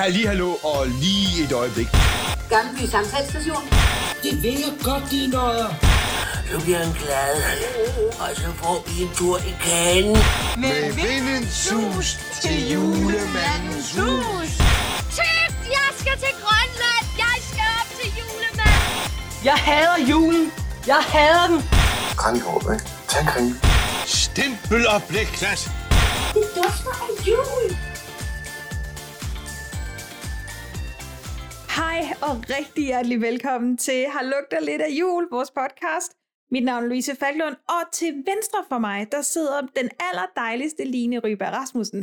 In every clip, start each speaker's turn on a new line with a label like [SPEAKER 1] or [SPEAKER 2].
[SPEAKER 1] Halli, hallo og lige et øjeblik.
[SPEAKER 2] Gammelby Samtalsstation.
[SPEAKER 3] Det vil jeg godt, de nøjer.
[SPEAKER 4] Så bliver han glad, og så får vi en tur i kagen.
[SPEAKER 1] Med vindens sus til julemandens hus.
[SPEAKER 5] Tøft, jeg skal til Grønland. Jeg skal op til julemanden.
[SPEAKER 6] Jeg hader julen. Jeg hader den.
[SPEAKER 7] Kranjehåb, ikke? Tag en
[SPEAKER 1] Stempel og blikklat.
[SPEAKER 2] Det dufter af jul.
[SPEAKER 8] Hej og rigtig hjertelig velkommen til Har lugter lidt af jul, vores podcast. Mit navn er Louise Falklund, og til venstre for mig, der sidder den allerdejligste Line Ryber Rasmussen.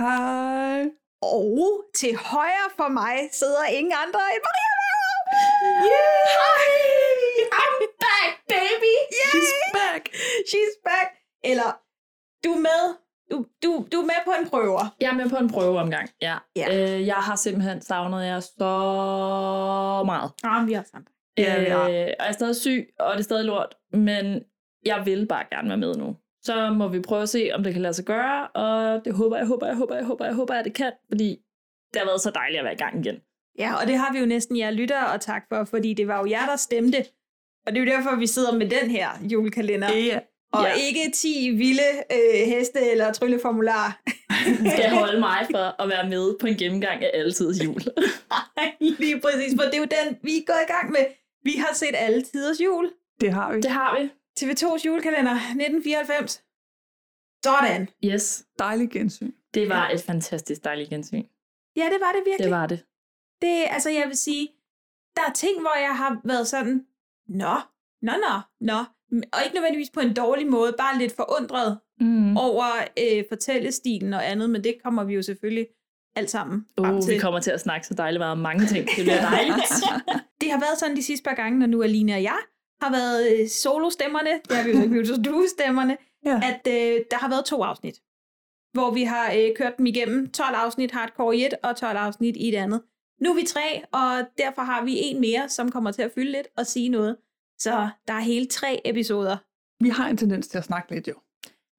[SPEAKER 9] Hej.
[SPEAKER 8] Og til højre for mig sidder ingen andre end Maria Møller. Hej! I'm back, baby! Yay!
[SPEAKER 9] She's back.
[SPEAKER 8] She's back! Eller, du er med. Du, du, du er med på en prøver.
[SPEAKER 9] Jeg er med på en prøveomgang. Ja.
[SPEAKER 8] Ja.
[SPEAKER 9] Øh, jeg har simpelthen savnet jer så meget. Øh,
[SPEAKER 8] Jamen, vi har sammen. Ja, vi har.
[SPEAKER 9] og jeg er stadig syg, og det er stadig lort, men jeg vil bare gerne være med nu. Så må vi prøve at se, om det kan lade sig gøre, og det håber jeg, håber jeg, håber jeg, håber jeg, håber jeg, det kan, fordi det har været så dejligt at være i gang igen.
[SPEAKER 8] Ja, og det har vi jo næsten jer lyttere og tak for, fordi det var jo jer, der stemte. Og det er jo derfor, vi sidder med den her julekalender.
[SPEAKER 9] Ja.
[SPEAKER 8] Og
[SPEAKER 9] ja.
[SPEAKER 8] ikke 10 vilde øh, heste eller trylleformular.
[SPEAKER 9] skal holde mig for at være med på en gennemgang af altidens jul.
[SPEAKER 8] Lige præcis, for det er jo den, vi er gået i gang med. Vi har set alle tiders jul.
[SPEAKER 9] Det har vi. Det har vi.
[SPEAKER 8] TV2's julekalender 1994. Sådan.
[SPEAKER 9] Yes.
[SPEAKER 3] Dejlig gensyn.
[SPEAKER 9] Det var et fantastisk dejligt gensyn.
[SPEAKER 8] Ja, det var det virkelig.
[SPEAKER 9] Det var det.
[SPEAKER 8] det, altså jeg vil sige, der er ting, hvor jeg har været sådan, nå, nå, nå, nå. Og ikke nødvendigvis på en dårlig måde, bare lidt forundret
[SPEAKER 9] Mm.
[SPEAKER 8] over øh, fortællestilen og andet, men det kommer vi jo selvfølgelig alt sammen frem
[SPEAKER 9] Uh,
[SPEAKER 8] til.
[SPEAKER 9] vi kommer til at snakke så dejligt meget om mange ting. Det bliver dejligt.
[SPEAKER 8] Det har været sådan de sidste par gange, når nu Aline og jeg har været øh, solostemmerne, det har vi jo ikke, vi er jo duestemmerne,
[SPEAKER 3] Ja.
[SPEAKER 8] at øh, der har været to afsnit, hvor vi har øh, kørt dem igennem. 12 afsnit hardcore i et, og 12 afsnit i et andet. Nu er vi tre, og derfor har vi en mere, som kommer til at fylde lidt og sige noget. Så der er hele tre episoder.
[SPEAKER 3] Vi har en tendens til at snakke lidt, jo.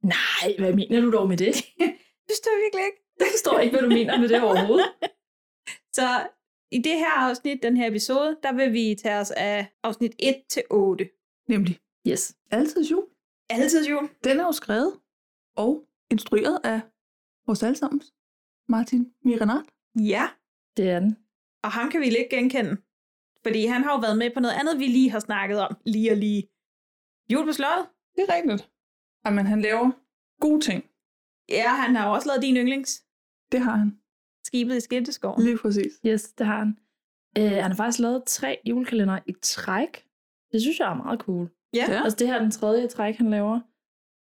[SPEAKER 9] Nej, hvad mener du dog med det?
[SPEAKER 8] Det forstår jeg virkelig ikke.
[SPEAKER 9] Jeg forstår ikke, hvad du mener med det overhovedet.
[SPEAKER 8] Så i det her afsnit, den her episode, der vil vi tage os af afsnit 1 til 8.
[SPEAKER 3] Nemlig.
[SPEAKER 9] Yes.
[SPEAKER 3] Altid jul.
[SPEAKER 8] Altid jul.
[SPEAKER 3] Den er jo skrevet og instrueret af vores allesammens Martin Mirenat.
[SPEAKER 8] Ja.
[SPEAKER 9] Det er den.
[SPEAKER 8] Og ham kan vi lidt genkende. Fordi han har jo været med på noget andet, vi lige har snakket om. Lige og lige. Jul på slottet.
[SPEAKER 3] Det er rigtigt. Jamen, han laver gode ting.
[SPEAKER 8] Ja, han har jo også lavet din yndlings.
[SPEAKER 3] Det har han.
[SPEAKER 8] Skibet i Skilteskoven.
[SPEAKER 3] Lige præcis.
[SPEAKER 9] Yes, det har han. Øh, han har faktisk lavet tre julekalender i træk. Det synes jeg er meget cool.
[SPEAKER 8] Ja.
[SPEAKER 3] Ja.
[SPEAKER 9] Altså, det her er den tredje i træk, han laver.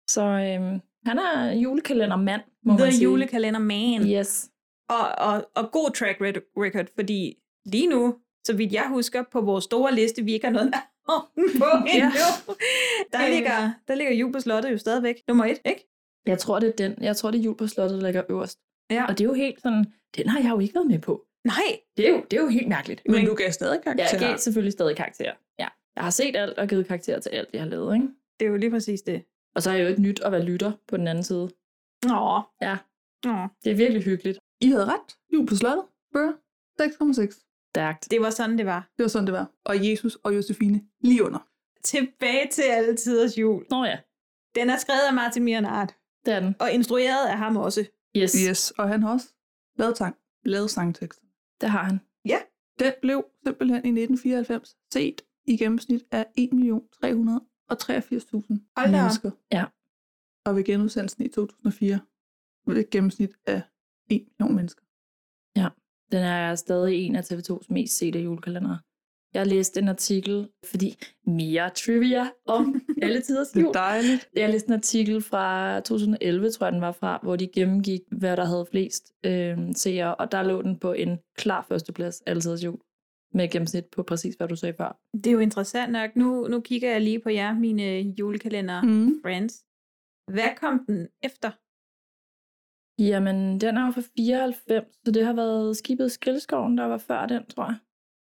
[SPEAKER 9] Så øhm, han er julekalendermand, må man
[SPEAKER 8] The
[SPEAKER 9] sige.
[SPEAKER 8] julekalender man.
[SPEAKER 9] Yes.
[SPEAKER 8] Og, og, og god track red- record, fordi lige nu, så vidt jeg husker, på vores store liste, vi ikke har noget navn på endnu. Der
[SPEAKER 9] Øh.
[SPEAKER 8] ligger, der ligger Jul på slottet jo stadigvæk. Nummer et, ikke?
[SPEAKER 9] Jeg tror, det er den. Jeg tror, det er jul på slottet, der ligger øverst.
[SPEAKER 8] Ja.
[SPEAKER 9] Og det er jo helt sådan, den har jeg jo ikke været med på.
[SPEAKER 8] Nej,
[SPEAKER 9] Det er jo, det er jo helt mærkeligt.
[SPEAKER 3] Men du gav stadig
[SPEAKER 9] Ja,
[SPEAKER 3] karakter.
[SPEAKER 9] jeg gav selvfølgelig stadig karakterer. Ja. Jeg har set alt og givet karakterer til alt, jeg har lavet, ikke?
[SPEAKER 8] det er jo lige præcis det.
[SPEAKER 9] Og så er jeg jo ikke nyt at være lytter på den anden side.
[SPEAKER 8] Åh.
[SPEAKER 9] Ja.
[SPEAKER 8] Åh.
[SPEAKER 9] Det er virkelig hyggeligt.
[SPEAKER 3] I havde ret. Jul på slottet. Bør. 6,6.
[SPEAKER 9] Stærkt.
[SPEAKER 8] Det var sådan, det var.
[SPEAKER 3] Det var sådan, det var. Og Jesus og Josefine lige under.
[SPEAKER 8] Tilbage til alle tiders jul.
[SPEAKER 9] Nå ja,
[SPEAKER 8] Den er skrevet af Martin Mierenart,
[SPEAKER 9] det er den.
[SPEAKER 8] og instrueret af ham også.
[SPEAKER 9] Yes,
[SPEAKER 3] Yes, og han har også lavet, sang, lavet sangtekster.
[SPEAKER 9] det har han.
[SPEAKER 3] Den blev simpelthen i 1994 set i gennemsnit af 1.383.000
[SPEAKER 8] Hold da op.
[SPEAKER 3] mennesker.
[SPEAKER 9] Ja.
[SPEAKER 3] Og ved genudsendelsen i 2004 blev det et gennemsnit af 1 million mennesker.
[SPEAKER 9] Den er stadig en af TV2's mest sete julekalendere. Jeg læste en artikel, fordi mere trivia om alle tiders
[SPEAKER 3] Det
[SPEAKER 9] jul.
[SPEAKER 3] er dejligt.
[SPEAKER 9] Jeg læste en artikel fra 2011, tror jeg den var fra, hvor de gennemgik, hvad der havde flest øh, seere, og der lå den på en klar førsteplads, altid jul, med gennemsnit på præcis, hvad du sagde før.
[SPEAKER 8] Det er jo interessant nok. Nu, nu kigger jeg lige på jer, mine øh, julekalender
[SPEAKER 3] Mm.
[SPEAKER 8] friends. Hvad kom den efter?
[SPEAKER 9] Jamen, den er jo fra 94, så det har været skibet Skildskoven, der var før den, tror jeg.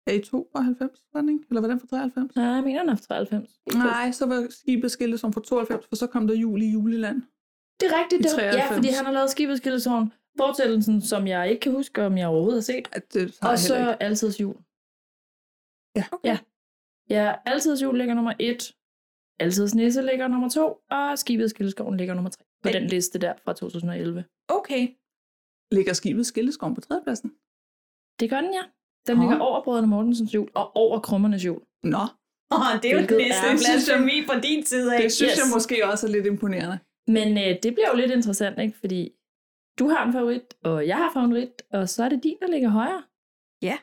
[SPEAKER 3] Er i 92, var den, ikke? Eller var den fra 93?
[SPEAKER 9] Nej, jeg mener, den er fra 93.
[SPEAKER 3] Nej, så var skibet skiltet som fra 92, for så kom der jul i juleland.
[SPEAKER 9] Det er rigtigt,
[SPEAKER 3] I
[SPEAKER 9] det var- Ja,
[SPEAKER 3] 93.
[SPEAKER 9] fordi han har lavet skibet Skildskoven, Fortællelsen, som jeg ikke kan huske, om jeg overhovedet har set.
[SPEAKER 3] At øh, det har
[SPEAKER 9] Og
[SPEAKER 3] jeg heller
[SPEAKER 9] så
[SPEAKER 3] ikke.
[SPEAKER 9] Altids Jul.
[SPEAKER 3] Ja.
[SPEAKER 8] Okay.
[SPEAKER 9] ja. Ja, Altids Jul ligger nummer et. Altids Nisse ligger nummer to. Og Skibet Skilleskoven ligger nummer tre. På
[SPEAKER 8] Men-
[SPEAKER 9] den liste der fra 2011.
[SPEAKER 8] Okay.
[SPEAKER 3] Ligger skibet Skilleskoven på tredjepladsen?
[SPEAKER 9] Det gør den, ja. Den
[SPEAKER 3] Åh.
[SPEAKER 9] ligger over Brødrene Mortensens jul og over Krummernes jul.
[SPEAKER 3] Nå,
[SPEAKER 8] Åh, oh, det er jo
[SPEAKER 9] Hvilket
[SPEAKER 8] næsten
[SPEAKER 9] er-
[SPEAKER 8] blasfemi fra din side af.
[SPEAKER 3] det synes
[SPEAKER 9] yes.
[SPEAKER 3] jeg måske også er lidt imponerende.
[SPEAKER 9] Men øh, det bliver jo lidt interessant, ikke? Fordi du har en favorit, og jeg har favorit, og så er det din, der ligger højere.
[SPEAKER 8] Ja.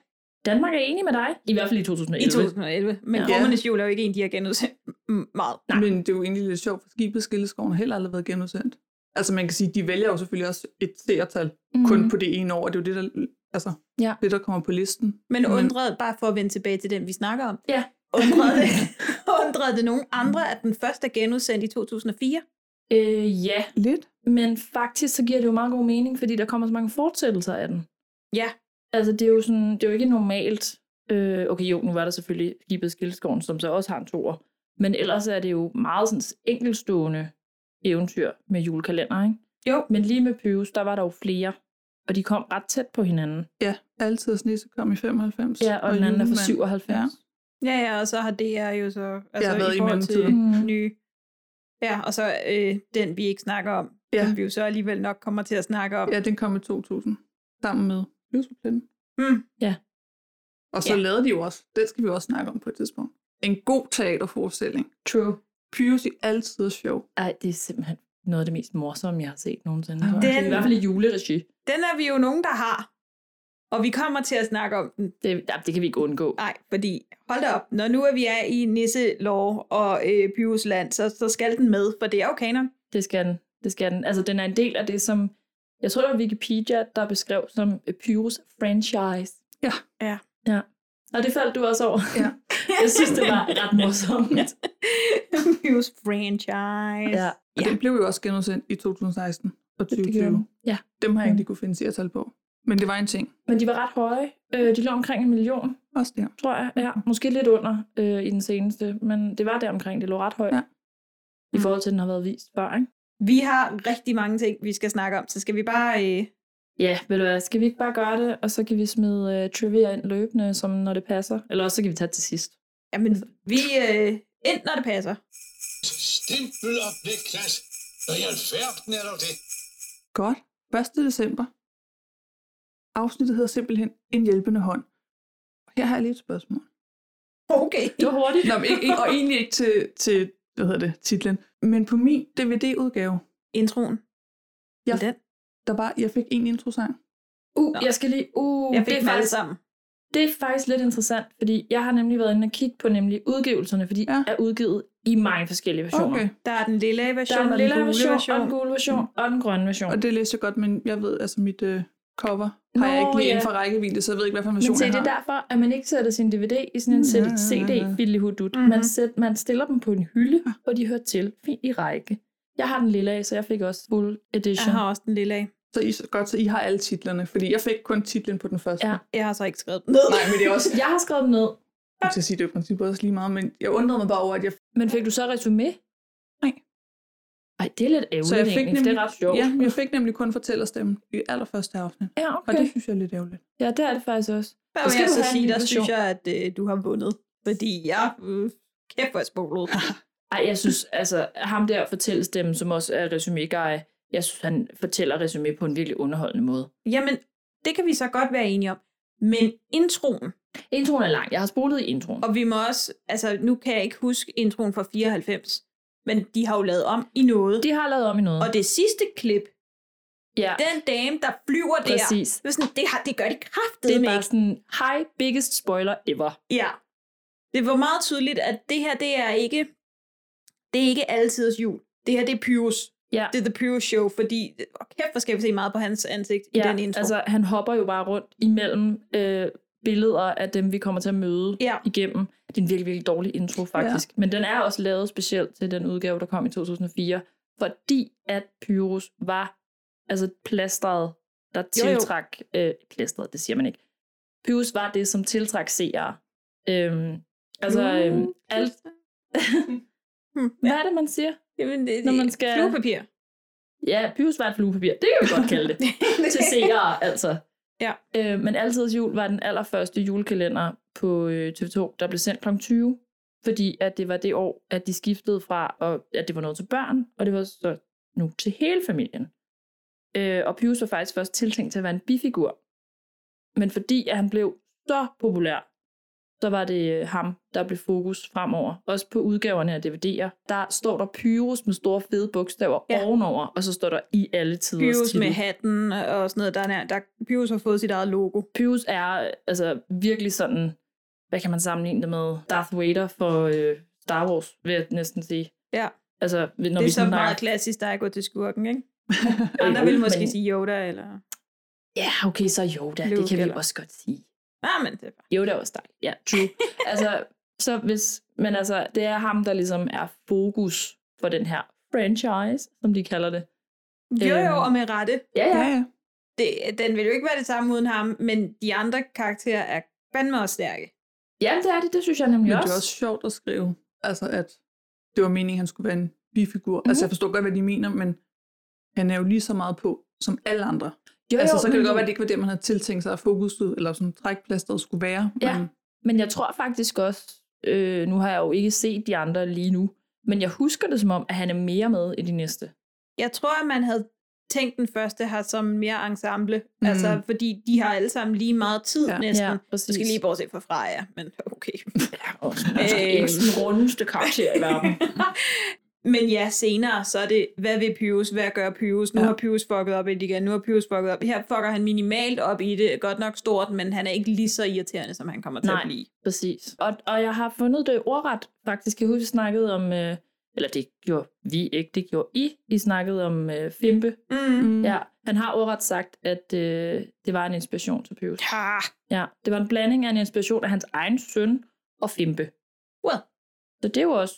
[SPEAKER 9] Danmark er enig med dig. I hvert fald i
[SPEAKER 8] I
[SPEAKER 9] 2011.
[SPEAKER 8] 2011. Men
[SPEAKER 9] Ja.
[SPEAKER 8] ja. Rummernes Jul er jo ikke en, de har genudsendt m- meget.
[SPEAKER 9] Nej.
[SPEAKER 3] Men det er jo egentlig lidt sjovt, for skibet Skilleskoven har heller aldrig været genudsendt. Altså man kan sige, de vælger jo selvfølgelig også et seertal mm.
[SPEAKER 9] Mhm.
[SPEAKER 3] kun på det ene år, og det er jo det, der, altså,
[SPEAKER 9] Ja.
[SPEAKER 3] det, der kommer på listen.
[SPEAKER 8] Men
[SPEAKER 3] Men-
[SPEAKER 8] undrede, bare for at vende tilbage til den, vi snakker om.
[SPEAKER 9] Ja.
[SPEAKER 8] Undrede det, undrede det nogen andre, at den første er genudsendt i 2004?
[SPEAKER 9] Øh, ja,
[SPEAKER 3] Lidt.
[SPEAKER 9] men faktisk så giver det jo meget god mening, fordi der kommer så mange fortsættelser af den.
[SPEAKER 8] Ja.
[SPEAKER 9] Altså, det er jo, sådan, det er jo ikke normalt. Øh, okay, jo, nu var der selvfølgelig Skibet Skildskoven, som så også har en toer. Men ellers er det jo meget sådan enkelstående eventyr med julekalender, ikke?
[SPEAKER 8] Jo.
[SPEAKER 9] Men lige med Pyrus, der var der jo flere, og de kom ret tæt på hinanden.
[SPEAKER 3] Ja, altid Nisse kom i 95.
[SPEAKER 9] Ja, og, og den anden er fra
[SPEAKER 3] Julemand.
[SPEAKER 9] 97. Ja.
[SPEAKER 3] Ja.
[SPEAKER 8] Ja, ja, og så har DR jo så... Altså,
[SPEAKER 3] har været i
[SPEAKER 8] forhold til
[SPEAKER 9] mellemtiden.
[SPEAKER 8] nye... Ja, og så øh, den, vi ikke snakker om,
[SPEAKER 3] Ja.
[SPEAKER 8] ja. som vi jo så alligevel nok kommer til at snakke om.
[SPEAKER 3] Ja, den kom i 2000, sammen med Pyrusplanen.
[SPEAKER 8] Mm.
[SPEAKER 3] Og så
[SPEAKER 8] Ja.
[SPEAKER 3] ja. lavede de jo også, den skal vi også snakke om på et tidspunkt, en god teaterforestilling.
[SPEAKER 9] True.
[SPEAKER 3] Pyrus i altid sjov.
[SPEAKER 9] Ej, det er simpelthen noget af det mest morsomme, jeg har set nogensinde.
[SPEAKER 3] Den-
[SPEAKER 9] tror jeg. Det er I hvert fald i juleregi.
[SPEAKER 8] Den er vi jo nogen, der har. Og vi kommer til at snakke om den.
[SPEAKER 9] Det, ja, det kan vi ikke undgå.
[SPEAKER 8] Nej, fordi hold da op, når nu er vi er i Nisselov og øh, Pyrusland, så, så skal den med, for det er jo kanon.
[SPEAKER 9] Det skal den. Det skal den. Altså, den er en del af det, som... Jeg tror, det var Wikipedia, der beskrev som Pyrus franchise.
[SPEAKER 3] Ja.
[SPEAKER 8] Ja.
[SPEAKER 9] ja. Og det faldt du også over.
[SPEAKER 3] Ja.
[SPEAKER 9] jeg synes, det var ret morsomt.
[SPEAKER 8] Pyrus franchise.
[SPEAKER 9] Ja.
[SPEAKER 3] Og
[SPEAKER 8] Ja.
[SPEAKER 3] ja. den blev jo også genudsendt i 2016 og
[SPEAKER 9] Det gjorde den.
[SPEAKER 3] 2020.
[SPEAKER 9] Ja.
[SPEAKER 3] Dem har jeg ikke lige kunne finde tal på. Men det var en ting.
[SPEAKER 9] Men de var ret høje. Øh, De lå omkring en million,
[SPEAKER 3] Også der.
[SPEAKER 9] tror jeg. Ja, måske lidt under øh, i den seneste, men det var der omkring. Det lå ret højt.
[SPEAKER 3] Ja.
[SPEAKER 9] I forhold til, at den har været vist før, ikke?
[SPEAKER 8] Vi har rigtig mange ting, vi skal snakke om, så skal vi bare... Øh,
[SPEAKER 9] Ja, ved du hvad, skal vi ikke bare gøre det, og så kan vi smide øh, trivia ind løbende, som når det passer? Eller også så kan vi tage det til sidst.
[SPEAKER 8] jamen, vi... Øh, ind, når det passer.
[SPEAKER 1] Stempelopblik, Klas. Hvad i alverden er der det?
[SPEAKER 3] Godt. 1. december. Afsnittet hedder simpelthen En hjælpende hånd. Og Her har jeg lige et spørgsmål.
[SPEAKER 8] Okay.
[SPEAKER 9] Det var hurtigt.
[SPEAKER 3] Nå, men ikke, ikke- og egentlig ikke til, til, hvad hedder det, titlen. Men på min DVD-udgave,
[SPEAKER 8] Introen.
[SPEAKER 3] Ja.
[SPEAKER 8] Den.
[SPEAKER 3] der var, jeg fik en introsang.
[SPEAKER 9] Uh,
[SPEAKER 8] Nå.
[SPEAKER 9] jeg skal lige... Uh,
[SPEAKER 8] Jeg fik
[SPEAKER 9] det, er
[SPEAKER 8] dem alle
[SPEAKER 9] faktisk,
[SPEAKER 8] sammen.
[SPEAKER 9] det er faktisk lidt interessant, fordi jeg har nemlig været inde og kigge på nemlig udgivelserne, fordi de
[SPEAKER 3] Ja.
[SPEAKER 9] er udgivet i mange forskellige versioner.
[SPEAKER 3] Okay.
[SPEAKER 8] Der er den lille
[SPEAKER 9] Der
[SPEAKER 8] version,
[SPEAKER 9] er den lille
[SPEAKER 8] gule
[SPEAKER 9] version, version, Mm. og den gule version, og den grønne version.
[SPEAKER 3] Og det læste jeg godt, men jeg ved, altså mit øh, cover har jeg
[SPEAKER 9] Nå,
[SPEAKER 3] ikke lige
[SPEAKER 9] ja.
[SPEAKER 3] inden for rækkevidde, så jeg ved ikke, hvilken
[SPEAKER 9] Men
[SPEAKER 3] version
[SPEAKER 9] se,
[SPEAKER 3] jeg
[SPEAKER 9] det
[SPEAKER 3] har.
[SPEAKER 9] er derfor, at man ikke sætter sin DVD i sådan en
[SPEAKER 3] Mm, Mm-hmm. Ah. ja,
[SPEAKER 9] mm,
[SPEAKER 3] ja,
[SPEAKER 9] CD,
[SPEAKER 3] ja.
[SPEAKER 9] billig hudut.
[SPEAKER 8] Mhm.
[SPEAKER 9] Man, sæt, man stiller dem på en hylde, hvor de hører til fint i række. Jeg har den lille af, så jeg fik også full edition.
[SPEAKER 8] Jeg har også den lille af.
[SPEAKER 3] Så I, godt, så I har alle titlerne, fordi jeg fik kun titlen på den første.
[SPEAKER 9] Ja.
[SPEAKER 8] Jeg har så ikke skrevet den ned.
[SPEAKER 3] Nej, men det er også...
[SPEAKER 9] Jeg har skrevet dem ned,
[SPEAKER 3] Jeg skal sige, det er i princippet også lige meget, men jeg undrede mig bare over, at jeg...
[SPEAKER 9] men fik du så resume?
[SPEAKER 3] Nej.
[SPEAKER 9] Ej, det er lidt ærgerligt
[SPEAKER 3] Så jeg fik
[SPEAKER 9] egentlig, for det er ret sjovt.
[SPEAKER 3] Ja, men jeg fik nemlig kun fortællerstemmen i allerførste afsnit.
[SPEAKER 9] ja
[SPEAKER 3] Og
[SPEAKER 9] okay.
[SPEAKER 3] det synes jeg er lidt ærgerligt.
[SPEAKER 9] Ja, det er det faktisk også.
[SPEAKER 8] Der
[SPEAKER 9] Så
[SPEAKER 8] vil
[SPEAKER 9] skal
[SPEAKER 8] jeg
[SPEAKER 9] du
[SPEAKER 8] så
[SPEAKER 9] have en
[SPEAKER 8] sige,
[SPEAKER 9] lille
[SPEAKER 8] der synes
[SPEAKER 9] version.
[SPEAKER 8] jeg, at øh, du har vundet. Fordi jeg... Øh, kæft, hvor jeg spolede.
[SPEAKER 9] Ej, jeg synes, altså, ham der fortællestemmen, som også er resume guy, jeg synes, han fortæller resume på en virkelig underholdende måde.
[SPEAKER 8] Jamen, det kan vi så godt være enige om. Men introen,
[SPEAKER 9] Introen er lang. Jeg har spolet i introen.
[SPEAKER 8] og vi må også, altså nu kan jeg ikke huske introen fra 94, men de har jo lavet om i noget.
[SPEAKER 9] De har lavet om i noget.
[SPEAKER 8] Og det sidste klip,
[SPEAKER 9] ja,
[SPEAKER 8] den dame, der flyver
[SPEAKER 9] præcis.
[SPEAKER 8] der, det, er sådan, det, har, det gør de
[SPEAKER 9] Det
[SPEAKER 8] kraftedeme
[SPEAKER 9] er
[SPEAKER 8] ikke.
[SPEAKER 9] bare sådan, hej, biggest spoiler ever.
[SPEAKER 8] Ja. Det var meget tydeligt, at det her, det er ikke, det er ikke altidens jul. Det her, det er Pyrus.
[SPEAKER 9] Ja.
[SPEAKER 8] Det er The Pyrus Show, fordi, og kæft, hvor skal vi se meget på hans ansigt i den intro.
[SPEAKER 9] altså han hopper jo bare rundt imellem øh, billeder af dem, vi kommer til at møde
[SPEAKER 8] Ja.
[SPEAKER 9] igennem. Det er en virkelig, virkelig dårlig intro faktisk. Ja. Men den er også lavet specielt til den udgave, der kom i 2004, fordi at Pyrus var altså plasteret, der
[SPEAKER 8] Jo, jo.
[SPEAKER 9] tiltrak... Øh, plasteret, det siger man ikke. Pyrus var det, som tiltrak seere. Øhm, altså, øhm, alt,
[SPEAKER 8] Hmm,
[SPEAKER 9] hvad er det, man siger?
[SPEAKER 8] Jamen, Hm. det,
[SPEAKER 9] Når
[SPEAKER 8] det-
[SPEAKER 9] man skal-
[SPEAKER 8] Fluepapir.
[SPEAKER 9] Ja, pivsvart fluepapir, det kan vi godt kalde det. til seere, altså.
[SPEAKER 8] Ja.
[SPEAKER 9] Øh, men Altidets Jul var den allerførste julekalender på øh, TV2, der blev sendt kl. 20. Fordi at det var det år, at de skiftede fra, og, at det var noget til børn, og det var så nu til hele familien. Øh, og Pius var faktisk først tiltænkt til at være en bifigur. Men fordi at han blev så populær, så var det øh, ham, der blev fokus fremover. Også på udgaverne af DVD'er. Der står der Pyrus med store fede bogstaver
[SPEAKER 8] Ja.
[SPEAKER 9] ja. ovenover, og så står der i alle tider.
[SPEAKER 8] Pyrus med hatten og sådan noget. Der, er nær- der, Pyrus har fået sit eget logo.
[SPEAKER 9] Pyrus er øh, altså virkelig sådan, hvad kan man sammenligne det med? Darth Vader for øh, Star Wars, vil jeg næsten sige.
[SPEAKER 8] Ja.
[SPEAKER 9] Altså,
[SPEAKER 8] Når
[SPEAKER 9] når vi
[SPEAKER 8] det er så
[SPEAKER 9] sådan
[SPEAKER 8] meget
[SPEAKER 9] snakker-
[SPEAKER 8] klassisk, der er gået til skurken, ikke? Andre vil måske
[SPEAKER 9] men-
[SPEAKER 8] sige Yoda, eller...
[SPEAKER 9] Ja, okay, så Yoda,
[SPEAKER 8] Luke
[SPEAKER 9] det kan vi
[SPEAKER 8] eller-
[SPEAKER 9] også godt sige.
[SPEAKER 8] Nej, men det er bare...
[SPEAKER 9] Yoda er også dejlig. Ja, true. altså, så hvis, men altså, det er ham, der ligesom er fokus for den her franchise, som de kalder det.
[SPEAKER 8] Jo, jo,
[SPEAKER 9] Øhm.
[SPEAKER 8] og med rette.
[SPEAKER 9] Ja,
[SPEAKER 3] Ja, ja.
[SPEAKER 8] Det, den vil jo ikke være det samme uden ham, men de andre karakterer er fandme også stærke.
[SPEAKER 9] Ja, det er det, det synes jeg nemlig
[SPEAKER 3] Men
[SPEAKER 9] også.
[SPEAKER 3] det er også sjovt at skrive, altså at det var meningen, at han skulle være en bifigur. Mm-hmm.
[SPEAKER 9] Mhm.
[SPEAKER 3] Altså jeg forstår godt, hvad de mener, men han er jo lige så meget på som alle andre.
[SPEAKER 9] jo,
[SPEAKER 3] Jo, altså så kan
[SPEAKER 9] men-
[SPEAKER 3] det godt være, at det ikke var det, man havde tiltænkt sig, at fokuset eller sådan trækplasteret skulle være.
[SPEAKER 9] Ja.
[SPEAKER 3] Men,
[SPEAKER 9] Men jeg tror faktisk også, øh, nu har jeg jo ikke set de andre lige nu, men jeg husker det som om, at han er mere med i de næste.
[SPEAKER 8] Jeg tror, at man havde tænkt den første her som mere ensemble, mm.
[SPEAKER 3] Mm.
[SPEAKER 8] altså fordi de har alle sammen lige meget tid ja.
[SPEAKER 3] Ja.
[SPEAKER 8] næsten. Ja.
[SPEAKER 9] præcis.
[SPEAKER 8] Jeg skal lige bortset fra Freja, men okay.
[SPEAKER 9] altså,
[SPEAKER 3] Øh,
[SPEAKER 9] ikke sådan den rundeste karakter i verden.
[SPEAKER 8] Men ja, senere, så er det, hvad vil Pyrus, hvad gør Pyrus? Nu ja.
[SPEAKER 3] Ja.
[SPEAKER 8] har Pyrus fucket op i det igen, nu har Pyrus fucket op. Her fucker han minimalt op i det, godt nok stort, men han er ikke lige så irriterende, som han kommer til at
[SPEAKER 9] Nej.
[SPEAKER 8] blive.
[SPEAKER 9] Præcis. Og, og jeg har fundet det ordret, faktisk. Jeg husker, vi snakkede om, øh, eller det gjorde vi ikke, det gjorde I. I snakkede om øh, Fimpe. Mm.
[SPEAKER 8] Mm.
[SPEAKER 3] mm,
[SPEAKER 9] Ja, han har ordret sagt, at øh, det var en inspiration til Pyrus.
[SPEAKER 8] Ja.
[SPEAKER 9] Ja, det var en blanding af en inspiration af hans egen søn og Fimpe.
[SPEAKER 8] Well.
[SPEAKER 9] Så det er jo også,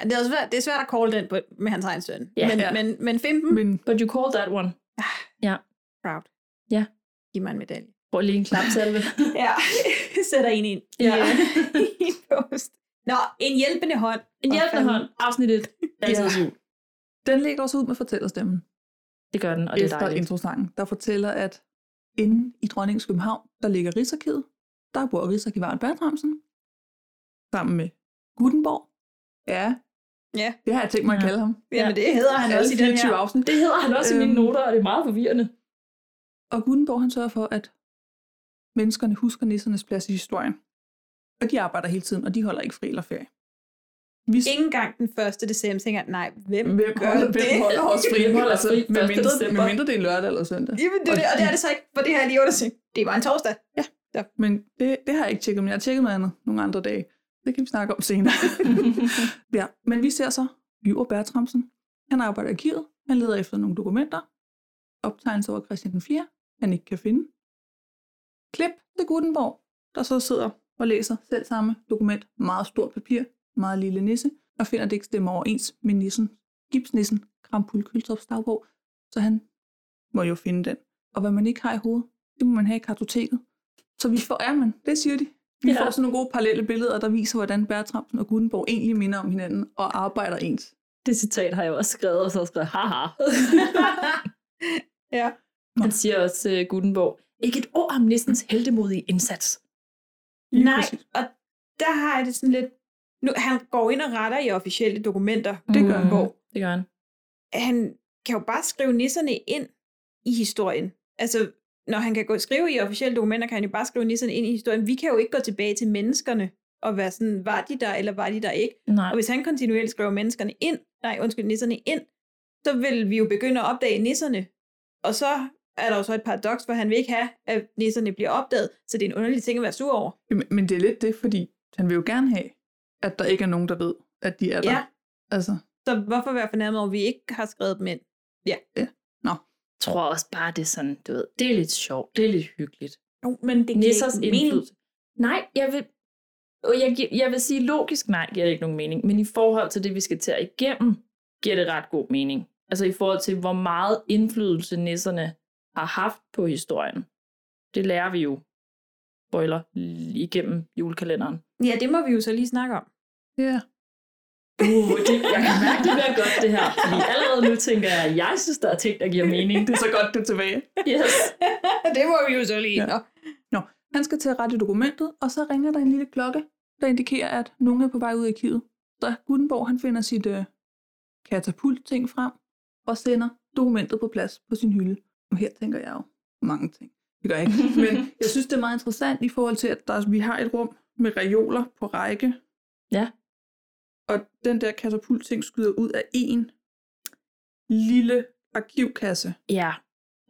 [SPEAKER 8] Ja, Det er, også svært, det er svært at call den på, med hans egen søn.
[SPEAKER 9] Ja.
[SPEAKER 8] men,
[SPEAKER 3] Ja.
[SPEAKER 8] men, men Fimpen, men,
[SPEAKER 3] Men
[SPEAKER 9] but you call that one.
[SPEAKER 8] proud.
[SPEAKER 9] Ja.
[SPEAKER 8] Giv mig en medalje.
[SPEAKER 9] Prøv lige en klap salve.
[SPEAKER 8] Ja, sætter en ind
[SPEAKER 9] Ja.
[SPEAKER 8] i, øh, i en post. Nå, en hjælpende hånd.
[SPEAKER 9] En
[SPEAKER 8] Hvor
[SPEAKER 9] hjælpende
[SPEAKER 8] fanden-
[SPEAKER 9] hånd. Afsnit 1. Altidets jul.
[SPEAKER 3] den lægger også ud med fortællerstemmen
[SPEAKER 9] Det gør den, og det er
[SPEAKER 3] efter
[SPEAKER 9] dejligt.
[SPEAKER 3] introsangen, der fortæller, at inde i Dronningens København, der ligger Rigsarkivet. Der bor Rigsarkivaren Bertramsen sammen med Gutenborg. Ja,
[SPEAKER 8] Ja.
[SPEAKER 3] det har jeg tænkt mig at
[SPEAKER 9] Ja.
[SPEAKER 3] kalde ham.
[SPEAKER 8] Jamen, det hedder han
[SPEAKER 3] Alle
[SPEAKER 8] også i den
[SPEAKER 3] 24
[SPEAKER 8] her.
[SPEAKER 3] afsnit.
[SPEAKER 9] Det hedder han også i mine
[SPEAKER 3] Øhm.
[SPEAKER 9] noter, og det er meget forvirrende.
[SPEAKER 3] Og Gutenborg han sørger for, at menneskerne husker nissernes plads i historien. Og de arbejder hele tiden, og de holder ikke fri eller ferie. Vi s-
[SPEAKER 8] Ikke engang den første december tænker, jeg, nej, hvem,
[SPEAKER 3] hvem,
[SPEAKER 8] gør
[SPEAKER 3] holder,
[SPEAKER 8] det?
[SPEAKER 3] hvem holder os fri?
[SPEAKER 9] Hvem holder
[SPEAKER 3] altså,
[SPEAKER 9] fri
[SPEAKER 3] med,
[SPEAKER 9] 1.
[SPEAKER 3] mindre,
[SPEAKER 9] december?
[SPEAKER 3] med mindre det er en lørdag eller søndag.
[SPEAKER 8] Jamen, det, er det, og det er det så ikke, for det her lige undersøgt. Det var en torsdag.
[SPEAKER 3] Men det, det har jeg ikke tjekket, men jeg har tjekket noget andet nogle andre dage. Det kan vi snakke om senere. ja, men vi ser så Jure Bertramsen. Han arbejder i arkivet. Han leder efter nogle dokumenter. Optegnelser over Christian den 4. Han ikke kan finde. Klip til Gutenberg, der så sidder og læser selv samme dokument. Meget stort papir, meget lille nisse. Og finder det ikke stemmer overens med nissen, gipsnissen, Krampul Køltops dagbog. Så han må jo finde den. Og hvad man ikke har i hovedet, det må man have i kartoteket. Så vi får, ja, men det siger de. Vi
[SPEAKER 9] Ja.
[SPEAKER 3] ja. får sådan nogle gode parallelle billeder, der viser, hvordan Bertramsen og Gutenberg egentlig minder om hinanden og arbejder ens.
[SPEAKER 9] Det citat har jeg også skrevet, og så har jeg skrevet, haha.
[SPEAKER 8] ja.
[SPEAKER 9] han siger også uh, Gutenborg, ikke et ord om nissens heldemodige indsats.
[SPEAKER 3] Lige
[SPEAKER 8] Nej,
[SPEAKER 3] præcis.
[SPEAKER 8] og der har jeg det sådan lidt... Nu, han går ind og retter i officielle dokumenter.
[SPEAKER 3] Det gør han.
[SPEAKER 8] Gutenberg.
[SPEAKER 9] Det gør han.
[SPEAKER 8] Han kan jo bare skrive nisserne ind i historien. Altså, når han kan gå skrive i officielle dokumenter, kan han jo bare skrive nisserne ind i historien. Vi kan jo ikke gå tilbage til menneskerne og være sådan, var de der, eller var de der ikke?
[SPEAKER 9] Nej.
[SPEAKER 8] Og hvis han kontinuerligt skriver menneskerne ind, nej, undskyld, nisserne ind, så vil vi jo begynde at opdage nisserne. Og så er der jo så et paradoks, for han vil ikke have, at nisserne bliver opdaget, så det er en underlig ting at være sur over.
[SPEAKER 3] Jamen, Men det er lidt det, fordi han vil jo gerne have, at der ikke er nogen, der ved, at de er der.
[SPEAKER 8] Ja.
[SPEAKER 3] Altså,
[SPEAKER 8] Så hvorfor være fornærmet over, at vi ikke har skrevet dem ind?
[SPEAKER 9] Jeg tror også bare, det er sådan, du ved, det er lidt sjovt, det er lidt hyggeligt.
[SPEAKER 8] Jo, men det
[SPEAKER 9] Nissers indflydelse. Nej, jeg vil, og jeg, gi- jeg vil sige logisk nej, giver det ikke nogen mening. Men i forhold til det, vi skal tage igennem, giver det ret god mening. Altså i forhold til, hvor meget indflydelse nisserne har haft på historien. Det lærer vi jo, spoiler, l- igennem julekalenderen.
[SPEAKER 8] Ja, det må vi jo så lige snakke om.
[SPEAKER 3] ja.
[SPEAKER 9] Uh, det, jeg kan mærke, det bliver godt, det her. Fordi allerede nu tænker jeg, at jeg synes, der er ting, der giver mening.
[SPEAKER 3] Det er så godt, du er tilbage.
[SPEAKER 9] Yes.
[SPEAKER 8] det må vi jo så lige.
[SPEAKER 3] Ja.
[SPEAKER 8] Ja.
[SPEAKER 3] Han skal til at rette dokumentet, og så ringer der en lille klokke, der indikerer, at nogen er på vej ud af arkivet. Så Gutenborg han finder sit øh, katapult-ting frem og sender dokumentet på plads på sin hylde. Og her tænker jeg jo mange ting. Det gør jeg ikke. Men jeg synes, det er meget interessant i forhold til, at der, vi har et rum med reoler på række.
[SPEAKER 9] Ja.
[SPEAKER 3] Og den der katapult-ting skyder ud af en lille arkivkasse.
[SPEAKER 9] Ja. Altså,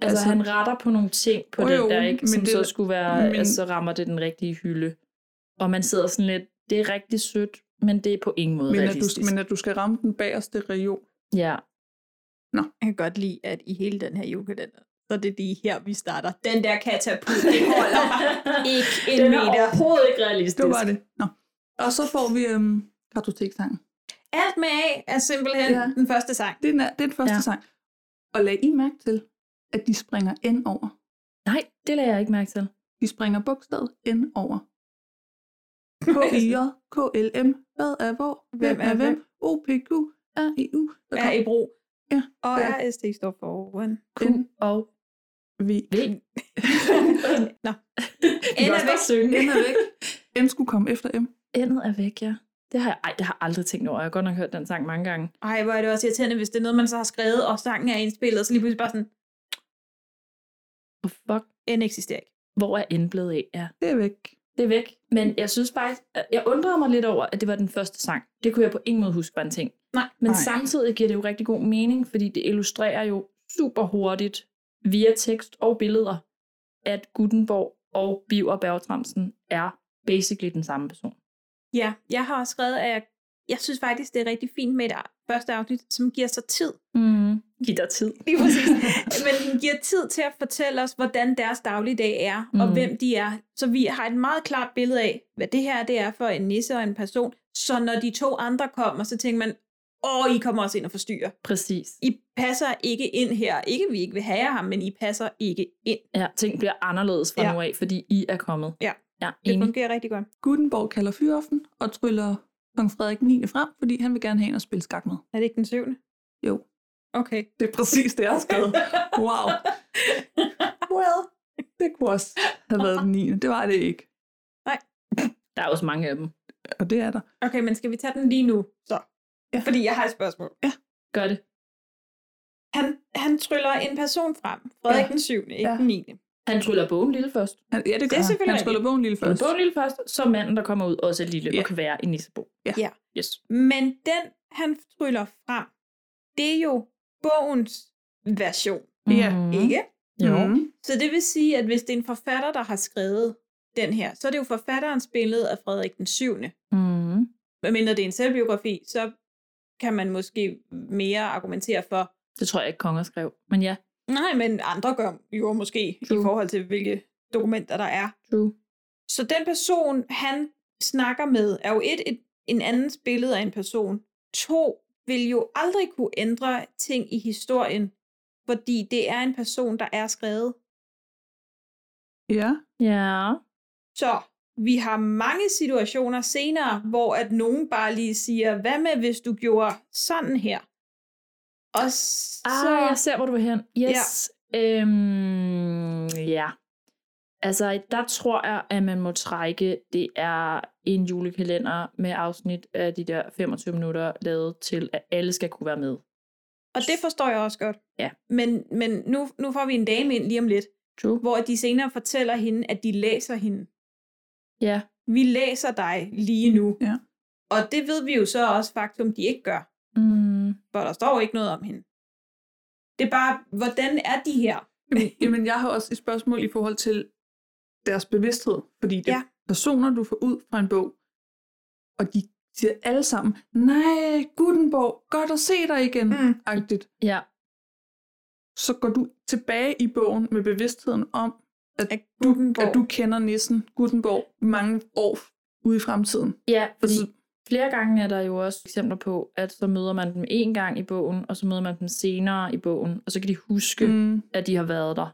[SPEAKER 3] Altså-
[SPEAKER 9] altså, han retter på nogle ting på
[SPEAKER 3] Jo,
[SPEAKER 9] jo, den
[SPEAKER 3] jo,
[SPEAKER 9] der, ikke?
[SPEAKER 3] men
[SPEAKER 9] Som
[SPEAKER 3] det-
[SPEAKER 9] så skulle være,
[SPEAKER 3] men-
[SPEAKER 9] men... så rammer det den rigtige hylde. Og man sidder sådan lidt, det er rigtig sødt, men det er på ingen måde
[SPEAKER 3] Men at, du,
[SPEAKER 9] realistisk.
[SPEAKER 3] men at du skal ramme den bagerste reol.
[SPEAKER 9] Ja.
[SPEAKER 8] Jeg kan godt lide, at i hele den her julekalender, så er det lige her, vi starter. Den der katapult, det holder ikke en
[SPEAKER 9] den er
[SPEAKER 8] meter.
[SPEAKER 9] overhovedet ikke realistisk.
[SPEAKER 3] Det var det. Nå. Og så får vi øhm, kartoteksangen.
[SPEAKER 8] Alt med A er simpelthen
[SPEAKER 3] Ja.
[SPEAKER 8] ja. den første sang.
[SPEAKER 3] Det er den, det er den første ja.
[SPEAKER 9] Ja.
[SPEAKER 3] sang. Og lag I mærke til, at de springer N over.
[SPEAKER 9] Nej, det lader jeg ikke mærke til.
[SPEAKER 3] De springer bogstavet N over. k i j k l m Hvad er hvor? Hvem er hvem? o p q r e u Der
[SPEAKER 8] Er i brug.
[SPEAKER 3] Ja.
[SPEAKER 8] Og
[SPEAKER 3] Ja.
[SPEAKER 8] RSD står for one.
[SPEAKER 9] Q og
[SPEAKER 3] V.
[SPEAKER 9] V.
[SPEAKER 8] Nå.
[SPEAKER 9] Vi kan også
[SPEAKER 8] væk.
[SPEAKER 9] bare synge.
[SPEAKER 3] N er væk. M skulle komme efter M.
[SPEAKER 9] Endet er væk, ja. Det har jeg, ej, det har jeg aldrig tænkt over. Jeg har godt nok hørt den sang mange gange.
[SPEAKER 8] Ej, hvor er det også irriterende, hvis det er noget, man så har skrevet, og sangen er indspillet, og så lige pludselig bare sådan,
[SPEAKER 9] Og fuck,
[SPEAKER 8] den eksisterer ikke.
[SPEAKER 9] hvor er N blevet af? Ja,
[SPEAKER 3] Det er væk.
[SPEAKER 9] det er væk. Men jeg synes faktisk, at- jeg undrede mig lidt over, at det var den første sang. Det kunne jeg på ingen måde huske var en ting.
[SPEAKER 8] Nej.
[SPEAKER 9] Men
[SPEAKER 3] Nej.
[SPEAKER 9] Nej. samtidig giver det jo rigtig god mening, fordi det illustrerer jo super hurtigt via tekst og billeder, at Gutenborg og Biver Bertramsen er basically den samme person.
[SPEAKER 8] Ja, jeg har også skrevet, at jeg, jeg synes faktisk, det er rigtig fint med et a- første afsnit, som giver sig tid.
[SPEAKER 9] Mm. Giv dig tid.
[SPEAKER 8] Mm-hmm. Lige præcis. Men den giver tid til at fortælle os, hvordan deres dagligdag er, mm. og
[SPEAKER 9] Mm.
[SPEAKER 8] hvem de er. Så vi har et meget klart billede af, hvad det her det er for en nisse og en person. Så når de to andre kommer, så tænker man, åh, I kommer også ind og forstyrrer.
[SPEAKER 9] Præcis.
[SPEAKER 8] I passer ikke ind her. Ikke, vi ikke vil have jer ham, men I passer ikke ind.
[SPEAKER 9] Ja, ting bliver anderledes fra
[SPEAKER 8] Ja.
[SPEAKER 9] ja. nu af, fordi I er kommet.
[SPEAKER 8] Ja.
[SPEAKER 9] Ja,
[SPEAKER 8] Det
[SPEAKER 9] enig.
[SPEAKER 8] fungerer rigtig godt.
[SPEAKER 3] Gutenborg kalder fyroften og tryller kong Frederik 9. frem, fordi han vil gerne have en at spille skak med.
[SPEAKER 8] Er det ikke den syvende?
[SPEAKER 3] Jo.
[SPEAKER 8] Okay.
[SPEAKER 3] Det er præcis det, jeg har skrevet. Wow.
[SPEAKER 8] Well.
[SPEAKER 3] Det kunne også have været den 9. Det var det ikke.
[SPEAKER 9] Der er også mange af dem.
[SPEAKER 3] Og det er der.
[SPEAKER 8] Okay, men skal vi tage den lige nu? Så.
[SPEAKER 3] Ja.
[SPEAKER 8] Ja. Fordi jeg har et spørgsmål.
[SPEAKER 9] Gør det.
[SPEAKER 8] Han, han tryller en person frem. Frederik
[SPEAKER 3] Ja.
[SPEAKER 8] ja. den 7., ikke
[SPEAKER 3] Ja.
[SPEAKER 8] ja. den 9.
[SPEAKER 9] Han tryller bogen lille først.
[SPEAKER 3] Han, ja, det gør
[SPEAKER 8] er
[SPEAKER 3] det han.
[SPEAKER 8] selvfølgelig
[SPEAKER 3] Han spiller bogen lille
[SPEAKER 9] Tryller
[SPEAKER 3] først.
[SPEAKER 9] bogen lille først, så manden, der kommer ud, også er lille
[SPEAKER 3] Ja.
[SPEAKER 9] og kan være i nissebo.
[SPEAKER 3] Ja.
[SPEAKER 8] Ja.
[SPEAKER 9] Yes.
[SPEAKER 8] Men den, han tryller frem, det er jo bogens version, Mm.
[SPEAKER 3] Ja,
[SPEAKER 9] Mhm.
[SPEAKER 8] ikke?
[SPEAKER 9] Jo.
[SPEAKER 3] Mhm.
[SPEAKER 8] Så det vil sige, at hvis det er en forfatter, der har skrevet den her, så er det jo forfatterens billede af Frederik den 7.
[SPEAKER 9] Mm.
[SPEAKER 8] Medmindre det er en selvbiografi, så kan man måske mere argumentere for,
[SPEAKER 9] Det tror jeg ikke, konger skrev. Men ja,
[SPEAKER 8] nej, men andre gør jo måske i
[SPEAKER 9] True.
[SPEAKER 8] forhold til, hvilke dokumenter der er.
[SPEAKER 9] true.
[SPEAKER 8] Så den person, han snakker med, er jo et, et en andens billede af en person. To, vil jo aldrig kunne ændre ting i historien, fordi det er en person, der er skrevet.
[SPEAKER 3] Ja.
[SPEAKER 9] Ja.
[SPEAKER 8] Så vi har mange situationer senere, hvor at nogen bare lige siger, hvad med hvis du gjorde sådan her? Og s-
[SPEAKER 9] Ah,
[SPEAKER 8] så...
[SPEAKER 9] jeg ser, hvor du vil hen. Yes. Ja. Øhm, ja. Altså, der tror jeg, at man må trække, det er en julekalender med afsnit af de der 25 minutter, lavet til, at alle skal kunne være med.
[SPEAKER 8] Og det forstår jeg også godt.
[SPEAKER 9] Ja.
[SPEAKER 8] Men, men nu, nu får vi en dame ind lige om lidt,
[SPEAKER 9] True.
[SPEAKER 8] hvor de senere fortæller hende, at de læser hende.
[SPEAKER 9] Ja.
[SPEAKER 8] vi læser dig lige nu.
[SPEAKER 3] Ja.
[SPEAKER 8] Og det ved vi jo så også faktum, de ikke gør,
[SPEAKER 9] Mm.
[SPEAKER 8] for der står jo ikke noget om hende. Det er bare, hvordan er de her?
[SPEAKER 3] Jamen, jamen, jeg har også et spørgsmål i forhold til deres bevidsthed, fordi det er
[SPEAKER 8] Ja.
[SPEAKER 3] personer, du får ud fra en bog, og de siger alle sammen, nej, Gutenborg, godt at se dig igen,
[SPEAKER 8] Mm.
[SPEAKER 3] agtigt.
[SPEAKER 9] Ja.
[SPEAKER 3] Så går du tilbage i bogen med bevidstheden om, at,
[SPEAKER 8] At
[SPEAKER 3] du,
[SPEAKER 8] Gutenborg-
[SPEAKER 3] at du kender nissen Gutenborg mange år ude i fremtiden.
[SPEAKER 9] Ja, fordi
[SPEAKER 3] så-
[SPEAKER 9] flere gange er der jo også eksempler på, at så møder man dem en gang i bogen, og så møder man dem senere i bogen, og så kan de huske, mm. at de har været der.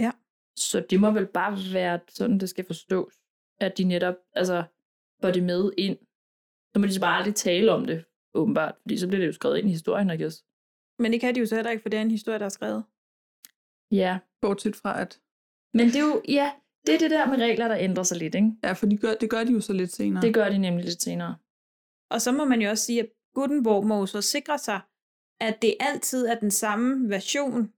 [SPEAKER 8] Ja.
[SPEAKER 9] Så det må vel bare være sådan, det skal forstås, at de netop altså, får det med ind. Så må de så bare aldrig tale om det åbenbart. Fordi så bliver det jo skrevet ind i historien, I guess.
[SPEAKER 8] Men det kan de jo så heller ikke, for det er en historie, der er skrevet.
[SPEAKER 9] Ja.
[SPEAKER 3] Bortset fra, at...
[SPEAKER 9] Men det er jo, ja, det er det der med regler, der ændrer sig lidt, ikke?
[SPEAKER 3] Ja, for de gør, det gør de jo så lidt senere.
[SPEAKER 9] Det gør de nemlig lidt senere.
[SPEAKER 8] Og så må man jo også sige, at Gutenberg må jo så sikre sig, at det altid er den samme version,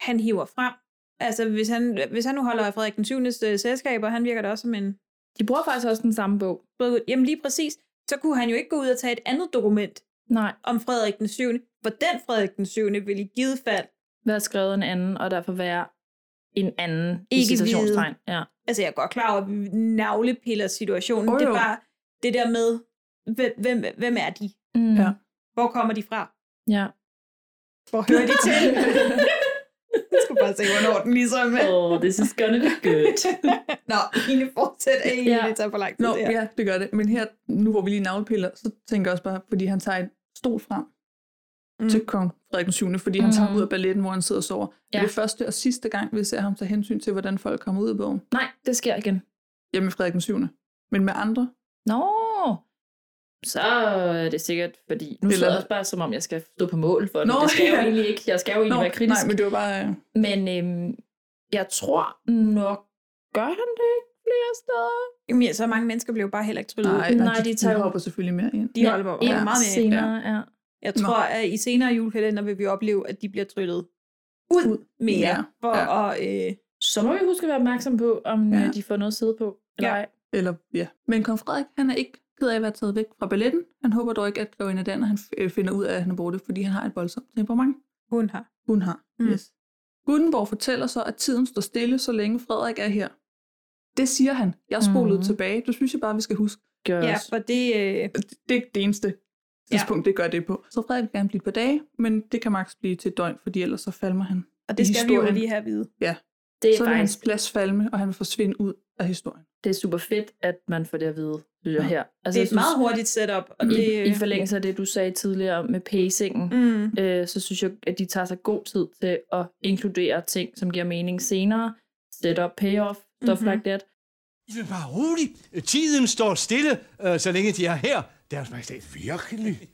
[SPEAKER 8] han hiver frem. Altså, hvis han, hvis han nu holder af Frederik den 7. selskab, og han virker da også som en...
[SPEAKER 9] De bruger faktisk også den samme bog.
[SPEAKER 8] både- Jamen lige præcis, så kunne han jo ikke gå ud og tage et andet dokument
[SPEAKER 9] Nej,
[SPEAKER 8] om Frederik den 7. For den Frederik den 7. ville i givet fald...
[SPEAKER 9] være skrevet en anden, og derfor være en anden i
[SPEAKER 8] Ikke
[SPEAKER 9] citationstegn. Ja.
[SPEAKER 8] Altså, jeg er godt klar over, at vi navlepiller situationen.
[SPEAKER 3] Jo,
[SPEAKER 8] Oh, det
[SPEAKER 3] jo.
[SPEAKER 8] er bare det der med, hvem, hvem, hvem er de?
[SPEAKER 9] Mm.
[SPEAKER 3] Ja.
[SPEAKER 8] Hvor kommer de fra?
[SPEAKER 9] ja.
[SPEAKER 8] Hvor hører de til? Jeg skulle bare se, hvornår den ligesom er.
[SPEAKER 9] Oh, this is gonna be good.
[SPEAKER 8] Nå, Ine fortsæt. Ej,
[SPEAKER 9] Ja.
[SPEAKER 8] ja. det tager for lang tid.
[SPEAKER 3] Nå,
[SPEAKER 8] det
[SPEAKER 3] ja.
[SPEAKER 8] her.
[SPEAKER 3] ja, det gør det. Men her, nu hvor vi lige navlepiller, så tænker jeg også bare, fordi han tager en stol frem mm.
[SPEAKER 8] Mm.
[SPEAKER 3] til kong Frederik den 7., fordi mm. han tager ham
[SPEAKER 9] Mhm.
[SPEAKER 3] ud af balletten, hvor han sidder og sover. Ja.
[SPEAKER 9] Ja.
[SPEAKER 3] Er det første og sidste gang, vi ser ham tage hensyn til, hvordan folk kommer ud af bogen?
[SPEAKER 9] Nej, det sker igen.
[SPEAKER 3] Jamen Frederik den 7. Men med andre?
[SPEAKER 9] Nå, så er det sikkert, fordi nu
[SPEAKER 3] Eller-
[SPEAKER 9] sidder jeg også bare, som om jeg skal stå på mål for det.
[SPEAKER 3] Nå,
[SPEAKER 9] det skal jeg jo
[SPEAKER 3] ja.
[SPEAKER 9] egentlig ikke. Jeg skal jo egentlig Nå, være kritisk.
[SPEAKER 3] nej, men det var bare... øh,
[SPEAKER 9] Men øhm, jeg tror nok, gør han det ikke flere steder?
[SPEAKER 8] Jamen, ja, så mange mennesker blev bare heller ikke tryllet ud.
[SPEAKER 3] Nej, nej,
[SPEAKER 9] Nej, de
[SPEAKER 3] de,
[SPEAKER 9] tager-
[SPEAKER 3] de hopper selvfølgelig mere ind.
[SPEAKER 8] De holder bare
[SPEAKER 9] ja,
[SPEAKER 8] ja, meget mere. ind.
[SPEAKER 9] senere, ja. ja.
[SPEAKER 8] Jeg tror, at i senere julekalender vil vi opleve, at de bliver tryllet ud
[SPEAKER 3] Ud.
[SPEAKER 8] mere.
[SPEAKER 3] Ja,
[SPEAKER 8] For
[SPEAKER 3] ja.
[SPEAKER 8] ja. at, øh,
[SPEAKER 9] Så må vi huske at være opmærksom på, om
[SPEAKER 3] Ja.
[SPEAKER 9] ja. de får noget at sidde på. Eller
[SPEAKER 8] Ja.
[SPEAKER 9] ej.
[SPEAKER 3] Eller, ja. Men kong Frederik, han er ikke ked af at være taget væk fra balletten. Han håber dog ikke, at grevinde Dan, han øh, finder ud af, at han er borte, fordi han har et voldsomt temperament.
[SPEAKER 8] hun har.
[SPEAKER 3] Hun har. Mm.
[SPEAKER 8] Mm.
[SPEAKER 3] Yes. Gutenborg fortæller så, at tiden står stille, så længe Frederik er her. Det siger han. Jeg spolede mm.
[SPEAKER 9] Mhm.
[SPEAKER 3] tilbage. Det synes jeg bare, vi skal huske.
[SPEAKER 9] Gør
[SPEAKER 8] Ja,
[SPEAKER 9] også.
[SPEAKER 8] for det... Øh,
[SPEAKER 3] Det er ikke det eneste tidspunkt, ja. det gør det på. Så Frederik vil gerne blive et par dage, men det kan maks blive til et døgn, fordi ellers så falmer han.
[SPEAKER 8] og det
[SPEAKER 3] I
[SPEAKER 8] skal vi jo
[SPEAKER 3] historien.
[SPEAKER 8] lige have at vide.
[SPEAKER 9] Altså, Det er
[SPEAKER 3] så vil hans
[SPEAKER 9] faktisk
[SPEAKER 3] plads falme, og han vil forsvinde ud af historien.
[SPEAKER 9] det er super fedt, at man får det at vide, synes jeg,
[SPEAKER 3] Ja.
[SPEAKER 9] her. Altså,
[SPEAKER 8] Det er
[SPEAKER 9] jeg
[SPEAKER 8] et meget hurtigt setup. Og det,
[SPEAKER 9] I, i
[SPEAKER 8] øh,
[SPEAKER 9] forlængelse af det, du sagde tidligere med pacingen,
[SPEAKER 8] Mm,
[SPEAKER 9] øh, så synes jeg, at de tager sig god tid til at inkludere ting, som giver mening senere. Setup, payoff, stuff
[SPEAKER 8] Mhm.
[SPEAKER 9] mm-hmm. like that.
[SPEAKER 10] I vil bare rolig. Tiden står stille, øh, så længe de er her. Deres majestæt.
[SPEAKER 7] Virkelig?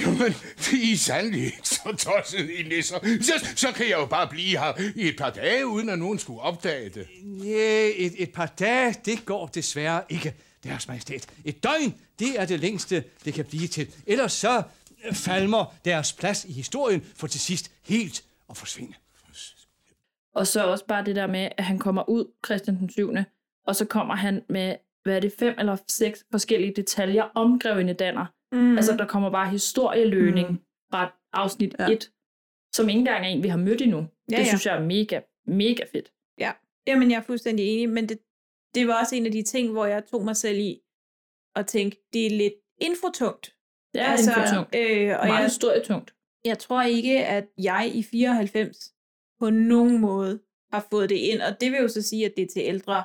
[SPEAKER 7] Jamen, vi er sandelig ikke så tossede i nisser. Så, så kan jeg jo bare blive her i et par dage, uden at nogen skulle opdage det.
[SPEAKER 10] Ja, et, et par dage, det går desværre ikke, deres majestæt. Et døgn, det er det længste, det kan blive til. Ellers så øh, falmer deres plads i historien for til sidst helt at forsvinde.
[SPEAKER 9] Og så også bare det der med, at han kommer ud, Christian den 7., og så kommer han med, hvad er det, fem eller seks forskellige detaljer om grevinde Danner.
[SPEAKER 8] mm,
[SPEAKER 9] Mm. Altså, der kommer bare historieløgning
[SPEAKER 3] Mm.
[SPEAKER 9] mm. fra afsnit
[SPEAKER 3] Ja.
[SPEAKER 9] ja. 1, som ikke engang er en, vi har mødt endnu.
[SPEAKER 8] Ja,
[SPEAKER 9] det
[SPEAKER 8] ja.
[SPEAKER 9] synes jeg er mega, mega fedt.
[SPEAKER 8] Jamen, jeg er fuldstændig enig, men det, det var også en af de ting, hvor jeg tog mig selv i at tænke, det er lidt infotungt.
[SPEAKER 9] Det er altså, tungt.
[SPEAKER 8] øh, og
[SPEAKER 9] Meget
[SPEAKER 8] jeg,
[SPEAKER 9] historietungt.
[SPEAKER 8] jeg tror ikke, at jeg i 94 på nogen måde har fået det ind, og det vil jo så sige, at det er til ældre,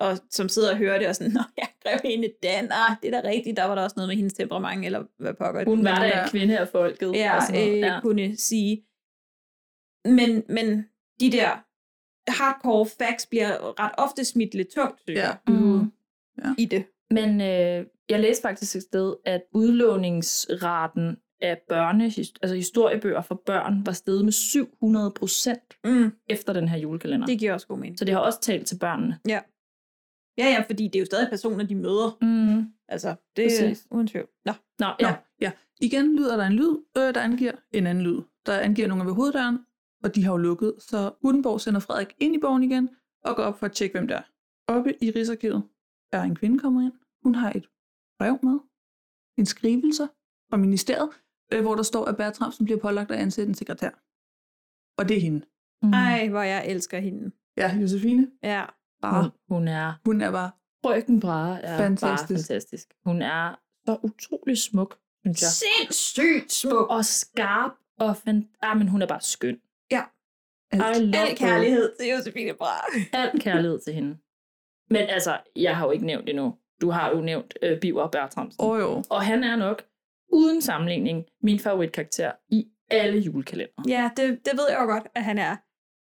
[SPEAKER 8] og som sidder og hører det, og sådan, Nå, jeg grev hende Dan, ah, det er da rigtigt, der var der også noget med hendes temperament, eller hvad pokker.
[SPEAKER 9] Hun
[SPEAKER 8] det
[SPEAKER 9] var
[SPEAKER 8] var."
[SPEAKER 9] da
[SPEAKER 3] der-
[SPEAKER 9] en kvinde af folket.
[SPEAKER 8] ja,
[SPEAKER 9] og sådan noget.
[SPEAKER 8] øh, ja. kunne sige. Men, men de der hardcore facts bliver ret ofte smidt lidt tungt, synes jeg,
[SPEAKER 9] Mm.
[SPEAKER 8] i det.
[SPEAKER 9] Men øh, jeg læste faktisk et sted, at udlåningsraten af børne, altså historiebøger for børn var steget med 700 procent
[SPEAKER 8] Mm,
[SPEAKER 9] efter den her julekalender.
[SPEAKER 8] det
[SPEAKER 9] Det...
[SPEAKER 8] giver også god mening.
[SPEAKER 9] Så det har også talt til børnene.
[SPEAKER 8] Ja, ja, fordi det er jo stadig personer, de møder.
[SPEAKER 9] Mm.
[SPEAKER 8] Altså, det
[SPEAKER 9] Præcis.
[SPEAKER 8] er uden tvivl. Nå,
[SPEAKER 9] Nå,
[SPEAKER 3] Nå,
[SPEAKER 9] ja.
[SPEAKER 3] ja. ja. Igen lyder der en lyd, øh, der angiver en anden lyd. Der angiver nogen ved hoveddøren, og de har jo lukket, så Gutenborg sender Frederik ind i bogen igen og går op for at tjekke, hvem der er. Oppe i Rigsarkivet er en kvinde kommet ind. Hun har et brev med, en skrivelse fra ministeriet, øh, hvor der står, at Bertramsen bliver pålagt at ansætte en sekretær. Og det er hende.
[SPEAKER 9] Mm.
[SPEAKER 8] ej, hvor jeg elsker hende.
[SPEAKER 3] Ja, Josefine.
[SPEAKER 8] Ja,
[SPEAKER 3] Bare,
[SPEAKER 9] Hun, hun er...
[SPEAKER 3] hun er bare
[SPEAKER 9] Frøken Brahe er fantastisk.
[SPEAKER 3] Fantastisk.
[SPEAKER 9] bare fantastisk. Hun er så utrolig smuk, synes jeg.
[SPEAKER 8] sindssygt smuk.
[SPEAKER 9] Og skarp og fan- ah, men hun er bare skøn.
[SPEAKER 3] alt.
[SPEAKER 9] I love
[SPEAKER 8] Al
[SPEAKER 9] her.
[SPEAKER 8] kærlighed til Josefine Brahe.
[SPEAKER 9] Al kærlighed til hende. Men altså, jeg har jo ikke nævnt endnu. Du har jo nævnt øh, Biver Bertramsen.
[SPEAKER 3] Åh jo.
[SPEAKER 9] Og han er nok, uden sammenligning, min favoritkarakter i alle julekalender.
[SPEAKER 8] Ja, det, det ved jeg jo godt, at han er.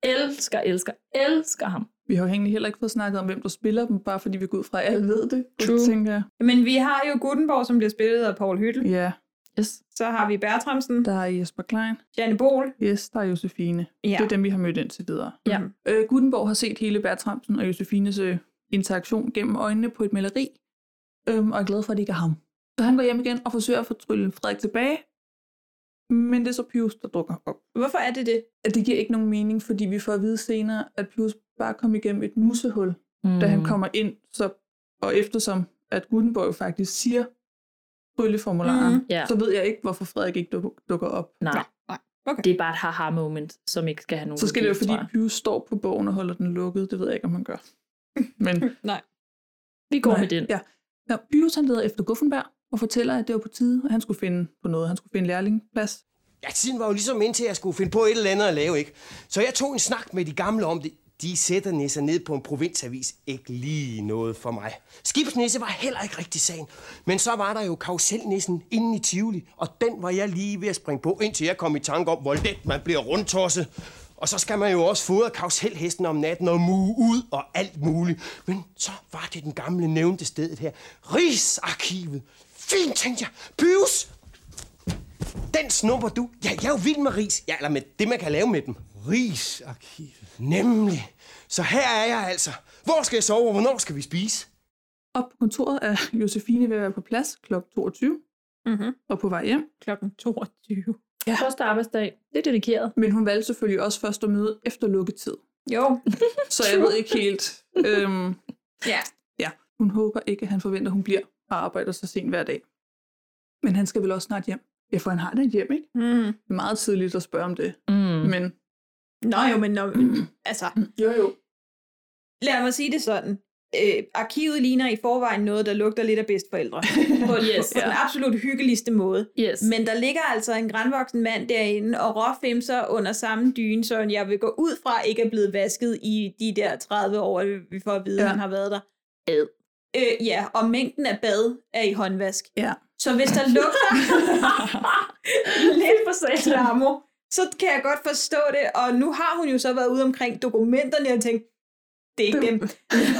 [SPEAKER 9] Elsker, elsker, elsker ham.
[SPEAKER 3] Vi har jo egentlig heller ikke fået snakket om, hvem der spiller dem, bare fordi vi går ud fra, at alle ved det.
[SPEAKER 9] True.
[SPEAKER 3] Tænker jeg.
[SPEAKER 8] Men vi har jo Gutenborg, som bliver spillet af Paul Hyttel.
[SPEAKER 3] Ja.
[SPEAKER 9] Yes.
[SPEAKER 8] Så har vi Bertramsen,
[SPEAKER 3] Der er Jesper Klein.
[SPEAKER 8] Janne Bol.
[SPEAKER 3] Yes, der er Josefine.
[SPEAKER 8] Ja.
[SPEAKER 3] Det er dem, vi har mødt indtil videre.
[SPEAKER 9] Ja.
[SPEAKER 8] Mhm.
[SPEAKER 3] Øh, Gutenborg har set hele Bertramsen og Josefines øh, interaktion gennem øjnene på et maleri, øhm, og er glad for, at det ikke er ham. Så han går hjem igen og forsøger at få trylle Frederik tilbage, men det er så Pius, der dukker op.
[SPEAKER 8] Hvorfor er det det?
[SPEAKER 3] At det giver ikke nogen mening, fordi vi får at vide senere, at Pius bare kom igennem et musehul, mm. da han kommer ind, så, og eftersom at Gutenborg jo faktisk siger trylleformularen,
[SPEAKER 8] Mhm.
[SPEAKER 9] Ja.
[SPEAKER 3] så ved jeg ikke, hvorfor Frederik ikke duk- dukker op.
[SPEAKER 9] Nej.
[SPEAKER 8] Nej, okay.
[SPEAKER 9] Det er bare et haha-moment, som ikke skal have nogen
[SPEAKER 3] Så skal det jo
[SPEAKER 9] værdi,
[SPEAKER 3] fordi
[SPEAKER 9] tror jeg.
[SPEAKER 3] Pius står på bogen og holder den lukket. Det ved jeg ikke, om man gør. Men
[SPEAKER 8] Nej.
[SPEAKER 9] Vi går
[SPEAKER 3] Nej,
[SPEAKER 9] med den.
[SPEAKER 3] Ja. ja Pius han leder efter Guffenberg og fortæller, at det var på tide, at han skulle finde på noget. Han skulle finde lærlingplads.
[SPEAKER 11] Ja, tiden var jo ligesom indtil jeg skulle finde på et eller andet at lave, ikke? Så jeg tog en snak med de gamle om det. De sætter nisser ned på en provinsavis. Ikke lige noget for mig. Skibsnisse var heller ikke rigtig sagen. Men så var der jo karuselnissen inde i Tivoli, og den var jeg lige ved at springe på, indtil jeg kom i tanke om, hvor let man bliver rundtosset. Og så skal man jo også fodre karuselhesten om natten og muge ud og alt muligt. Men så var det den gamle nævnte stedet her. Rigsarkivet. Fint, tænkte jeg. Byus, den snupper du. Ja, jeg er jo vild med ris. Ja, eller med det, man kan lave med dem.
[SPEAKER 10] Rigsarkivet.
[SPEAKER 11] Nemlig. Så her er jeg altså. Hvor skal jeg sove, og hvornår skal vi spise?
[SPEAKER 3] Op på kontoret er Josefine ved at være på plads kl. 22
[SPEAKER 8] Mm-hmm.
[SPEAKER 3] og på vej hjem.
[SPEAKER 8] Klokken 22.
[SPEAKER 9] Ja. Første arbejdsdag. Det er dedikeret.
[SPEAKER 3] Men hun valgte selvfølgelig også først at møde efter lukketid.
[SPEAKER 8] Jo.
[SPEAKER 3] Så jeg ved ikke helt. Øhm,
[SPEAKER 8] ja.
[SPEAKER 3] ja. Hun håber ikke, at han forventer, at hun bliver og arbejder så sent hver dag. Men han skal vel også snart hjem. Ja, for han har da et hjem, ikke?
[SPEAKER 8] Mm.
[SPEAKER 3] Det er meget tidligt at spørge om det.
[SPEAKER 9] Mm.
[SPEAKER 3] Men
[SPEAKER 8] Nå jo, men når, altså,
[SPEAKER 3] jo, jo.
[SPEAKER 8] lad mig sige det sådan. Øh, arkivet ligner i forvejen noget, der lugter lidt af bedstforældre. På, på,
[SPEAKER 9] Yes,
[SPEAKER 8] på den
[SPEAKER 9] ja.
[SPEAKER 8] absolut hyggeligste måde.
[SPEAKER 9] Yes.
[SPEAKER 8] Men der ligger altså en grænvoksen mand derinde og råfimser under samme dyne, så jeg vil gå ud fra ikke er blevet vasket i de der 30 år, vi får at vide,
[SPEAKER 3] Ja.
[SPEAKER 8] ja. han har været der.
[SPEAKER 9] Ad.
[SPEAKER 8] Øh, ja, og mængden af bad er i håndvask.
[SPEAKER 3] Ja.
[SPEAKER 8] Så hvis der lugter lidt for klamo, så kan jeg godt forstå det. Og nu har hun jo så været ude omkring dokumenterne og tænkt, det er ikke dem.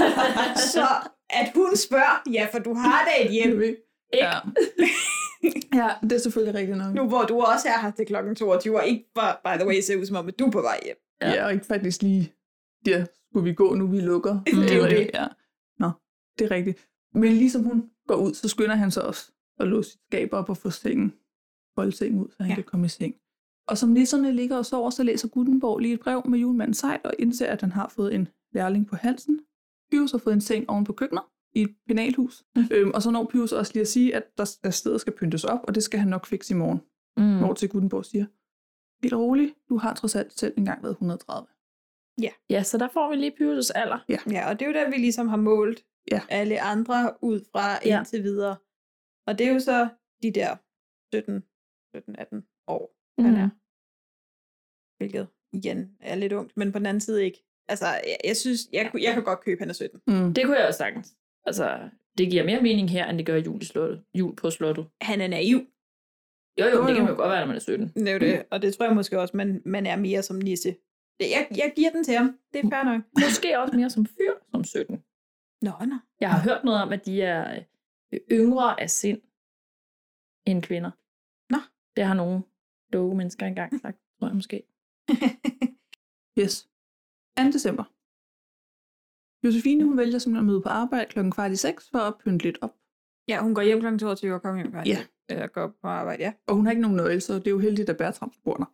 [SPEAKER 8] så at hun spørger, ja, for du har da et hjem,
[SPEAKER 3] Ja. ja, det er selvfølgelig rigtigt nok.
[SPEAKER 8] nu hvor du også er her til klokken 22, og ikke bare, by the way, ser ud som om, at du er på vej hjem.
[SPEAKER 3] Ja. ja, og ikke faktisk lige, ja, skulle vi gå nu, vi lukker.
[SPEAKER 8] Mm. Det er jo det.
[SPEAKER 3] Ja. Nå, det er rigtigt. Men ligesom hun går ud, så skynder han sig også at låse sit skab op og få sengen, boldsengen ud, så han
[SPEAKER 8] Ja.
[SPEAKER 3] ja. kan komme i seng. Og som nisserne ligger og sover, så læser Gutenborg lige et brev med julemandens sejl og indser, at han har fået en lærling på halsen. Pius har fået en seng oven på køkkenet i et penalhus.
[SPEAKER 8] Mm.
[SPEAKER 3] øhm, og så når Pius også lige at sige, at der at stedet skal pyntes op, og det skal han nok fikse i morgen.
[SPEAKER 9] Mm.
[SPEAKER 3] Hvor til Gutenborg siger, helt rolig, du har trods alt selv engang været 130.
[SPEAKER 9] Ja, så der får vi lige Pyrus alder.
[SPEAKER 8] Ja, og det er jo der, vi ligesom har målt
[SPEAKER 3] Ja.
[SPEAKER 8] alle andre ud fra
[SPEAKER 9] Ja.
[SPEAKER 8] ja. indtil videre. Og det er jo så de der 17, 17 18 år, mm. han er. Hvilket igen er lidt ungt, men på den anden side ikke. Altså, jeg, jeg synes, jeg, kunne- jeg kan godt købe, at han er 17.
[SPEAKER 3] Mm.
[SPEAKER 9] Det kunne jeg også sagtens. Altså, det giver mere mening her, end det gør i jul, i slottet. jul på slottet.
[SPEAKER 8] Han er naiv, Mm.
[SPEAKER 9] Jo, jo,
[SPEAKER 3] Jo,
[SPEAKER 9] men det kan
[SPEAKER 3] jo.
[SPEAKER 9] man jo godt være, når man er 17.
[SPEAKER 8] det er jo det. Og det tror jeg måske også, man, man er mere som nisse. Det- Jeg, jeg giver den til ham. Det er fair nok.
[SPEAKER 9] Måske også mere som fyr, som 17.
[SPEAKER 8] Nå, nå.
[SPEAKER 9] Jeg har hørt noget om, at de er øh, yngre af sind end kvinder.
[SPEAKER 8] Nå.
[SPEAKER 9] Det har nogle doge mennesker engang sagt, tror jeg måske.
[SPEAKER 3] Yes. 2. december. Josefine, hun vælger simpelthen at møde på arbejde klokken kvart i seks for at pynte lidt op.
[SPEAKER 8] Ja, hun går hjem kl. 22 og kommer hjem øh, kl.
[SPEAKER 3] Ja.
[SPEAKER 8] Eller går på arbejde, ja.
[SPEAKER 3] Og hun har ikke nogen nøgle, så det er jo heldigt, at Bertram bor der,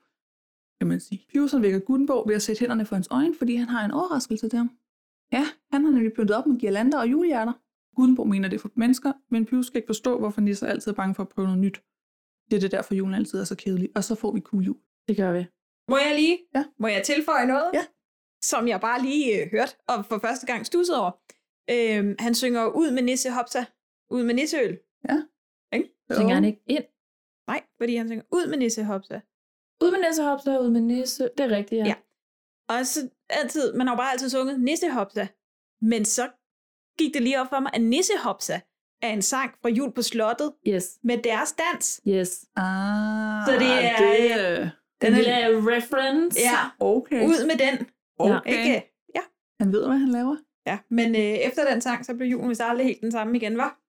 [SPEAKER 3] kan man sige. Pius han vækker Gutenborg ved at sætte hænderne for hans øjne, fordi han har en overraskelse til ham. Ja, han har nemlig pyntet op med girlander og julehjerter. Gutenborg mener det er for mennesker, men Pius kan ikke forstå, hvorfor Nisse altid er bange for at prøve noget nyt. Det er det derfor, julen altid er så kedelig, og så får vi kul jul.
[SPEAKER 9] Det gør vi.
[SPEAKER 8] Må jeg lige?
[SPEAKER 3] Ja.
[SPEAKER 8] Må jeg tilføje noget?
[SPEAKER 3] Ja.
[SPEAKER 8] Som jeg bare lige øh, hørte, og for første gang stussede over. Øhm, han synger jo ud med Nisse Hopsa. Ud med Nisseøl.
[SPEAKER 9] Tænker han ikke ind?
[SPEAKER 8] Nej, fordi han synger ud med Nisse Hopsa.
[SPEAKER 9] Ud med næsehop, så ud med næse. Det er rigtigt, ja.
[SPEAKER 8] Ja. Og så altid, man har jo bare altid sunget Nisse Hopsa. Men så gik det lige op for mig, at Nisse Hopsa er en sang fra Jul på Slottet
[SPEAKER 9] Yes,
[SPEAKER 8] med deres dans.
[SPEAKER 9] yes.
[SPEAKER 3] Ah,
[SPEAKER 8] Så det er- Ah,
[SPEAKER 3] Det, øh,
[SPEAKER 9] Den
[SPEAKER 8] Den er-
[SPEAKER 9] lille reference.
[SPEAKER 8] Ja,
[SPEAKER 3] okay.
[SPEAKER 8] ud med den.
[SPEAKER 3] okay.
[SPEAKER 8] Ikke?
[SPEAKER 3] Han ved, hvad han laver.
[SPEAKER 8] Ja, men øh, efter den sang, så blev julen vist aldrig helt den samme igen, var?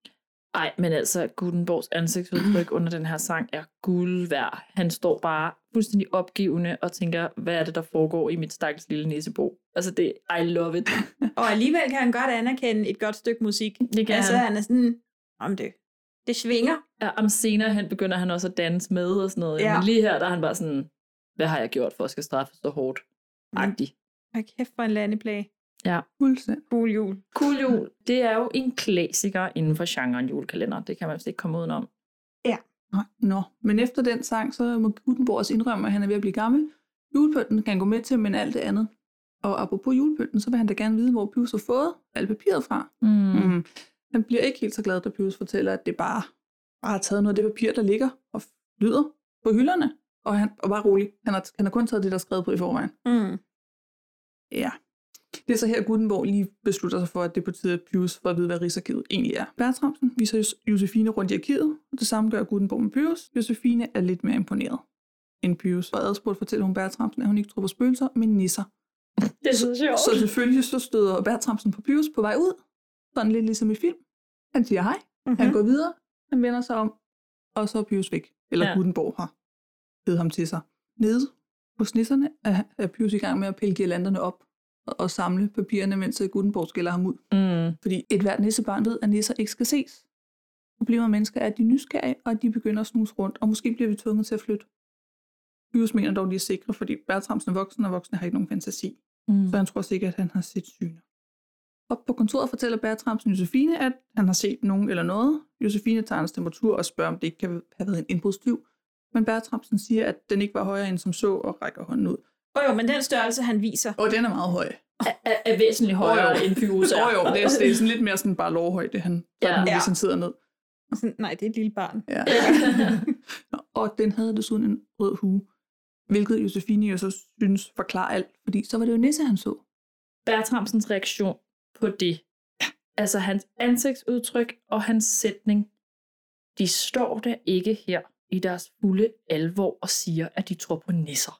[SPEAKER 9] Ej, men altså, Gutenborgs ansigtsudtryk under den her sang er guld værd. Han står bare fuldstændig opgivende og tænker, hvad er det, der foregår i mit stakkels lille nissebo? Altså, det I love it.
[SPEAKER 8] Og alligevel kan han godt anerkende et godt stykke musik.
[SPEAKER 9] Det kan
[SPEAKER 8] altså,
[SPEAKER 9] han.
[SPEAKER 8] han er sådan, om det, det svinger.
[SPEAKER 9] Ja, om senere hen begynder han også at danse med og sådan noget.
[SPEAKER 8] Ja.
[SPEAKER 9] Ja. Men lige her, der er han bare sådan, hvad har jeg gjort for at skal straffes så hårdt?
[SPEAKER 3] Mm.
[SPEAKER 9] Agtig.
[SPEAKER 8] Hvad kæft for en landeplage.
[SPEAKER 9] Ja.
[SPEAKER 3] Fuldstændig.
[SPEAKER 8] Cool jul.
[SPEAKER 9] Cool jul, det er jo en klassiker inden for genren julekalender. Det kan man vist ikke komme udenom.
[SPEAKER 3] Nej, nå. Men efter den sang, så må Gutenberg også indrømme, at han er ved at blive gammel. Julepynten kan han gå med til, men alt det andet. Og apropos julepynten, så vil han da gerne vide, hvor Pius har fået alt papiret fra.
[SPEAKER 9] Mm.
[SPEAKER 3] Mm. Han bliver ikke helt så glad, da Pius fortæller, at det bare, bare har taget noget af det papir, der ligger og flyder på hylderne. Og, han, og bare rolig, han har, han har kun taget det, der er skrevet på i forvejen.
[SPEAKER 8] Mm.
[SPEAKER 3] Ja. Det er så her, Gutenborg lige beslutter sig for, at det er på tide, at Pius får at vide, hvad Rigsarkivet egentlig er. Bertramsen viser Jos- Josefine rundt i arkivet, og det samme gør Gutenborg med Pius. Josefine er lidt mere imponeret end Pius. Og adspurgt fortæller hun Bertramsen, at hun ikke tror på spøgelser, men nisser.
[SPEAKER 9] Det er så sjovt.
[SPEAKER 3] Så selvfølgelig så støder Bertramsen på Pius på vej ud. Sådan lidt ligesom i film. Han siger hej, mm-hmm. han går videre, han vender sig om, og så er Pius væk. Eller
[SPEAKER 9] Ja.
[SPEAKER 3] ja. Gutenborg har givet ham til sig. Nede hos nisserne er, er Pius i gang med at pille girlanderne op og, og samle papirerne, mens øh, Gutenborg skælder ham ud.
[SPEAKER 9] Mm.
[SPEAKER 3] Fordi et hvert nissebarn ved, at nisser ikke skal ses. Problemet med mennesker er, at de er nysgerrige, og at de begynder at snuse rundt, og måske bliver vi tvunget til at flytte. Pius mener dog, de er sikre, fordi Bertramsen er voksen, og voksne har ikke nogen fantasi.
[SPEAKER 9] Mm.
[SPEAKER 3] Så han tror sikkert, at han har set syner. Op på kontoret fortæller Bertramsen Josefine, at han har set nogen eller noget. Josefine tager hans temperatur og spørger, om det ikke kan have været en indbrudstyv. Men Bertramsen siger, at den ikke var højere end som så, og rækker hånden ud.
[SPEAKER 8] Og jo, men den størrelse, han viser.
[SPEAKER 3] Og den er meget høj.
[SPEAKER 9] Er, er væsentligt højere end Pius er.
[SPEAKER 3] Åh jo, det er, det er sådan lidt mere sådan bare lårhøjde, han,
[SPEAKER 9] Ja.
[SPEAKER 3] ja. nu,
[SPEAKER 8] Ja.
[SPEAKER 3] hvis han sidder ned.
[SPEAKER 8] Sådan, nej, det er et lille barn.
[SPEAKER 3] Ja. Nå, og den havde desuden en rød hue, hvilket Josefine jo så synes forklarer alt, fordi så var det jo Nisse, han så.
[SPEAKER 9] Bertramsens reaktion på det. Altså hans ansigtsudtryk og hans sætning. De står der ikke her i deres fulde alvor og siger, at de tror på nisser.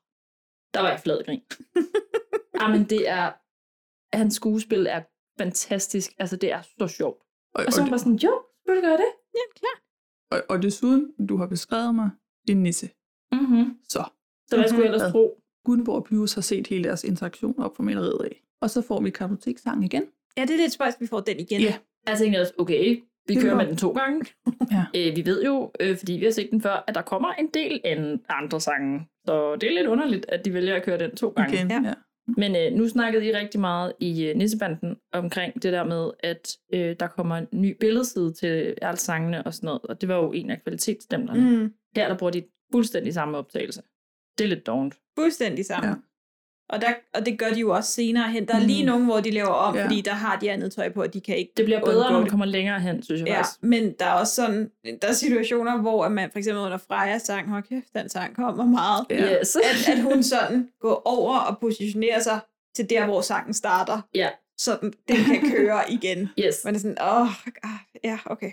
[SPEAKER 9] Der var jeg flad grin. Jamen, det er... Hans skuespil er fantastisk. Altså, det er så sjovt.
[SPEAKER 3] Og,
[SPEAKER 9] Og så var man bare sådan, jo, selvfølgelig gør jeg det.
[SPEAKER 8] Ja, klar.
[SPEAKER 3] og, og desuden, du har beskrevet mig, en Nisse.
[SPEAKER 9] Mm-hmm.
[SPEAKER 3] Så.
[SPEAKER 9] Så hvad skulle jeg
[SPEAKER 3] Hvad?
[SPEAKER 9] ellers tro?
[SPEAKER 3] Gutenborg og Pius har set hele deres interaktion op fra maleriet af. Og så får vi kartoteksangen igen.
[SPEAKER 8] Ja, det er lidt spøjst, vi får den igen.
[SPEAKER 3] Ja.
[SPEAKER 9] Altså, jeg tænkte også, okay, vi
[SPEAKER 3] Det
[SPEAKER 9] kører
[SPEAKER 3] var-
[SPEAKER 9] med den to gange.
[SPEAKER 3] Ja.
[SPEAKER 9] Øh, vi ved jo, øh, fordi vi har set den før, at der kommer en del an- andre sange. Så det er lidt underligt, at de vælger at køre den to gange.
[SPEAKER 3] Igen,
[SPEAKER 8] Ja.
[SPEAKER 3] ja.
[SPEAKER 9] Men øh, nu snakkede I rigtig meget i øh, Nissebanden omkring det der med, at øh, der kommer en ny billedside til alle sangene og sådan noget. Og det var jo en af kvalitetsstemmerne. Mm.
[SPEAKER 8] Mm.
[SPEAKER 9] Her der bruger de fuldstændig samme optagelse. Det er lidt dovent.
[SPEAKER 8] Fuldstændig sammen.
[SPEAKER 3] Ja.
[SPEAKER 8] Ja. Og, der, og det gør de jo også senere hen. Der er lige
[SPEAKER 3] Mm.
[SPEAKER 8] nogen, hvor de laver om,
[SPEAKER 3] Ja.
[SPEAKER 8] ja. fordi der har de andet tøj på, og de kan ikke
[SPEAKER 9] Det bliver bedre,
[SPEAKER 8] undgå
[SPEAKER 9] når man
[SPEAKER 8] det.
[SPEAKER 9] kommer længere hen, synes jeg
[SPEAKER 8] Ja,
[SPEAKER 9] faktisk.
[SPEAKER 8] men der er også sådan, der er situationer, hvor at man for eksempel under Frejas sang, hvor kæft, den sang kommer meget,
[SPEAKER 3] Ja.
[SPEAKER 9] Yes.
[SPEAKER 8] at, at hun sådan går over og positionerer sig til der, hvor sangen starter,
[SPEAKER 9] Ja.
[SPEAKER 8] så den, den kan køre igen.
[SPEAKER 9] yes.
[SPEAKER 8] Man er sådan, åh, oh, ja, okay.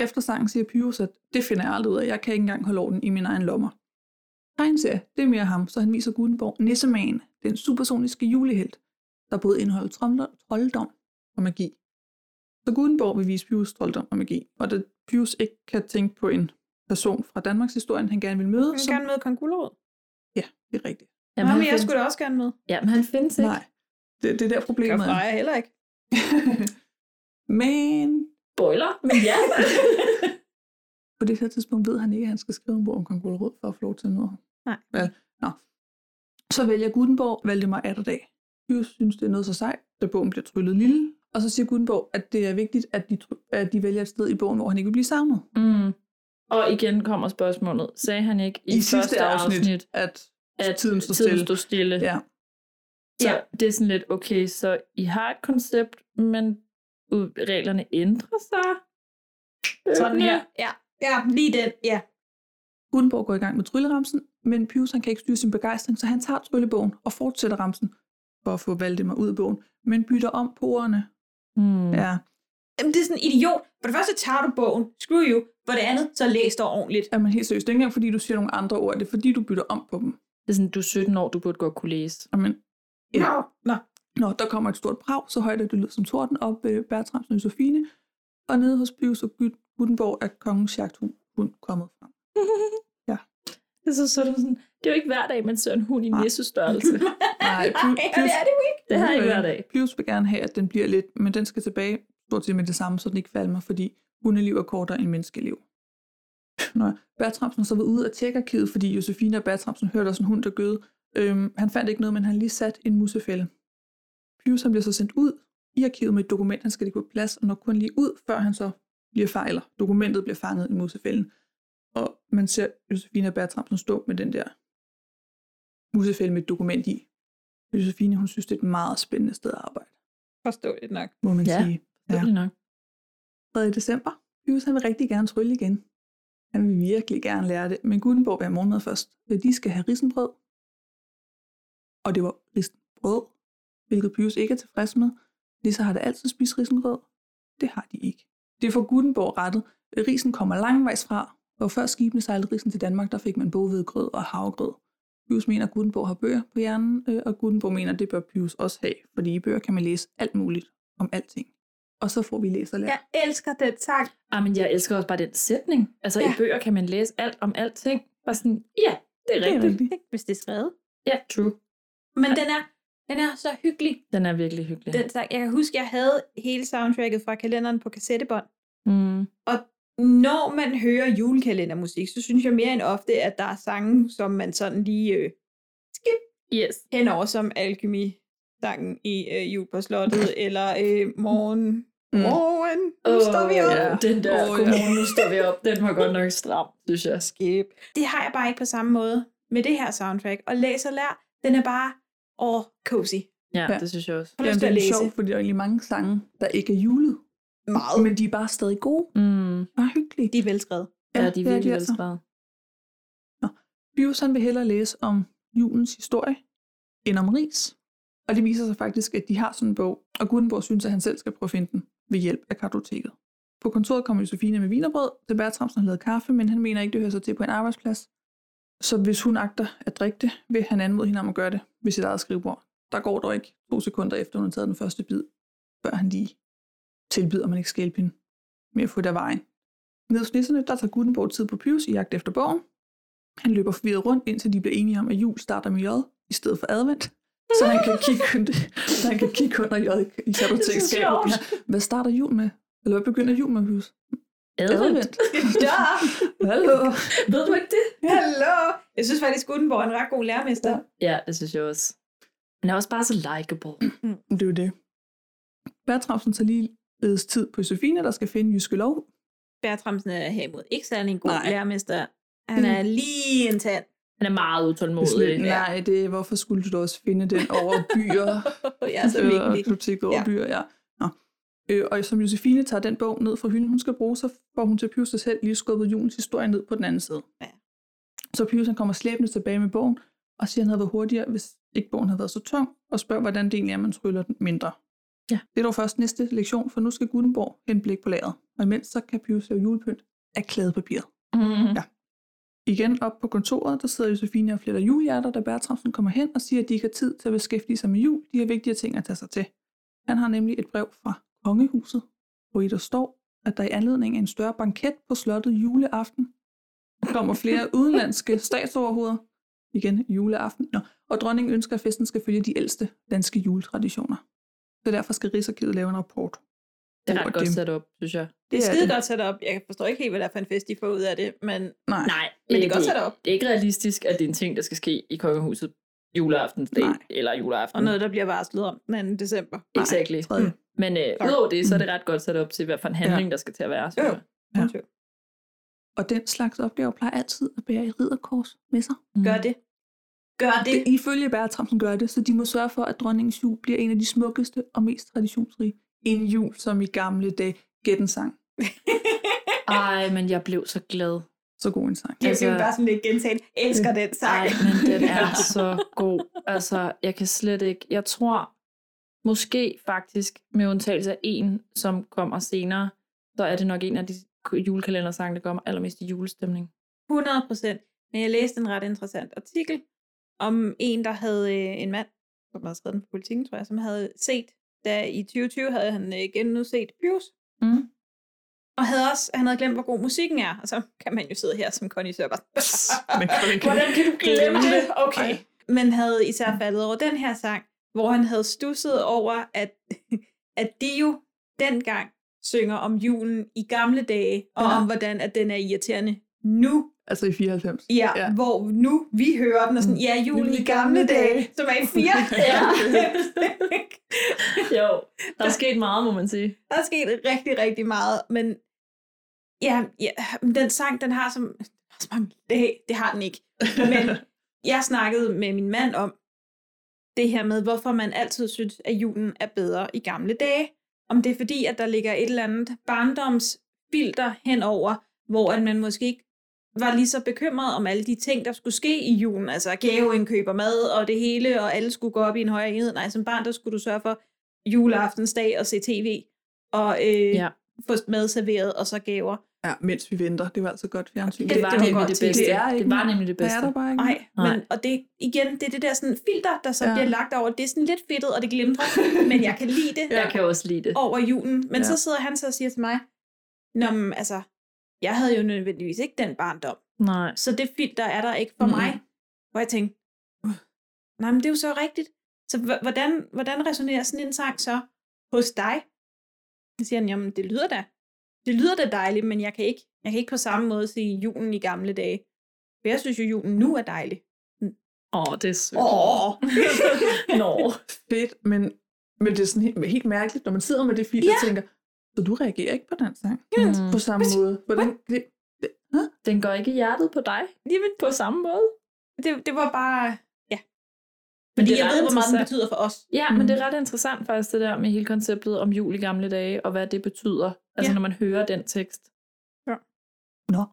[SPEAKER 3] Efter sangen siger Pius, at det finder jeg aldrig ud af. Jeg kan ikke engang holde orden i mine egen lommer. Tegn siger, det er mere ham, så han viser Gutenborg Nissemagen, den supersoniske julehelt, der både indeholder tromler- trolddom og magi. Så Gutenborg vil vise Pius trolddom og magi, og da Pius ikke kan tænke på en person fra Danmarks historie, han gerne vil møde,
[SPEAKER 8] Hun
[SPEAKER 3] så
[SPEAKER 8] vil gerne med Kong Gulerod.
[SPEAKER 3] det er rigtigt.
[SPEAKER 8] Jamen, Jamen, jeg
[SPEAKER 9] findes,
[SPEAKER 8] skulle da også gerne med.
[SPEAKER 9] jamen, han findes ikke.
[SPEAKER 3] Nej, det, det er der
[SPEAKER 8] Gør
[SPEAKER 3] problemet er.
[SPEAKER 8] Freja heller ikke.
[SPEAKER 3] Men
[SPEAKER 9] Spoiler, men ja.
[SPEAKER 3] på det her tidspunkt ved han ikke, at han skal skrive en bog om kong Gulerod for at få lov til at møde ham.
[SPEAKER 8] Nej.
[SPEAKER 3] Vel, nå. Så vælger Gutenborg Valdemar Atterdag. Pius synes, det er noget så sejt, da bogen bliver tryllet lille. Og så siger Gutenborg, at det er vigtigt, at de, try- at de vælger et sted i bogen, hvor han ikke vil blive savnet.
[SPEAKER 9] Mm. Og igen kommer spørgsmålet. Sagde han ikke i,
[SPEAKER 3] I, sidste afsnit, afsnit, at,
[SPEAKER 9] at
[SPEAKER 3] tiden står
[SPEAKER 9] tiden
[SPEAKER 3] stille?
[SPEAKER 9] stod stille?
[SPEAKER 3] Ja.
[SPEAKER 9] Så ja. det er sådan lidt, okay, så I har et koncept, men ud- reglerne ændrer sig.
[SPEAKER 8] Sådan
[SPEAKER 9] Løbende.
[SPEAKER 8] her. Ja, ja lige den. Ja.
[SPEAKER 3] Gutenborg går i gang med trylleramsen, men Pius han kan ikke styre sin begejstring, så han tager tryllebogen og fortsætter ramsen for at få Valdemar ud af bogen, men bytter om på ordene.
[SPEAKER 9] Mm. Ja.
[SPEAKER 3] Ja,
[SPEAKER 8] Jamen, det er sådan en idiot. For det første tager du bogen, screw you. For det andet, så læs dig ordentligt.
[SPEAKER 3] er man helt seriøst. Det er ikke engang, fordi du siger nogle andre ord, det er fordi, du bytter om på dem.
[SPEAKER 9] Det er sådan, du er 17 år, du burde godt kunne læse.
[SPEAKER 3] Jamen,
[SPEAKER 8] Nå, nå.
[SPEAKER 3] Nå, der kommer et stort brag, så højt at det lød som torden op ved Bertramsen og Josefine, og nede hos Pius og Gut- Gutenborg er kongens jagthund kommet frem. Ja.
[SPEAKER 9] Det er så sådan, sådan, det er jo ikke hver dag, man ser en hund i næsestørrelse.
[SPEAKER 3] Nej,
[SPEAKER 9] det er det jo ikke. Det har jeg ikke hver dag.
[SPEAKER 3] Pius Øh, vil gerne have, at den bliver lidt, men den skal tilbage stort set med det samme, så den ikke falmer, fordi hundeliv er kortere end menneskeliv. Nå, Bertramsen har så været ude og tjekke arkivet, fordi Josefine og Bertramsen hørte også en hund, der gøde. Øhm, han fandt ikke noget, men han har lige sat en musefælde. Pius han bliver så sendt ud i arkivet med et dokument, han skal lægge på plads, og når kun lige ud, før han så bliver fejler. Dokumentet bliver fanget i musefælden. Og man ser Josefine og Bertramsen stå med den der musefælde med et dokument i. Josefine, hun synes, det er et meget spændende sted at arbejde,
[SPEAKER 8] Forståeligt nok.
[SPEAKER 3] må man
[SPEAKER 9] Ja,
[SPEAKER 3] sige.
[SPEAKER 9] forståeligt nok.
[SPEAKER 3] 3. december. Pius, han vil rigtig gerne trylle igen. Han vil virkelig gerne lære det, men Gutenborg vil have morgenmad først. Så de skal have risenbrød. Og det var risenbrød, hvilket Pius ikke er tilfreds med. Lisa har da altid spist risengrød. Det har de ikke. Det får Gutenborg rettet. Risen kommer langvejs fra, og før skibene sejlede risen til Danmark, der fik man bovedgrød og havgrød. Pius mener, at Gutenborg har bøger på hjernen, øh, og Gutenborg mener, at det bør Pius også have, fordi i bøger kan man læse alt muligt om alting. Og så får vi læserlærer.
[SPEAKER 8] Jeg elsker den tak.
[SPEAKER 9] Jamen, Ah, jeg elsker også bare den sætning. Altså, ja. i bøger kan man læse alt om alting. Bare sådan, ja, det er rigtigt.
[SPEAKER 3] rigtigt.
[SPEAKER 8] Hvis det er skrevet.
[SPEAKER 9] Ja, true.
[SPEAKER 8] Men den er, den er så hyggelig.
[SPEAKER 9] Den er virkelig hyggelig.
[SPEAKER 8] Den sang. Jeg kan huske, jeg havde hele soundtracket fra kalenderen på kassettebånd.
[SPEAKER 9] Mm.
[SPEAKER 8] Når man hører julekalendermusik, så synes jeg mere end ofte, at der er sange, som man sådan lige øh,
[SPEAKER 9] Yes.
[SPEAKER 8] henover som alkemi sangen i øh, jul på slottet, eller øh, morgen,
[SPEAKER 9] Mm.
[SPEAKER 8] morgen, nu
[SPEAKER 9] Åh,
[SPEAKER 8] står vi op.
[SPEAKER 9] Ja, den der,
[SPEAKER 8] Åh,
[SPEAKER 9] oh,
[SPEAKER 8] ja.
[SPEAKER 9] godmorgen, nu står vi op, den var godt nok stram, synes jeg.
[SPEAKER 8] Skib. Det har jeg bare ikke på samme måde med det her soundtrack. Og læs og lær, den er bare åh, cozy.
[SPEAKER 9] Ja,
[SPEAKER 3] Ja.
[SPEAKER 9] det synes jeg også.
[SPEAKER 8] Har
[SPEAKER 3] Jamen,
[SPEAKER 8] lyst
[SPEAKER 3] det
[SPEAKER 8] til
[SPEAKER 3] er
[SPEAKER 8] at
[SPEAKER 3] lidt
[SPEAKER 8] læse.
[SPEAKER 3] sjovt, fordi der er egentlig mange sange, der ikke er julet.
[SPEAKER 8] Meget.
[SPEAKER 3] Men de er bare stadig gode
[SPEAKER 9] Mm.
[SPEAKER 3] og hyggelige.
[SPEAKER 8] De er altså. velskrevet.
[SPEAKER 9] Ja, de er virkelig velskrevet.
[SPEAKER 3] Bios han altså. vil hellere læse om julens historie end om ris. Og det viser sig faktisk, at de har sådan en bog, og Gutenborg synes, at han selv skal prøve at finde den ved hjælp af kartoteket. På kontoret kommer Josefine med vinerbrød, til Bertramsen har lavet kaffe, men han mener ikke, det hører sig til på en arbejdsplads. Så hvis hun agter at drikke det, vil han anmode hende om at gøre det ved sit eget skrivebord. Der går dog ikke to sekunder efter, hun har taget den første bid, før han lige tilbyder, om man ikke skal hjælpe hende med at få det af vejen. Nede hos nisserne, der tager Gutenborg tid på Pius i jagt efter bogen, han løber forvirret rundt, indtil de bliver enige om, at jul starter med J i stedet for advent. Så han kan kigge, under- så han kan kigge under J i kartotekskabet.
[SPEAKER 9] sjovt.
[SPEAKER 3] Ja. Hvad starter jul med? Eller hvad begynder jul med, Pius?
[SPEAKER 8] Ja,
[SPEAKER 3] Hallo.
[SPEAKER 9] Ved du ikke det?
[SPEAKER 8] hallo. Jeg synes faktisk, Gutenborg er en ret god lærermester.
[SPEAKER 3] Ja.
[SPEAKER 9] Ja, det synes jeg også. Han er også bare så likeable.
[SPEAKER 3] Det er jo det. Bertramsen tager lige ledes tid på Josefine, der skal finde Jyske Lov.
[SPEAKER 8] Bertramsen er herimod ikke særlig en god
[SPEAKER 3] Nej.
[SPEAKER 8] Nej. Mm. lærermester. Han er lige en tand.
[SPEAKER 9] Han er meget utålmodig.
[SPEAKER 3] Sådan, Nej, det er, hvorfor skulle du da også finde den over byer?
[SPEAKER 8] Jeg er så vigtig.
[SPEAKER 3] Du tænker over
[SPEAKER 8] Ja.
[SPEAKER 3] byer, ja. Nå. Øh, og som Josefine tager den bog ned fra hylden, hun skal bruge, så får hun til Pius selv lige skubbet julens historie ned på den anden side.
[SPEAKER 8] Ja.
[SPEAKER 3] Så Pius han kommer slæbende tilbage med bogen, og siger, at han havde været hurtigere, hvis ikke bogen havde været så tung, og spørger, hvordan det egentlig er, man tryller den mindre.
[SPEAKER 9] Ja.
[SPEAKER 3] Det er dog først næste lektion, for nu skal Gutenborg hente blik på lageret, og imens så kan Pius lave julepynt af klædepapiret.
[SPEAKER 9] Mm.
[SPEAKER 3] Ja. Igen op på kontoret, der sidder Josefine og fletter julehjerter, da Bertramsen kommer hen og siger, at de ikke har tid til at beskæftige sig med jul. De har vigtige ting at tage sig til. Han har nemlig et brev fra kongehuset, hvor i der står, at der i anledning af en større banket på slottet juleaften kommer flere udenlandske statsoverhoveder. Igen juleaften. Nå. Og dronningen ønsker, at festen skal følge de ældste danske juletraditioner. Så derfor skal Rigsarkivet lave en rapport.
[SPEAKER 9] Det er
[SPEAKER 3] over
[SPEAKER 9] ret godt
[SPEAKER 3] dem.
[SPEAKER 9] sat op, synes jeg.
[SPEAKER 8] Det er
[SPEAKER 3] Ja,
[SPEAKER 8] skide
[SPEAKER 3] det-
[SPEAKER 8] godt sat op. Jeg forstår ikke helt, hvad der er for en fest, de får ud af det, men
[SPEAKER 3] Nej,
[SPEAKER 9] Nej,
[SPEAKER 8] Men det er
[SPEAKER 9] øh,
[SPEAKER 8] godt sat op.
[SPEAKER 9] Det er ikke realistisk, at det er en ting, der skal ske i kongehuset juleaftensdag
[SPEAKER 3] Nej.
[SPEAKER 9] eller juleaften.
[SPEAKER 8] og noget, der bliver varslet om den 2. december.
[SPEAKER 3] Nej.
[SPEAKER 9] Exactly.
[SPEAKER 3] tredje.
[SPEAKER 9] Men øh,
[SPEAKER 8] Tak.
[SPEAKER 9] udover det, så er det ret godt sat op til, hvad for en handling, der skal til at være. synes
[SPEAKER 8] Mm. Jo.
[SPEAKER 9] jeg.
[SPEAKER 3] Ja.
[SPEAKER 8] Ja.
[SPEAKER 3] Og den slags opgaver plejer altid at bære i ridderkors med sig.
[SPEAKER 9] Mm.
[SPEAKER 8] Gør det. Gør det.
[SPEAKER 3] det, ifølge Bertramsen gør det, så de må sørge for, at dronningens jul bliver en af de smukkeste og mest traditionsrige. En jul, som i gamle dage gæt en sang.
[SPEAKER 9] Ej, men jeg blev så glad.
[SPEAKER 3] Så god en sang.
[SPEAKER 8] Det er jo
[SPEAKER 9] Altså-
[SPEAKER 8] bare sådan lidt gentaget. Elsker Mm. den sang.
[SPEAKER 9] Ej, men den er så god. Altså, jeg kan slet ikke... Jeg tror måske faktisk, med undtagelse af en, som kommer senere, så er det nok en af de julekalendersange, der kommer allermest i julestemning.
[SPEAKER 8] 100 procent. Men jeg læste en ret interessant artikel om en, der havde øh, en mand, som havde skrevet den på politikken, tror jeg, som havde set, da i 2020 havde han øh, igen nu set Pius,
[SPEAKER 9] Mm.
[SPEAKER 8] og havde også, han havde glemt, hvor god musikken er. Og så kan man jo sidde her som Connie Sørber.
[SPEAKER 9] Hvordan kan du glemme det? Okay.
[SPEAKER 8] Okay. Men havde især faldet over den her sang, hvor han havde stusset over, at, at de jo dengang synger om julen i gamle dage, og
[SPEAKER 3] Ja.
[SPEAKER 8] om hvordan at den er irriterende nu.
[SPEAKER 3] Altså i 94.
[SPEAKER 8] Ja, ja, hvor nu vi hører den, og sådan,
[SPEAKER 3] Mm.
[SPEAKER 8] ja, julen i gamle dage, som er i 94.
[SPEAKER 9] jo, der er sket meget, må man sige.
[SPEAKER 8] Der er sket rigtig, rigtig meget, men ja, ja men den sang, den har som, så mange lag, det har den ikke. Men jeg snakkede med min mand om det her med, hvorfor man altid synes, at julen er bedre i gamle dage. Om det er fordi, at der ligger et eller andet barndomsfilter henover, hvor at man måske ikke var lige så bekymret om alle de ting, der skulle ske i julen. Altså gaveindkøb og mad og det hele, og alle skulle gå op i en højere enhed. Nej, som barn, der skulle du sørge for juleaftensdag og se tv og øh,
[SPEAKER 9] Ja. Mhm.
[SPEAKER 8] ja. få madserveret og så gaver.
[SPEAKER 3] Ja, mens vi venter. Det var altså godt fjernsyn.
[SPEAKER 8] Det var nemlig det bedste.
[SPEAKER 9] Det var nemlig det bedste.
[SPEAKER 3] Det er der bare ikke.
[SPEAKER 8] Nej,
[SPEAKER 9] Nej.
[SPEAKER 8] men, og det, igen, det er det der sådan filter, der så
[SPEAKER 3] Ja.
[SPEAKER 8] ja. bliver lagt over. Det er sådan lidt fedtet, og det glimrer, men jeg kan lide det
[SPEAKER 9] Jeg kan også lide det.
[SPEAKER 8] over julen. Men
[SPEAKER 9] Ja.
[SPEAKER 8] ja. så sidder han så og siger til mig, Nå, men, altså, jeg havde jo nødvendigvis ikke den barndom,
[SPEAKER 9] Nej.
[SPEAKER 8] så det filter er der ikke for
[SPEAKER 9] Mm.
[SPEAKER 8] mm. mig. Hvor jeg tænkte, "Uh, nej, men det er jo så rigtigt. Så h- hvordan, hvordan resonerer sådan en sang så hos dig? Så siger han, jamen det lyder da. Det lyder da dejligt, men jeg kan ikke, jeg kan ikke på samme måde sige julen i gamle dage. For jeg synes jo, julen nu er dejlig.
[SPEAKER 9] Åh, det er sødt.
[SPEAKER 3] Åh,
[SPEAKER 9] Nå.
[SPEAKER 3] fedt, men, men det er sådan helt, helt mærkeligt, når man sidder med det filter ja. og tænker, så du reagerer ikke på den sang
[SPEAKER 9] Mm.
[SPEAKER 3] på samme måde. Hvordan, det,
[SPEAKER 9] Den går ikke i hjertet på dig
[SPEAKER 8] Jamen,
[SPEAKER 9] på samme måde.
[SPEAKER 8] det, det var bare... Ja.
[SPEAKER 9] Men
[SPEAKER 8] Fordi
[SPEAKER 9] det er
[SPEAKER 8] jeg
[SPEAKER 9] ret
[SPEAKER 8] ved, hvor meget den
[SPEAKER 9] interessant.
[SPEAKER 8] betyder for os.
[SPEAKER 9] Ja, mm. men det er ret interessant faktisk, det der med hele konceptet om jul i gamle dage, og hvad det betyder, altså
[SPEAKER 8] Ja.
[SPEAKER 9] når man hører den tekst.
[SPEAKER 3] Nå.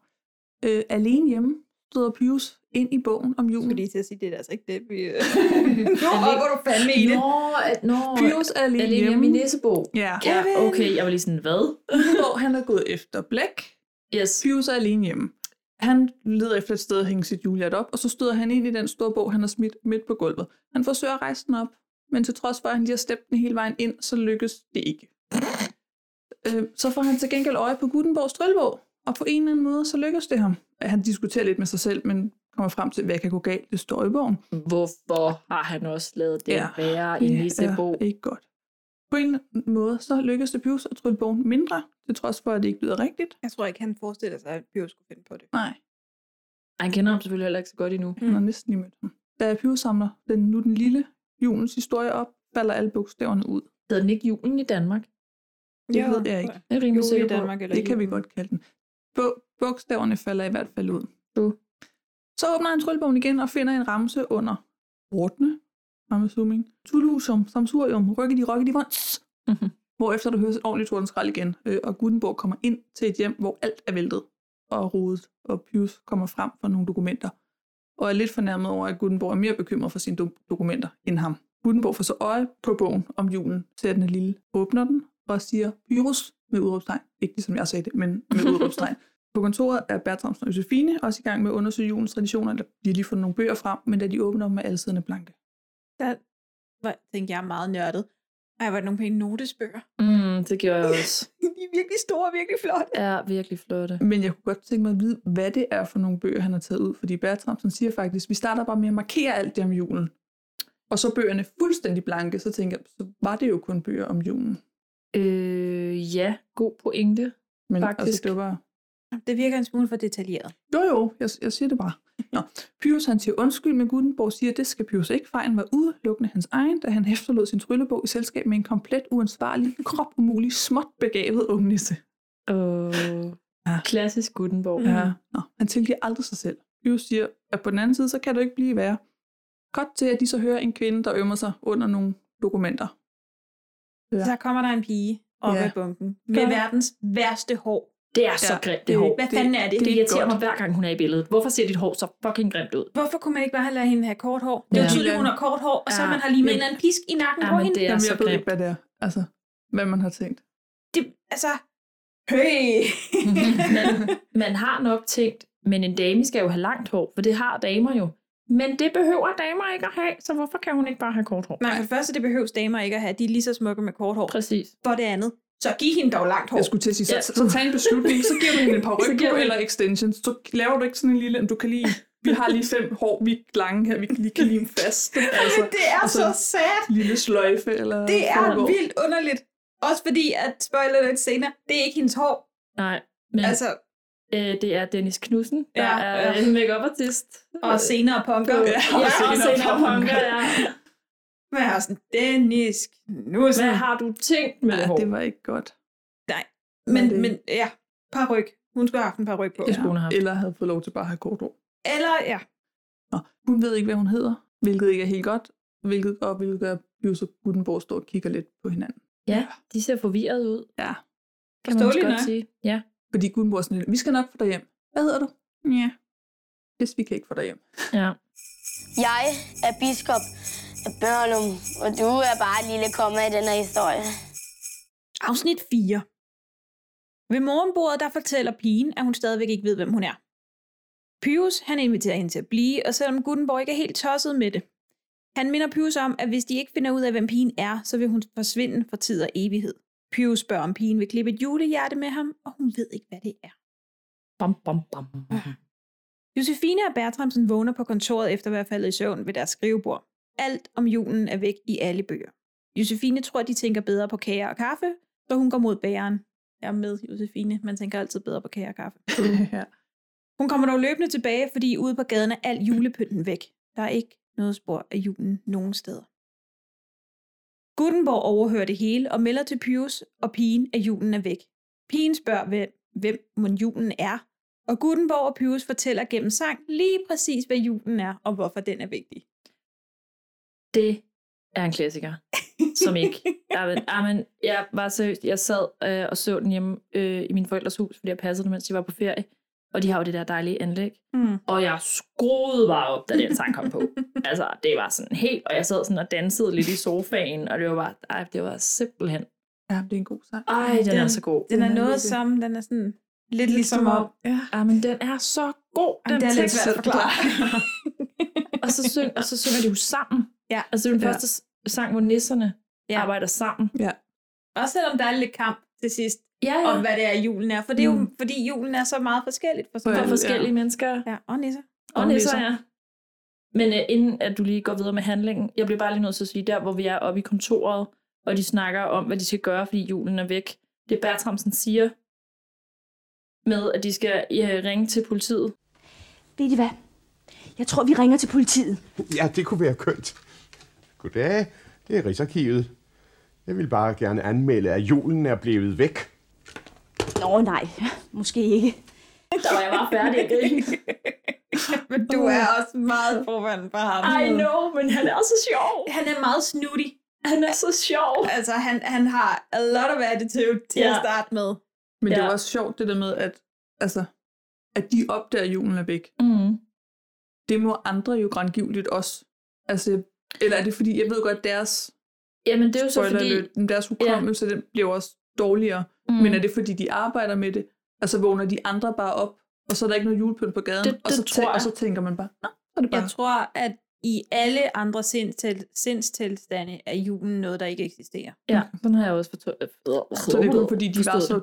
[SPEAKER 3] Øh, alene hjemme støder Pius ind i bogen om julen.
[SPEAKER 8] Fordi til at sige, det er altså ikke det, vi... nu hopper du fandme i det.
[SPEAKER 9] Nå, at, nå,
[SPEAKER 3] Pius er alene,
[SPEAKER 9] alene hjemme i Nissebo.
[SPEAKER 3] Ja.
[SPEAKER 9] Ja, okay, jeg var lige sådan, hvad?
[SPEAKER 3] hvor han er gået efter blæk.
[SPEAKER 9] Yes.
[SPEAKER 3] Pius er alene hjemme. Han leder efter et sted at hænge sit julehjert op, og så støder han ind i den store bog, han har smidt midt på gulvet. Han forsøger at rejse den op, men til trods for, at han lige har stemt den hele vejen ind, så lykkes det ikke. Øh, så får han til gengæld øje på Gutenborgs tryllebog, og på en eller anden måde, så lykkes det ham. Han diskuterer lidt med sig selv, men kommer frem til, hvad kan gå galt, det står i bogen.
[SPEAKER 9] Hvorfor har han også lavet det
[SPEAKER 3] Ja,
[SPEAKER 9] ja. være i Nissebo?
[SPEAKER 3] Det er ikke godt. På en måde, så lykkes det Pius at trylle bogen mindre, til trods for, at det ikke lyder rigtigt.
[SPEAKER 8] Jeg tror ikke, han forestiller sig, at Pyrus skulle finde på det.
[SPEAKER 3] Nej,
[SPEAKER 9] Han kender ham selvfølgelig heller ikke så godt endnu.
[SPEAKER 3] han har næsten lige mødt ham. Da Pius samler den nu den lille julens historie op, falder alle bogstaverne ud.
[SPEAKER 9] Hedder den ikke julen i Danmark?
[SPEAKER 3] Det ved jeg ikke.
[SPEAKER 9] Det er rimelig
[SPEAKER 8] Jul i
[SPEAKER 9] sikker på.
[SPEAKER 8] Danmark eller
[SPEAKER 3] Det kan vi
[SPEAKER 8] julen.
[SPEAKER 3] godt kalde den. Bo- bogstaverne falder i hvert fald ud. Du. Så åbner han tryllebogen igen og finder en ramse under Vortne, I'm assuming, Tulusum, Samsurium, Rykkedi, Rykkedi, Vons.
[SPEAKER 9] Mhm.
[SPEAKER 3] Hvorefter der høres et ordentligt tordenskrald igen, øh, og Gutenborg kommer ind til et hjem, hvor alt er væltet og rodet, og Pius kommer frem for nogle dokumenter, og er lidt fornærmet over, at Gutenborg er mere bekymret for sine do- dokumenter end ham. Gutenborg får så øje på bogen om julen, ser den er lille, åbner den og siger Pyrus med udråbstegn. Ikke ligesom jeg sagde det, men med udråbstegn. På kontoret er Bertramsen og Josefine også i gang med at undersøge julens traditioner. eller De har lige fundet nogle bøger frem, men da de åbner dem, er alle siderne blanke.
[SPEAKER 8] Der var, tænkte jeg meget nørdet. Ej, var det nogle pæne notesbøger?
[SPEAKER 9] Mm, det gjorde jeg også.
[SPEAKER 8] De er virkelig store og virkelig flotte.
[SPEAKER 9] Er virkelig flotte.
[SPEAKER 3] Men jeg kunne godt tænke mig at vide, hvad det er for nogle bøger, han har taget ud. Fordi Bertramsen siger faktisk, vi starter bare med at markere alt det om julen. Og så er bøgerne fuldstændig blanke, så tænker jeg, så var det jo kun bøger om julen.
[SPEAKER 9] Øh, ja, god pointe.
[SPEAKER 3] Men
[SPEAKER 9] Faktisk.
[SPEAKER 3] Altså, det var bare...
[SPEAKER 8] Det virker en smule for detaljeret.
[SPEAKER 3] Jo jo, jeg, jeg siger det bare. Nå. Pyrus han siger undskyld, men Gutenborg siger, at det skal Pyrus ikke. Fejlen var udelukkende hans egen, da han efterlod sin tryllebog i selskab med en komplet uansvarlig, kropumulig, småt begavet ung nisse.
[SPEAKER 9] Øh,
[SPEAKER 3] Ja.
[SPEAKER 9] Klassisk Gutenborg.
[SPEAKER 3] Ja. Nå, han tilgiver aldrig sig selv. Pyrus siger, at på den anden side, så kan det ikke blive værre. Godt til, at de så hører en kvinde, der ømmer sig under nogle dokumenter. Ja.
[SPEAKER 8] Ja. Så kommer der en pige op
[SPEAKER 3] Ja.
[SPEAKER 8] ja. ad bunken med
[SPEAKER 3] Gør-
[SPEAKER 8] verdens værste hår.
[SPEAKER 9] Det er Ah, så
[SPEAKER 3] Ja,
[SPEAKER 9] grimt, det
[SPEAKER 3] det-
[SPEAKER 9] hår.
[SPEAKER 8] Hvad fanden er det?
[SPEAKER 9] Det
[SPEAKER 8] det
[SPEAKER 9] irriterer mig hver gang, hun er i billedet. Hvorfor ser dit hår så fucking grimt ud?
[SPEAKER 8] Hvorfor kunne man ikke bare lade hende have kort hår? Det er
[SPEAKER 9] Ja.
[SPEAKER 8] jo tydeligt, hun har kort hår, og så
[SPEAKER 9] Ja,
[SPEAKER 8] man har lige med
[SPEAKER 9] men-
[SPEAKER 8] en eller anden pisk i nakken
[SPEAKER 9] Ja,
[SPEAKER 8] på
[SPEAKER 9] men
[SPEAKER 8] hende.
[SPEAKER 9] det er
[SPEAKER 3] Jamen,
[SPEAKER 9] så
[SPEAKER 3] jeg ved ikke,
[SPEAKER 9] grimt.
[SPEAKER 3] hvad det er. Altså, hvad man har tænkt.
[SPEAKER 8] Det, altså, hey!
[SPEAKER 9] man, man har nok tænkt, men en dame skal jo have langt hår, for det har damer jo. Men det behøver damer ikke at have, så hvorfor kan hun ikke bare have kort hår?
[SPEAKER 8] Nej, for det første, det behøves damer ikke at have. De er lige så smukke med kort hår.
[SPEAKER 9] Præcis.
[SPEAKER 8] For det andet, Så giv hende dog langt hår.
[SPEAKER 3] Jeg skulle til at sige, så, ja. så, så tag en beslutning, så giver du hende en par ryg på eller extensions. Så laver du ikke sådan en lille, "Jamen, du kan lige, vi har lige fem hår, vi er lange her, vi kan lige kan lime fast. Altså,
[SPEAKER 8] Det er
[SPEAKER 3] og
[SPEAKER 8] så
[SPEAKER 3] en
[SPEAKER 8] sad.
[SPEAKER 3] Lille sløjfe eller
[SPEAKER 8] Det er
[SPEAKER 3] forgård.
[SPEAKER 8] vildt underligt. Også fordi, at spoiler lidt senere, det er ikke hendes hår.
[SPEAKER 9] Nej, men
[SPEAKER 8] altså,
[SPEAKER 9] øh, det er Dennis Knudsen, der
[SPEAKER 8] Ja,
[SPEAKER 9] ja, er
[SPEAKER 8] ja.
[SPEAKER 9] ja. make artist
[SPEAKER 8] Og senere punker.
[SPEAKER 9] Ja, og senere, punker, ja.
[SPEAKER 8] Men jeg har sådan, Dennis Knudsen.
[SPEAKER 9] Hvad har du tænkt med
[SPEAKER 3] Ja,
[SPEAKER 9] hår?
[SPEAKER 3] det var ikke godt.
[SPEAKER 8] Nej, Men,
[SPEAKER 3] Var det-
[SPEAKER 8] men ja, par ryg. Hun skulle have haft en par ryg på.
[SPEAKER 3] Ja. Eller havde fået lov til bare at have kort hår.
[SPEAKER 8] Eller, ja.
[SPEAKER 3] Hun ved ikke, hvad hun hedder, hvilket ikke er helt godt, hvilket, og hvilket gør, at Bjus og Gutenborg står og kigger lidt på hinanden.
[SPEAKER 9] Ja, de ser forvirret ud.
[SPEAKER 3] Ja. Kan
[SPEAKER 9] man
[SPEAKER 3] Forståeligt
[SPEAKER 9] også godt
[SPEAKER 3] nok.
[SPEAKER 9] sige. Ja.
[SPEAKER 3] Fordi Gutenborg er sådan lidt, vi skal nok få dig hjem. Hvad hedder du? Ja. Hvis vi kan ikke få dig hjem.
[SPEAKER 9] Ja.
[SPEAKER 12] Jeg er biskop af Børnum, og du er bare et lille komma i den her historie.
[SPEAKER 8] Afsnit 4. Ved morgenbordet, der fortæller pigen, at hun stadigvæk ikke ved, hvem hun er. Pyrus, han inviterer hende til at blive, og selvom Gutenborg ikke er helt tosset med det, han minder Pyrus om, at hvis de ikke finder ud af, hvem pigen er, så vil hun forsvinde for tid og evighed. Pyrus spørger, om pigen vil klippe et julehjerte med ham, og hun ved ikke, hvad det er.
[SPEAKER 9] Bam, bam, bam.
[SPEAKER 8] Josefine og Bertramsen vågner på kontoret efter at være faldet i søvn ved deres skrivebord. Alt om julen er væk i alle bøger. Josefine tror, de tænker bedre på kager og kaffe, så hun går mod bageren. Jeg er med Josefine, man tænker altid bedre på kager og kaffe.
[SPEAKER 3] ja.
[SPEAKER 8] Hun kommer dog løbende tilbage, fordi ude på gaden er al julepynten væk. Der er ikke noget spor af julen nogen steder. Gutenborg overhører det hele og melder til Pius og pigen, at julen er væk. Pigen spørger, hvem, hvem mon julen er, og Gutenborg og Pius fortæller gennem sang lige præcis, hvad julen er og hvorfor den er vigtig.
[SPEAKER 9] Det er en klassiker, som ikke... Jamen, jamen, jeg var seriøst. Jeg sad øh, og så den hjemme øh, i min forældres hus, fordi jeg passede dem, mens jeg var på ferie. Og de har jo det der dejlige anlæg.
[SPEAKER 8] Mm.
[SPEAKER 9] Og jeg skruede bare op, da den sang kom på. altså, det var sådan helt... Og jeg sad sådan og dansede lidt i sofaen, og det var bare... Ej, det var simpelthen...
[SPEAKER 3] Ja, det er en god sang.
[SPEAKER 9] Ej, den, den er så god.
[SPEAKER 8] Den, er noget som, den er sådan lidt, lidt ligesom om.
[SPEAKER 3] Ja.
[SPEAKER 9] ja, Ah, men den er så god,
[SPEAKER 8] Jamen,
[SPEAKER 9] den
[SPEAKER 8] det er lidt
[SPEAKER 9] tekst.
[SPEAKER 8] svært at forklare.
[SPEAKER 9] og, så syng, og så synger de jo sammen.
[SPEAKER 8] Ja.
[SPEAKER 9] Altså, det er den
[SPEAKER 8] Ja.
[SPEAKER 9] første s- sang, hvor nisserne ja. arbejder sammen.
[SPEAKER 3] Ja.
[SPEAKER 8] Også selvom der er lidt kamp til sidst,
[SPEAKER 9] ja, ja.
[SPEAKER 8] om hvad det er, julen er. For det er jo,
[SPEAKER 9] Mm.
[SPEAKER 8] fordi julen er så meget forskelligt for,
[SPEAKER 9] For forskellige mennesker.
[SPEAKER 8] Ja, og nisser.
[SPEAKER 9] Og nisser, ja. Men uh, inden at du lige går videre med handlingen, jeg bliver bare lige nødt til at sige, der hvor vi er oppe i kontoret, og de snakker om, hvad de skal gøre, fordi julen er væk. Det Bertramsen siger med, at de skal ja, ringe til politiet.
[SPEAKER 13] Ved I hvad? Jeg tror, vi ringer til politiet.
[SPEAKER 14] Ja, det kunne være kønt. Goddag, det er Rigsarkivet. Jeg vil bare gerne anmelde, at julen er blevet væk.
[SPEAKER 13] Nå nej, måske ikke.
[SPEAKER 9] Der var jeg bare færdig at grine.
[SPEAKER 8] Men du er også meget forvand for ham.
[SPEAKER 9] I know, men han er så sjov.
[SPEAKER 8] Han er meget snuttig.
[SPEAKER 9] Han er så sjov.
[SPEAKER 8] Altså, han, han har a lot of attitude til ja.
[SPEAKER 3] Ja.
[SPEAKER 8] at starte med.
[SPEAKER 3] Men det
[SPEAKER 8] Ja.
[SPEAKER 3] var også sjovt, det der med, at, altså, at de opdager, at julen er væk.
[SPEAKER 9] Mm.
[SPEAKER 3] Det må andre jo grangivligt også. Altså, eller er det fordi, jeg ved godt, deres,
[SPEAKER 9] Jamen, det er jo så fordi...
[SPEAKER 3] fordi... deres hukommelse ja. den bliver jo også dårligere.
[SPEAKER 9] Mm.
[SPEAKER 3] Mm. Men er det fordi, de arbejder med det? Altså vågner de andre bare op, og så er der ikke noget julepynt på gaden?
[SPEAKER 8] Det-
[SPEAKER 3] og,
[SPEAKER 8] det
[SPEAKER 3] så
[SPEAKER 8] tror jeg.
[SPEAKER 3] og så tænker man bare, Nå, så er det bare...
[SPEAKER 8] Jeg tror, at i alle andre sindstil, sindstilstande er julen noget, der ikke eksisterer.
[SPEAKER 9] Ja, sådan har jeg også forstået.
[SPEAKER 3] Så det er kun fordi, de var så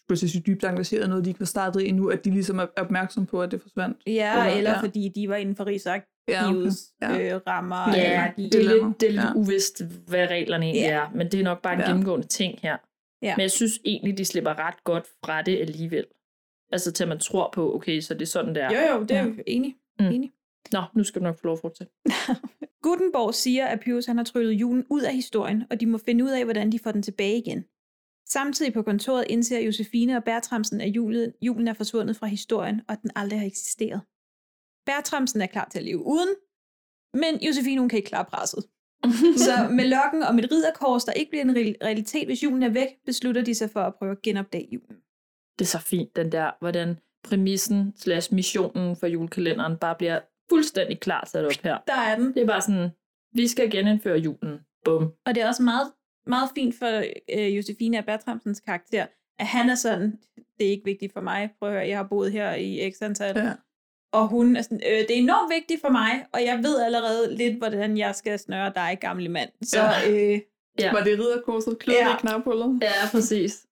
[SPEAKER 3] skulle jeg til at sige, dybt engageret i noget, de ikke var startet i endnu, at de ligesom er opmærksom på, at det forsvandt.
[SPEAKER 8] Ja, eller fordi de var inden for Rigsarkivets ja,
[SPEAKER 3] Ja,
[SPEAKER 8] okay.
[SPEAKER 3] okay.
[SPEAKER 8] ja. øh, rammer.
[SPEAKER 9] Ja,
[SPEAKER 8] eller de-
[SPEAKER 9] det er lidt, det er lidt ja. uvist, hvad reglerne egentlig
[SPEAKER 8] Ja.
[SPEAKER 9] ja. er, men det er nok bare en
[SPEAKER 8] Ja.
[SPEAKER 9] ja. gennemgående ting her.
[SPEAKER 8] Ja.
[SPEAKER 9] Men jeg synes egentlig, de slipper ret godt fra det alligevel. Altså til at man tror på, okay, så det er sådan, det er.
[SPEAKER 8] Jo, jo, det er ja. enig.
[SPEAKER 9] Mm.
[SPEAKER 8] enig.
[SPEAKER 9] Nå, nu skal du nok få lov at fortsætte.
[SPEAKER 8] Gutenborg siger, at Pius han har tryllet julen ud af historien, og de må finde ud af, hvordan de får den tilbage igen. Samtidig på kontoret indser Josefine og Bertramsen, at julen, julen er forsvundet fra historien, og at den aldrig har eksisteret. Bertramsen er klar til at leve uden, men Josefine hun kan ikke klare presset. Så med lokken om et ridderkors, der ikke bliver en real- realitet, hvis julen er væk, beslutter de sig for at prøve at genopdage julen.
[SPEAKER 9] Det er så fint, den der, hvordan præmissen slash missionen for julekalenderen bare bliver fuldstændig klar sat op her.
[SPEAKER 8] Der er den.
[SPEAKER 9] Det er bare sådan, vi skal genindføre julen. Bum.
[SPEAKER 8] Og det er også meget, meget fint for øh, Josefine og Bertramsens karakter, at han er sådan, det er ikke vigtigt for mig, prøv at høre, jeg har boet her i x antal.
[SPEAKER 3] Ja.
[SPEAKER 8] Og hun er sådan, øh, det er enormt vigtigt for mig, og jeg ved allerede lidt, hvordan jeg skal snøre dig, gamle mand. Så
[SPEAKER 9] Ja.
[SPEAKER 8] øh,
[SPEAKER 9] Ja.
[SPEAKER 3] Var det ridderkorset kløet ja. i knaphullet?
[SPEAKER 9] Ja, præcis.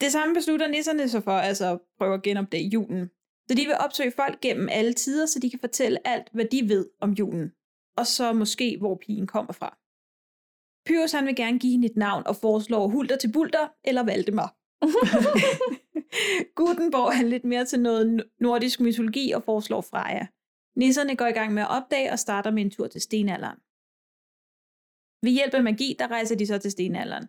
[SPEAKER 8] Det samme beslutter nisserne så for, altså at prøve at genopdage julen. Så de vil opsøge folk gennem alle tider, så de kan fortælle alt, hvad de ved om julen. Og så måske, hvor pigen kommer fra. Pyrus han vil gerne give hende et navn og foreslår Hulter til Bulter eller Valdemar. Gutenborg er lidt mere til noget nordisk mytologi og foreslår Freja. Nisserne går i gang med at opdage og starter med en tur til stenalderen. Ved hjælp af magi, der rejser de så til stenalderen.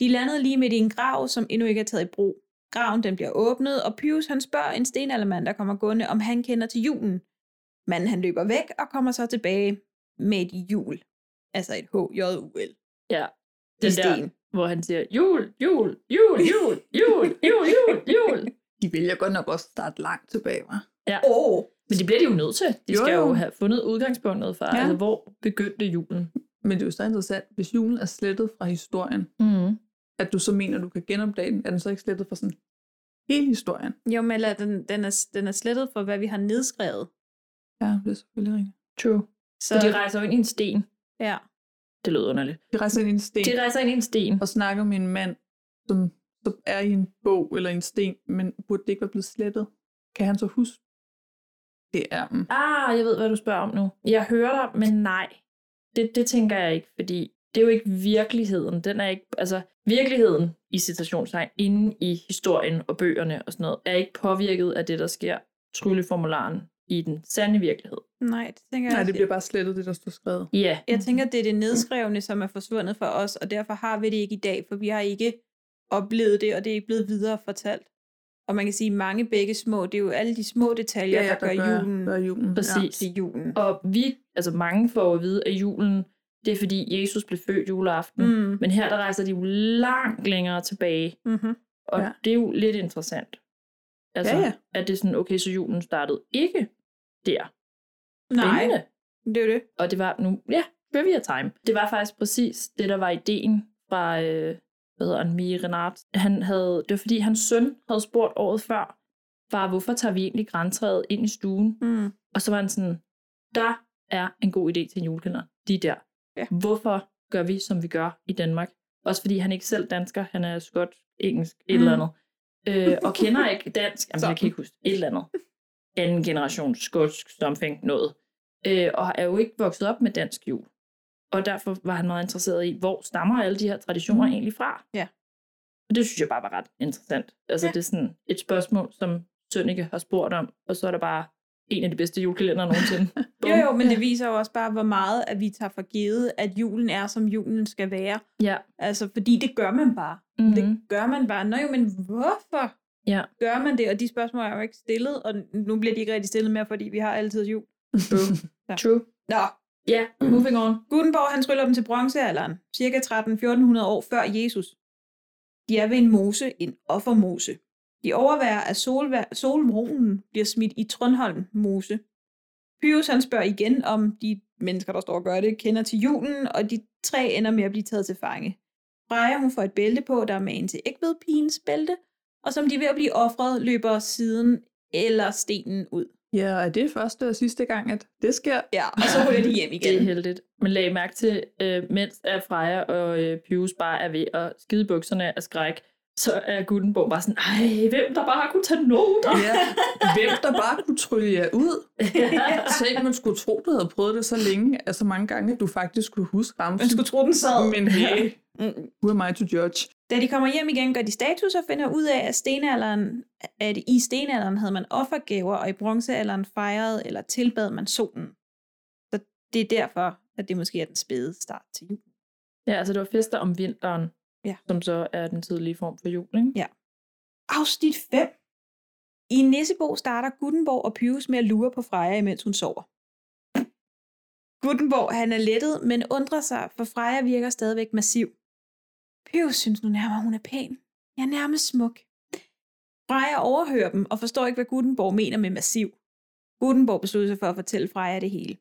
[SPEAKER 8] De landede lige midt i en grav, som endnu ikke er taget i brug. Graven den bliver åbnet, og Pius han spørger en stenaldermand, der kommer gående, om han kender til julen. Manden han løber væk og kommer så tilbage med et jul. Altså et H-J-U-L.
[SPEAKER 9] Ja.
[SPEAKER 8] I
[SPEAKER 9] Den der,
[SPEAKER 8] sten.
[SPEAKER 9] hvor han siger, jul, jul, jul, jul, jul, jul, jul, jul.
[SPEAKER 3] De vælger godt nok også at starte langt tilbage, hva'?
[SPEAKER 9] Ja.
[SPEAKER 8] Oh.
[SPEAKER 9] Men det bliver de jo nødt til. De
[SPEAKER 3] Jo,
[SPEAKER 9] skal jo
[SPEAKER 3] jo.
[SPEAKER 9] have fundet udgangspunktet for,
[SPEAKER 3] Ja.
[SPEAKER 9] altså hvor begyndte julen.
[SPEAKER 3] Men det er jo så interessant, hvis julen er slettet fra historien,
[SPEAKER 9] Mm.
[SPEAKER 3] at du så mener, du kan genopdage den, er den så ikke slettet fra sådan hele historien?
[SPEAKER 8] Jo, men eller, den, den, er, den er slettet for, hvad vi har nedskrevet.
[SPEAKER 3] Ja, det er selvfølgelig rigtigt.
[SPEAKER 9] True. Så, så de rejser jo ind i en sten.
[SPEAKER 8] Ja.
[SPEAKER 9] Det lød underligt.
[SPEAKER 3] De rejser ind i en sten.
[SPEAKER 9] De rejser ind i en sten.
[SPEAKER 3] Og snakker med en mand, som, som er i en bog eller en sten, men burde det ikke være blevet slettet? Kan han så huske? Det er mm.
[SPEAKER 9] Ah, jeg ved, hvad du spørger om nu. Jeg hører dig, men nej. Det, det tænker jeg ikke, fordi det er jo ikke virkeligheden. Den er ikke, altså virkeligheden i citationstegn, inde i historien og bøgerne og sådan noget, er ikke påvirket af det, der sker trylleformularen i den sande virkelighed.
[SPEAKER 8] Nej, det tænker jeg
[SPEAKER 3] Nej,
[SPEAKER 8] også-
[SPEAKER 3] det bliver bare slettet, det der stod skrevet.
[SPEAKER 9] Ja.
[SPEAKER 8] Jeg tænker, det er det nedskrevne, som er forsvundet for os, og derfor har vi det ikke i dag, for vi har ikke oplevet det, og det er ikke blevet viderefortalt. Og man kan sige, mange begge små, det er jo alle de små detaljer,
[SPEAKER 9] Ja, ja,
[SPEAKER 8] der gør
[SPEAKER 9] der gør-
[SPEAKER 8] julen.
[SPEAKER 3] Gør julen.
[SPEAKER 9] Præcis.
[SPEAKER 8] Ja, til julen.
[SPEAKER 9] Og vi, altså mange får at vide, at julen, det er fordi Jesus blev født juleaften.
[SPEAKER 8] Mm.
[SPEAKER 9] Men her, der rejser de jo langt længere tilbage.
[SPEAKER 8] Mm-hmm.
[SPEAKER 9] Og
[SPEAKER 3] Ja.
[SPEAKER 9] ja. det er jo lidt interessant. Altså,
[SPEAKER 3] Ja, ja.
[SPEAKER 9] at det er sådan, okay, så julen startede ikke der.
[SPEAKER 8] Nej,
[SPEAKER 9] Spændende.
[SPEAKER 8] det er jo det.
[SPEAKER 9] Og det var nu, ja, trivia time. Det var faktisk præcis det, der var ideen fra, øh, hvad hedder han, Mie Renard. Han havde, det var fordi, hans søn havde spurgt året før, far, hvorfor tager vi egentlig græntræet ind i stuen?
[SPEAKER 8] Mm.
[SPEAKER 9] Og så var han sådan, der er en god idé til en julekalender. De der.
[SPEAKER 8] Ja.
[SPEAKER 9] Hvorfor gør vi, som vi gør i Danmark? Også fordi han ikke selv er dansker, han er skot, engelsk, et
[SPEAKER 8] Mm.
[SPEAKER 9] eller andet. Øh, og kender ikke dansk, jamen, jeg kan ikke huske, et eller andet. Anden generation skotsk, something, noget. Øh, og er jo ikke vokset op med dansk jul. Og derfor var han meget interesseret i, hvor stammer alle de her traditioner mm. egentlig fra?
[SPEAKER 8] Ja.
[SPEAKER 9] Og det synes jeg bare var ret interessant. Altså ja. det er sådan et spørgsmål, som Sønneke har spurgt om, og så er der bare en af de bedste julekalender nogensinde.
[SPEAKER 8] Jo, jo, men det viser jo også bare, hvor meget at vi tager for givet, at julen er, som julen skal være.
[SPEAKER 9] Ja.
[SPEAKER 8] Altså, fordi det gør man bare.
[SPEAKER 9] Mm-hmm.
[SPEAKER 8] Det gør man bare. Nå jo, men hvorfor
[SPEAKER 9] Ja.
[SPEAKER 8] gør man det? Og de spørgsmål er jo ikke stillet, og nu bliver de ikke rigtig stillet mere, fordi vi har altid jul. Ja.
[SPEAKER 9] True.
[SPEAKER 8] Nå.
[SPEAKER 9] Ja,
[SPEAKER 8] Mm.
[SPEAKER 9] moving on.
[SPEAKER 8] Gutenberg han tryller dem til bronzealderen, cirka 13-1400 år før Jesus. De er ved en mose, en offermose. De overværer, at solvær- solvronen bliver smidt i Trondholm mose. Pyrus han spørger igen, om de mennesker, der står og gør det, kender til julen, og de tre ender med at blive taget til fange. Freja hun får et bælte på, der er magen til ægvedpigens bælte, og som de er ved at blive offret, løber siden eller stenen ud.
[SPEAKER 3] Ja, og er det første og sidste gang, at det sker?
[SPEAKER 8] Ja, og så ruller de hjem igen.
[SPEAKER 9] Det er heldigt. Men lag mærke til, øh, mens at Freja og øh, Pius bare er ved at skide i bukserne af skræk, så er Gutenborg bare sådan, ej, hvem der bare kunne tage noter?
[SPEAKER 3] Ja, hvem der bare kunne trylle jer ud.
[SPEAKER 9] Ja.
[SPEAKER 3] Selv man skulle tro, du havde prøvet det så længe, altså mange gange, at du faktisk kunne huske ramsen.
[SPEAKER 8] Man skulle tro, den sad.
[SPEAKER 3] Men hey,
[SPEAKER 8] Mm.
[SPEAKER 3] who am I to judge?
[SPEAKER 8] Da de kommer hjem igen, gør de status og finder ud af, at, stenalderen, at i stenalderen havde man offergaver, og i bronzealderen fejrede eller tilbad man solen. Så det er derfor, at det måske er den spæde start til jul.
[SPEAKER 9] Ja, altså det var fester om vinteren,
[SPEAKER 8] ja.
[SPEAKER 9] som så er den tidlige form for jul, ikke?
[SPEAKER 8] Ja. Afsnit 5. I Nissebo starter Gutenborg og Pyrus med at lure på Freja, imens hun sover. Gutenborg han er lettet, men undrer sig, for Freja virker stadigvæk massiv. Pyrus synes nu nærmere, hun er pæn. Jeg er nærmest smuk. Freja overhører dem og forstår ikke, hvad Gutenborg mener med massiv. Gutenborg beslutter sig for at fortælle Freja det hele.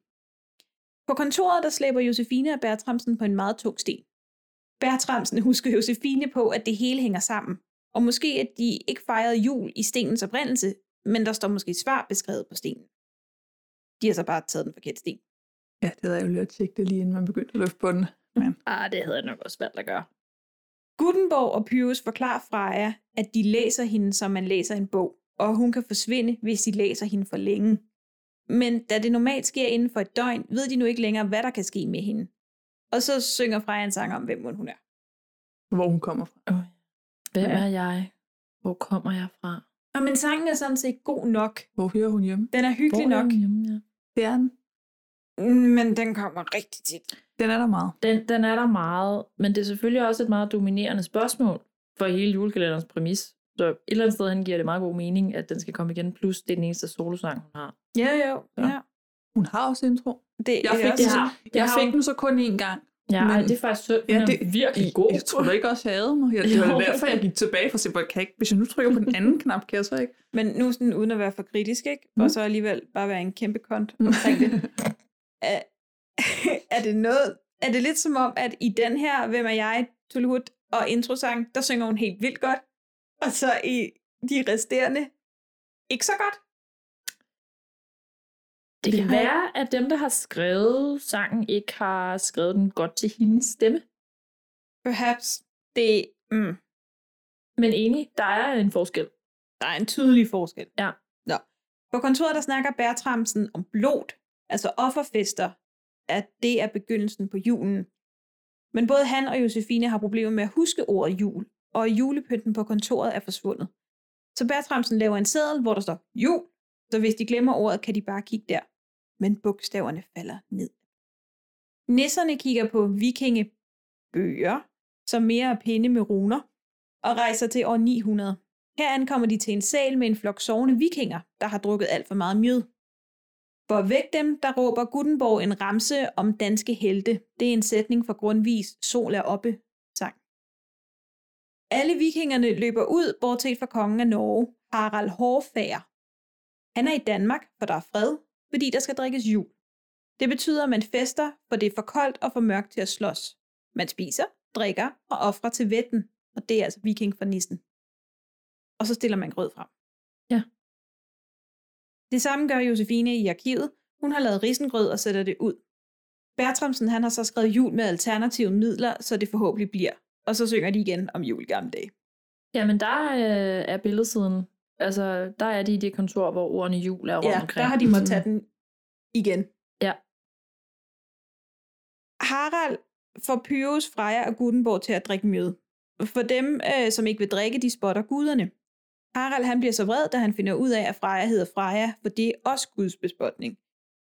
[SPEAKER 8] På kontoret der slæber Josefine og Bertramsen på en meget tung sten. Bertramsen husker Josefine på, at det hele hænger sammen, og måske at de ikke fejrede jul i stenens oprindelse, men der står måske svar beskrevet på stenen. De har så bare taget den forkerte sten.
[SPEAKER 3] Ja, det havde jeg jo lige at tjekke det lige, inden man begyndte at løfte på den. Men.
[SPEAKER 8] Ah, det havde jeg nok også valgt at gøre. Gutenborg og Pyrus forklarer Freja, at de læser hende, som man læser en bog, og hun kan forsvinde, hvis de læser hende for længe. Men da det normalt sker inden for et døgn, ved de nu ikke længere, hvad der kan ske med hende. Og så synger Freja en sang om, hvem mon hun er.
[SPEAKER 3] Hvor hun kommer fra.
[SPEAKER 9] Hvem
[SPEAKER 8] Ja.
[SPEAKER 9] er jeg? Hvor kommer jeg fra?
[SPEAKER 8] Og men sangen er sådan set god nok.
[SPEAKER 3] Hvor hører hun hjemme?
[SPEAKER 8] Den er hyggelig
[SPEAKER 9] Hvor er
[SPEAKER 8] nok. Mm,
[SPEAKER 9] hun Hjemme, Mm, ja.
[SPEAKER 3] Det er den.
[SPEAKER 8] Men den kommer rigtig tit.
[SPEAKER 3] Den er der meget.
[SPEAKER 9] Den, den er der meget, men det er selvfølgelig også et meget dominerende spørgsmål for hele julekalenderens præmis. Så et eller andet sted hen giver det meget god mening, at den skal komme igen, plus det er den eneste solosang, hun har.
[SPEAKER 8] Ja, jo. Ja.
[SPEAKER 3] Hun har også intro.
[SPEAKER 8] Det,
[SPEAKER 3] Jeg fik, den,
[SPEAKER 9] det
[SPEAKER 3] så,
[SPEAKER 9] har- det
[SPEAKER 3] jeg
[SPEAKER 9] har
[SPEAKER 3] fik
[SPEAKER 9] hun.
[SPEAKER 3] den så kun én gang.
[SPEAKER 9] Ja, ej, det er faktisk synd, for den er virkelig god.
[SPEAKER 3] Jeg tror da ikke også, jeg havde mig. Jeg, det var
[SPEAKER 9] Jo.
[SPEAKER 3] da derfor, jeg gik tilbage for at se, hvor jeg kan ikke. Hvis jeg nu trykker på den anden knap, kan jeg så ikke.
[SPEAKER 8] Men nu sådan, uden at være for kritisk, ikke? Mm. og så alligevel bare være en kæmpe kont omkring det. er, er det noget, er det lidt som om, at i den her, hvem er jeg, Tulhut og introsang, der synger hun helt vildt godt, og så i de resterende, ikke så godt?
[SPEAKER 9] Det kan
[SPEAKER 8] Vil jeg-
[SPEAKER 9] være, at dem, der har skrevet sangen, ikke har skrevet den godt til hendes stemme.
[SPEAKER 8] Perhaps det... Mm.
[SPEAKER 9] Men enig, der er en forskel.
[SPEAKER 8] Der er en tydelig forskel.
[SPEAKER 9] Ja.
[SPEAKER 8] Nå. På kontoret, der snakker Bertramsen om blod, altså offerfester, at det er begyndelsen på julen. Men både han og Josefine har problemer med at huske ordet jul, og julepynten på kontoret er forsvundet. Så Bertramsen laver en seddel, hvor der står jul, så hvis de glemmer ordet, kan de bare kigge der. Men bogstaverne falder ned. Nisserne kigger på vikingebøger, som mere er pinde med runer, og rejser til år 900. Her ankommer de til en sal med en flok sovende vikinger, der har drukket alt for meget mjød. For at vække dem, der råber Gutenborg en ramse om danske helte. Det er en sætning fra Grundvis Sol er oppe sang. Alle vikingerne løber ud, bortset fra kongen af Norge, Harald Hårfager. Han er i Danmark, for der er fred, fordi der skal drikkes jul. Det betyder, at man fester, for det er for koldt og for mørkt til at slås. Man spiser, drikker og offrer til vetten, og det er altså viking for nissen og så stiller man grød frem.
[SPEAKER 9] Ja.
[SPEAKER 8] Det samme gør Josefine i arkivet. Hun har lavet risengrød og sætter det ud. Bertramsen han har så skrevet jul med alternative midler, så det forhåbentlig bliver. Og så synger de igen om jul i gamle dage.
[SPEAKER 9] Jamen, der øh, er billedsiden. Altså, der er de i det kontor, hvor ordene jul er rundt
[SPEAKER 8] Ja,
[SPEAKER 9] omkring.
[SPEAKER 8] der har de måttet tage den igen.
[SPEAKER 9] Ja.
[SPEAKER 8] Harald får Pyrus, Freja og Gutenborg til at drikke mjød. For dem, øh, som ikke vil drikke, de spotter guderne. Harald han bliver så vred, da han finder ud af, at Freja hedder Freja, for det er også Guds bespotning.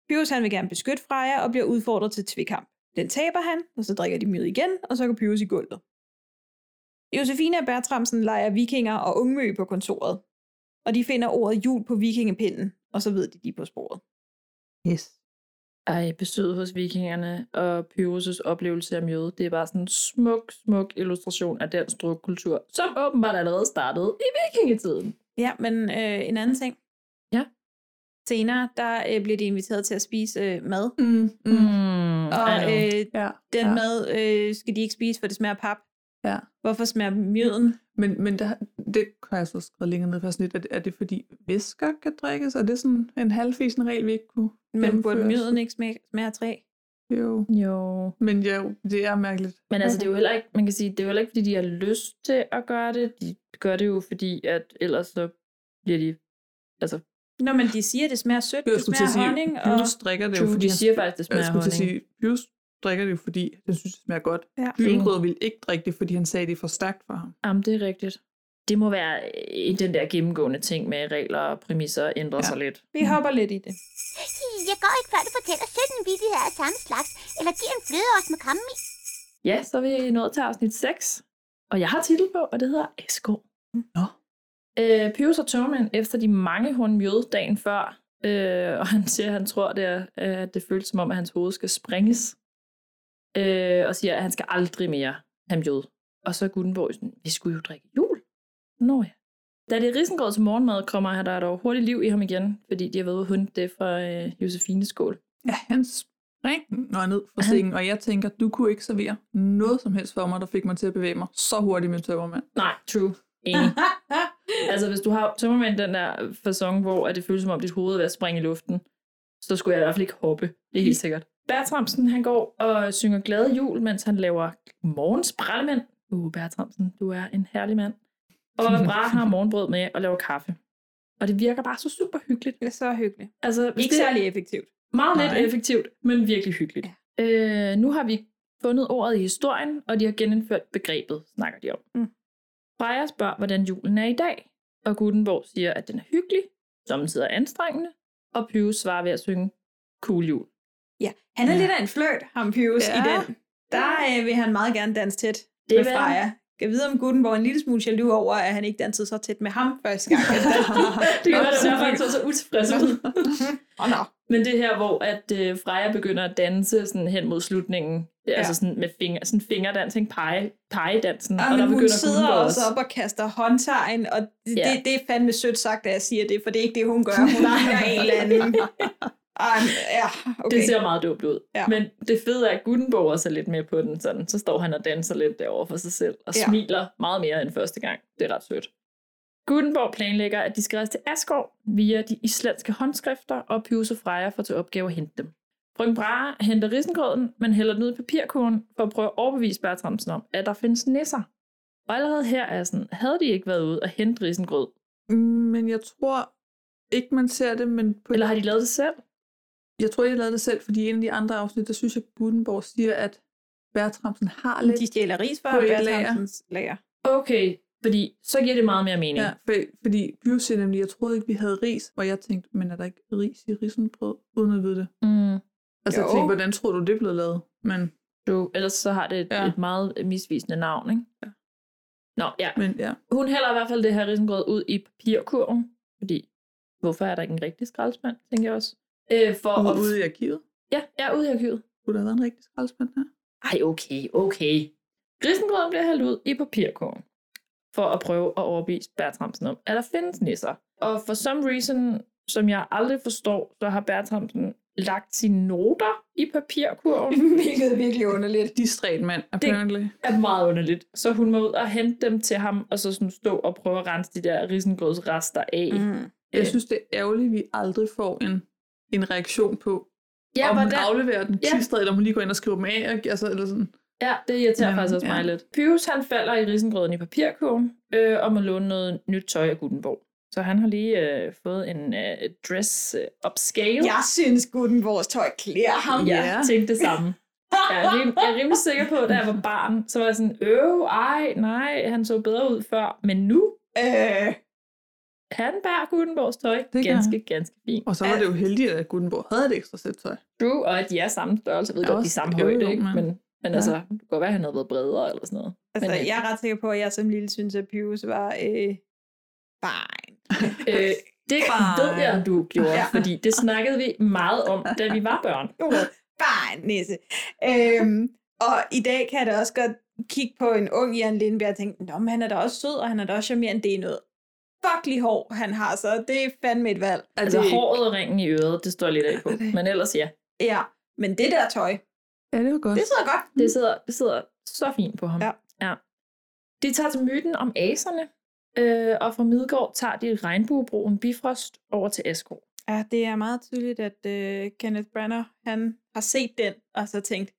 [SPEAKER 8] Pyrus han vil gerne beskytte Freja og bliver udfordret til tvikamp. Den taber han, og så drikker de mjød igen, og så går Pyrus i gulvet. Josefine og Bertramsen leger vikinger og ungmø på kontoret, og de finder ordet jul på vikingepinden, og så ved de, de er på sporet.
[SPEAKER 3] Yes.
[SPEAKER 9] Ej, besøget hos vikingerne og Pyrus' oplevelse af mjøde, det er bare sådan en smuk, smuk illustration af dansk drukkultur, som åbenbart allerede startede i vikingetiden.
[SPEAKER 8] Ja, men øh, en anden ting.
[SPEAKER 9] Ja.
[SPEAKER 8] Senere, der øh, bliver de inviteret til at spise øh, mad.
[SPEAKER 3] Mm,
[SPEAKER 9] mm.
[SPEAKER 8] Og øh,
[SPEAKER 3] ja,
[SPEAKER 8] den
[SPEAKER 3] ja.
[SPEAKER 8] mad øh, skal de ikke spise, for det smager af pap.
[SPEAKER 3] Ja.
[SPEAKER 8] Hvorfor smager mjøden?
[SPEAKER 3] Men, men der, det har jeg så skrevet længere ned for sådan lidt. Er, er det fordi væsker kan drikkes? Er det sådan en halvfisen regel, vi ikke kunne
[SPEAKER 8] Men burde
[SPEAKER 3] gennemføre?
[SPEAKER 8] mjøden ikke smage, smage af træ?
[SPEAKER 3] Jo.
[SPEAKER 9] Jo.
[SPEAKER 3] Men jo, det er mærkeligt.
[SPEAKER 9] Men altså, det er jo heller ikke, man kan sige, det er jo heller ikke, fordi de har lyst til at gøre det. De gør det jo, fordi at ellers så bliver de, altså...
[SPEAKER 8] Nå, men de siger, det smager sødt,
[SPEAKER 3] Jeg
[SPEAKER 8] det
[SPEAKER 3] skulle til at
[SPEAKER 8] smager
[SPEAKER 3] sige,
[SPEAKER 8] honning. Og...
[SPEAKER 3] Pius drikker det jo,
[SPEAKER 9] True,
[SPEAKER 3] fordi
[SPEAKER 9] de
[SPEAKER 3] han-
[SPEAKER 9] siger faktisk, det smager
[SPEAKER 3] jeg skulle til at
[SPEAKER 9] honning.
[SPEAKER 3] sige, Pius drikker det jo, fordi den synes, det smager godt.
[SPEAKER 8] Ja.
[SPEAKER 3] Gyldengrød ville ikke drikke det, fordi han sagde, det er for stærkt for ham.
[SPEAKER 9] Jamen, det er rigtigt. Det må være øh, den der gennemgående ting med regler og præmisser ændrer ja. sig lidt.
[SPEAKER 8] Vi hopper lidt i det.
[SPEAKER 15] Jeg går ikke, før du fortæller 17 vittigheder af samme slags, eller giver en flødeost med krammen i.
[SPEAKER 9] Ja, så er vi nået til afsnit 6. Og jeg har titel på, og det hedder SK.
[SPEAKER 3] Nå.
[SPEAKER 9] Øh, Pyrus og Tømmermænd, efter de mange hun mjød dagen før, øh, og han siger, at han tror, det er, øh, at det føles som om, at hans hoved skal sprænges. Øh, og siger, at han skal aldrig mere have mjød. Og så er Gutenborg sådan, vi skulle jo drikke jul. Nå ja. Da det er risengrød til morgenmad, kommer der dog hurtigt liv i ham igen, fordi de har været ude at hente det fra øh, Josefines skål.
[SPEAKER 3] Ja, han springer ned fra sengen, og jeg tænker, du kunne ikke servere noget som helst for mig, der fik mig til at bevæge mig så hurtigt med tømmermand.
[SPEAKER 9] Nej, true. Enig. altså, hvis du har tømmermænd den der façon, hvor at det føles som om, dit hoved er ved at springe i luften, Så der skulle jeg i hvert fald ikke hoppe. Det er helt sikkert. Bertramsen, han går og synger glade jul, mens han laver morgens brællemænd. Uh, Bertramsen, du er en herlig mand. Og Bra har morgenbrød med og laver kaffe. Og det virker bare så super hyggeligt.
[SPEAKER 8] Det er så hyggeligt.
[SPEAKER 9] Altså, hvis
[SPEAKER 8] Ikke
[SPEAKER 9] det-
[SPEAKER 8] særlig effektivt.
[SPEAKER 9] Meget
[SPEAKER 8] Nej.
[SPEAKER 9] lidt effektivt, men virkelig hyggeligt. Ja. Øh, nu har vi fundet ordet i historien, og de har genindført begrebet, snakker de om.
[SPEAKER 8] Mm.
[SPEAKER 9] Freja spørger, hvordan julen er i dag, og Gutenborg siger, at den er hyggelig, samtidig anstrengende, og Pyus svarer ved at synge Cool Jul.
[SPEAKER 8] Ja, han er lidt af en fløjt, ham Pius, ja. i
[SPEAKER 9] Ja.
[SPEAKER 8] den. Der øh, vil han meget gerne danse tæt
[SPEAKER 9] Det
[SPEAKER 8] det med
[SPEAKER 9] vil
[SPEAKER 8] Freja.
[SPEAKER 9] han.
[SPEAKER 8] Kan vide, om Gutenborg en lille smule jaloux over, at han ikke dansede så tæt med ham første gang. det
[SPEAKER 9] det gør det, derfor han så så utilfreds ud.
[SPEAKER 8] oh, no.
[SPEAKER 9] Men det er her, hvor at øh, Freja begynder at danse sådan hen mod slutningen, ja. altså sådan med finger, sådan fingerdans, ikke? Pege, pegedansen,
[SPEAKER 8] Og,
[SPEAKER 9] og der
[SPEAKER 8] men hun
[SPEAKER 9] begynder
[SPEAKER 8] sidder
[SPEAKER 9] Gutenborg
[SPEAKER 8] også op og kaster håndtegn, og det,
[SPEAKER 9] Ja.
[SPEAKER 8] ja. det, det er fandme sødt sagt, at jeg siger det, for det er ikke det, hun gør. Hun ligner en eller anden. Ej, men, ja, okay.
[SPEAKER 9] Okay. Det ser meget dumt ud.
[SPEAKER 8] Ja.
[SPEAKER 9] Men det fede er, at Gutenborg også er lidt med på den. Sådan. Så står han og danser lidt derovre for sig selv, og
[SPEAKER 8] Ja.
[SPEAKER 9] ja. smiler meget mere end første gang. Det er ret sødt. Gutenborg planlægger, at de skal rejse til Asgård via de islandske håndskrifter, og Pius og Freja får til opgave at hente dem. Brøn Brahe henter risengrøden, men hælder den ud i papirkurven for at prøve at overbevise Bertramsen om, at der findes nisser. Og allerede her er jeg sådan, havde de ikke været ude og hente risengrød?
[SPEAKER 3] Men jeg tror ikke, man ser det, men... På...
[SPEAKER 9] Eller har de lavet det selv?
[SPEAKER 3] Jeg tror, de har lavet det selv, fordi i en af de andre afsnit, der synes jeg, Gutenborg siger, at Bertramsen har lidt...
[SPEAKER 8] De stjæler ris fra
[SPEAKER 3] på et
[SPEAKER 8] Bertramsens lager.
[SPEAKER 9] Okay, fordi så giver det meget mere mening.
[SPEAKER 3] Ja, for, fordi Bio siger nemlig, jeg troede ikke, vi havde ris, og jeg tænkte, men er der ikke ris i risenbrød, uden at vide det?
[SPEAKER 9] Mm.
[SPEAKER 3] Altså, jeg
[SPEAKER 9] Jo.
[SPEAKER 3] tænkte, hvordan tror du, det blev lavet? Men
[SPEAKER 9] Du, ellers så har det et, ja. et meget øh, misvisende navn, ikke? Ja. Nå, ja.
[SPEAKER 3] Men, ja.
[SPEAKER 9] Hun hælder i hvert fald det her risengrød ud i papirkurven, fordi hvorfor er der ikke en rigtig skraldespand, tænker jeg også. Øh, for
[SPEAKER 3] Ude-
[SPEAKER 9] at-
[SPEAKER 3] ude i arkivet?
[SPEAKER 9] Ja, ja, ude i arkivet.
[SPEAKER 3] kunne der have været en rigtig skraldespand her?
[SPEAKER 9] Ej, okay, okay. Risengrøden bliver hældt ud i papirkurven, for at prøve at overbevise Bertramsen om, at der findes nisser. Og for some reason, som jeg aldrig forstår, så har Bertramsen lagt sine noter i papirkurven.
[SPEAKER 8] Hvilket er virkelig underligt.
[SPEAKER 3] Distræt mand, apparently. Det
[SPEAKER 9] er meget underligt. Så hun må ud og hente dem til ham, og så sådan stå og prøve at rense de der risengrødsrester af.
[SPEAKER 3] Mm. Jeg synes, det er ærgerligt, at vi aldrig får en, en reaktion på, ja, om hun
[SPEAKER 9] hvordan-
[SPEAKER 3] afleverer den
[SPEAKER 9] Ja.
[SPEAKER 3] ja. tilstræd, eller om hun lige går ind og skriver dem af. og- Altså, eller sådan.
[SPEAKER 9] Ja, det irriterer
[SPEAKER 3] Men,
[SPEAKER 9] faktisk også
[SPEAKER 3] ja.
[SPEAKER 9] mig lidt. Pyrus, han falder i risengrøden i papirkurven, øh, og må låne noget nyt tøj af Gutenborg. Så han har lige øh, fået en øh, dress øh, upscale.
[SPEAKER 8] Jeg synes, Gutenborgs tøj klæder ham.
[SPEAKER 9] Ja, jeg tænkte det samme. Jeg er, rim, jeg er rimelig sikker på, da jeg var barn, så var jeg sådan, øv, ej, nej, han så bedre ud før. Men nu,
[SPEAKER 8] øh,
[SPEAKER 9] han bærer Gutenborgs tøj
[SPEAKER 3] gør
[SPEAKER 9] ganske,
[SPEAKER 3] han.
[SPEAKER 9] ganske fint.
[SPEAKER 3] Og så var det jo heldigt, at Gutenborg havde et ekstra sæt tøj.
[SPEAKER 9] True, og at de er samme størrelse. Jeg ved
[SPEAKER 3] Ja,
[SPEAKER 9] godt, de er
[SPEAKER 3] også-
[SPEAKER 9] samme
[SPEAKER 3] jo,
[SPEAKER 9] højde,
[SPEAKER 3] jo,
[SPEAKER 9] ikke?
[SPEAKER 3] men-
[SPEAKER 9] Men, men ja.
[SPEAKER 3] Ja.
[SPEAKER 9] altså, det kunne godt være, at han havde været bredere eller sådan noget.
[SPEAKER 8] Altså,
[SPEAKER 9] men, øh,
[SPEAKER 8] jeg er ret sikker på, at jeg som lille synes, at Pius var øh, fine.
[SPEAKER 9] Øh, det ved jeg, du gjorde, ja. fordi det snakkede vi meget om, da vi var børn.
[SPEAKER 8] Fine, Nisse. Øhm, og i dag kan jeg da også godt kigge på en ung Jan Lindberg og tænke, Nå, men han er da også sød, og han er da også charmerende. Det er noget fucklig hår, han har, så det er fandme et valg.
[SPEAKER 9] Altså håret og ringen i øret, det står lidt af på. Men ellers ja.
[SPEAKER 8] Ja, men det der tøj,
[SPEAKER 3] Ja, det var godt.
[SPEAKER 8] det sidder godt.
[SPEAKER 9] Det sidder, det sidder så fint på ham. Ja. ja. De tager til myten om aserne, øh, og fra Midgård tager de regnbuebroen Bifrost over til Asgård.
[SPEAKER 8] Ja, det er meget tydeligt, at øh, Kenneth Branagh, han har set den, og så tænkt,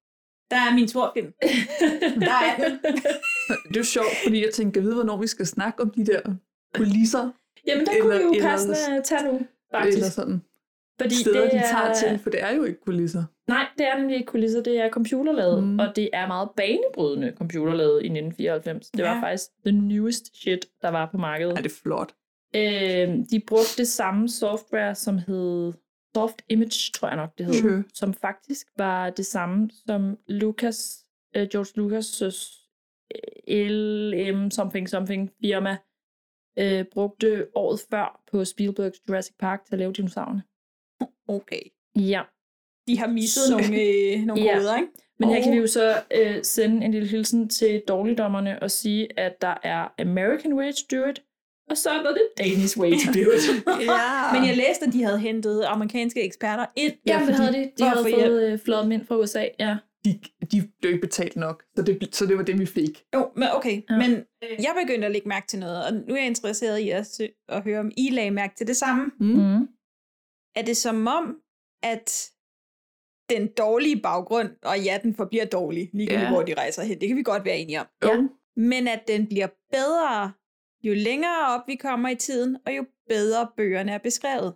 [SPEAKER 8] der er min torfilm. der er den.
[SPEAKER 3] Det er jo sjovt, fordi jeg tænkte, jeg ved, hvornår vi skal snakke om de der kulisser.
[SPEAKER 9] Jamen, der kunne vi jo passende tage nu, faktisk.
[SPEAKER 3] Eller sådan.
[SPEAKER 9] Fordi
[SPEAKER 3] steder,
[SPEAKER 9] det
[SPEAKER 3] de tager
[SPEAKER 9] er-
[SPEAKER 3] til, for det er jo ikke kulisser.
[SPEAKER 9] Nej, det er nemlig ikke kulisser, det er computerlavet, mm. og det er meget banebrydende computerlavet i 1994. Det ja. var
[SPEAKER 3] Ja.
[SPEAKER 9] faktisk the newest shit, der var på markedet. Ja,
[SPEAKER 3] det er flot.
[SPEAKER 9] Øh, de brugte det samme software, som hed Soft Image, tror jeg nok det hed,
[SPEAKER 3] Mhm.
[SPEAKER 9] som faktisk var det samme som Lucas, øh, George Lucas' øh, LM something something firma øh, brugte året før på Spielbergs Jurassic Park til at lave dinosaurerne.
[SPEAKER 8] Okay.
[SPEAKER 9] Ja.
[SPEAKER 8] De har misset nogle, øh, nogle goder, ikke?
[SPEAKER 9] Men her kan vi
[SPEAKER 8] Og-
[SPEAKER 9] jo så øh, sende en lille hilsen til dårligdommerne og sige, at der er American way to do it, og så er der det Danish way to do it.
[SPEAKER 8] ja. Men jeg læste, at de havde hentet amerikanske eksperter ind.
[SPEAKER 9] Ja, men
[SPEAKER 8] fordi-
[SPEAKER 9] havde de, de
[SPEAKER 8] for at
[SPEAKER 9] havde
[SPEAKER 8] få hjælp.
[SPEAKER 9] fået øh, flået dem ind fra USA, ja.
[SPEAKER 3] De blev ikke betalt nok, så det, så det var det, vi fik.
[SPEAKER 8] Jo, men okay. Ja. Men øh, jeg begyndte at lægge mærke til noget, og nu er jeg
[SPEAKER 9] Mm.
[SPEAKER 8] interesseret i at, sø- at høre, om I lagde mærke til det samme.
[SPEAKER 3] Mm.
[SPEAKER 8] Er det som om, at den dårlige baggrund, og ja, den forbliver dårlig, ligegyldigt
[SPEAKER 9] Ja.
[SPEAKER 8] ja. hvor de rejser hen, det kan vi godt være enige om.
[SPEAKER 9] Ja.
[SPEAKER 8] Men at den bliver bedre, jo længere op vi kommer i tiden, og jo bedre bøgerne er beskrevet.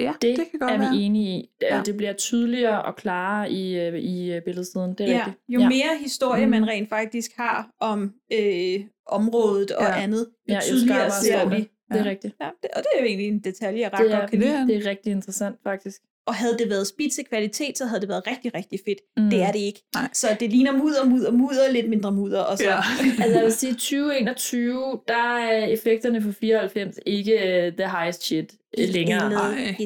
[SPEAKER 3] Ja,
[SPEAKER 9] det, det kan
[SPEAKER 8] godt
[SPEAKER 9] er
[SPEAKER 8] være.
[SPEAKER 9] vi enige i.
[SPEAKER 8] Ja.
[SPEAKER 9] Ja. Det bliver tydeligere og klarere i, øh, i øh, billedsiden. Det er
[SPEAKER 8] ja,
[SPEAKER 9] rigtigt.
[SPEAKER 8] jo
[SPEAKER 9] ja.
[SPEAKER 8] mere historie,
[SPEAKER 9] Mm.
[SPEAKER 8] man rent faktisk har om øh, området og
[SPEAKER 9] Ja.
[SPEAKER 8] andet, jo
[SPEAKER 9] Ja, jo
[SPEAKER 8] tydeligere
[SPEAKER 9] skarpere
[SPEAKER 8] ser
[SPEAKER 9] ser
[SPEAKER 8] vi.
[SPEAKER 9] det. Det er rigtigt.
[SPEAKER 8] Ja, det, og det er jo egentlig en detalje, jeg ret
[SPEAKER 9] Det
[SPEAKER 8] godt kan lide.
[SPEAKER 9] er, det er rigtig interessant, faktisk.
[SPEAKER 8] Og havde det været spidsekvalitet, så havde det været rigtig, rigtig fedt. Mm.
[SPEAKER 9] Mm.
[SPEAKER 8] Det er det ikke. Nej. Så det ligner mudder, mudder, mudder, lidt mindre mudder. Og så.
[SPEAKER 9] Ja. altså jeg vil sige, 2021, der er effekterne for 94 ikke øh, the highest shit øh, længere. Mm.
[SPEAKER 8] Nej,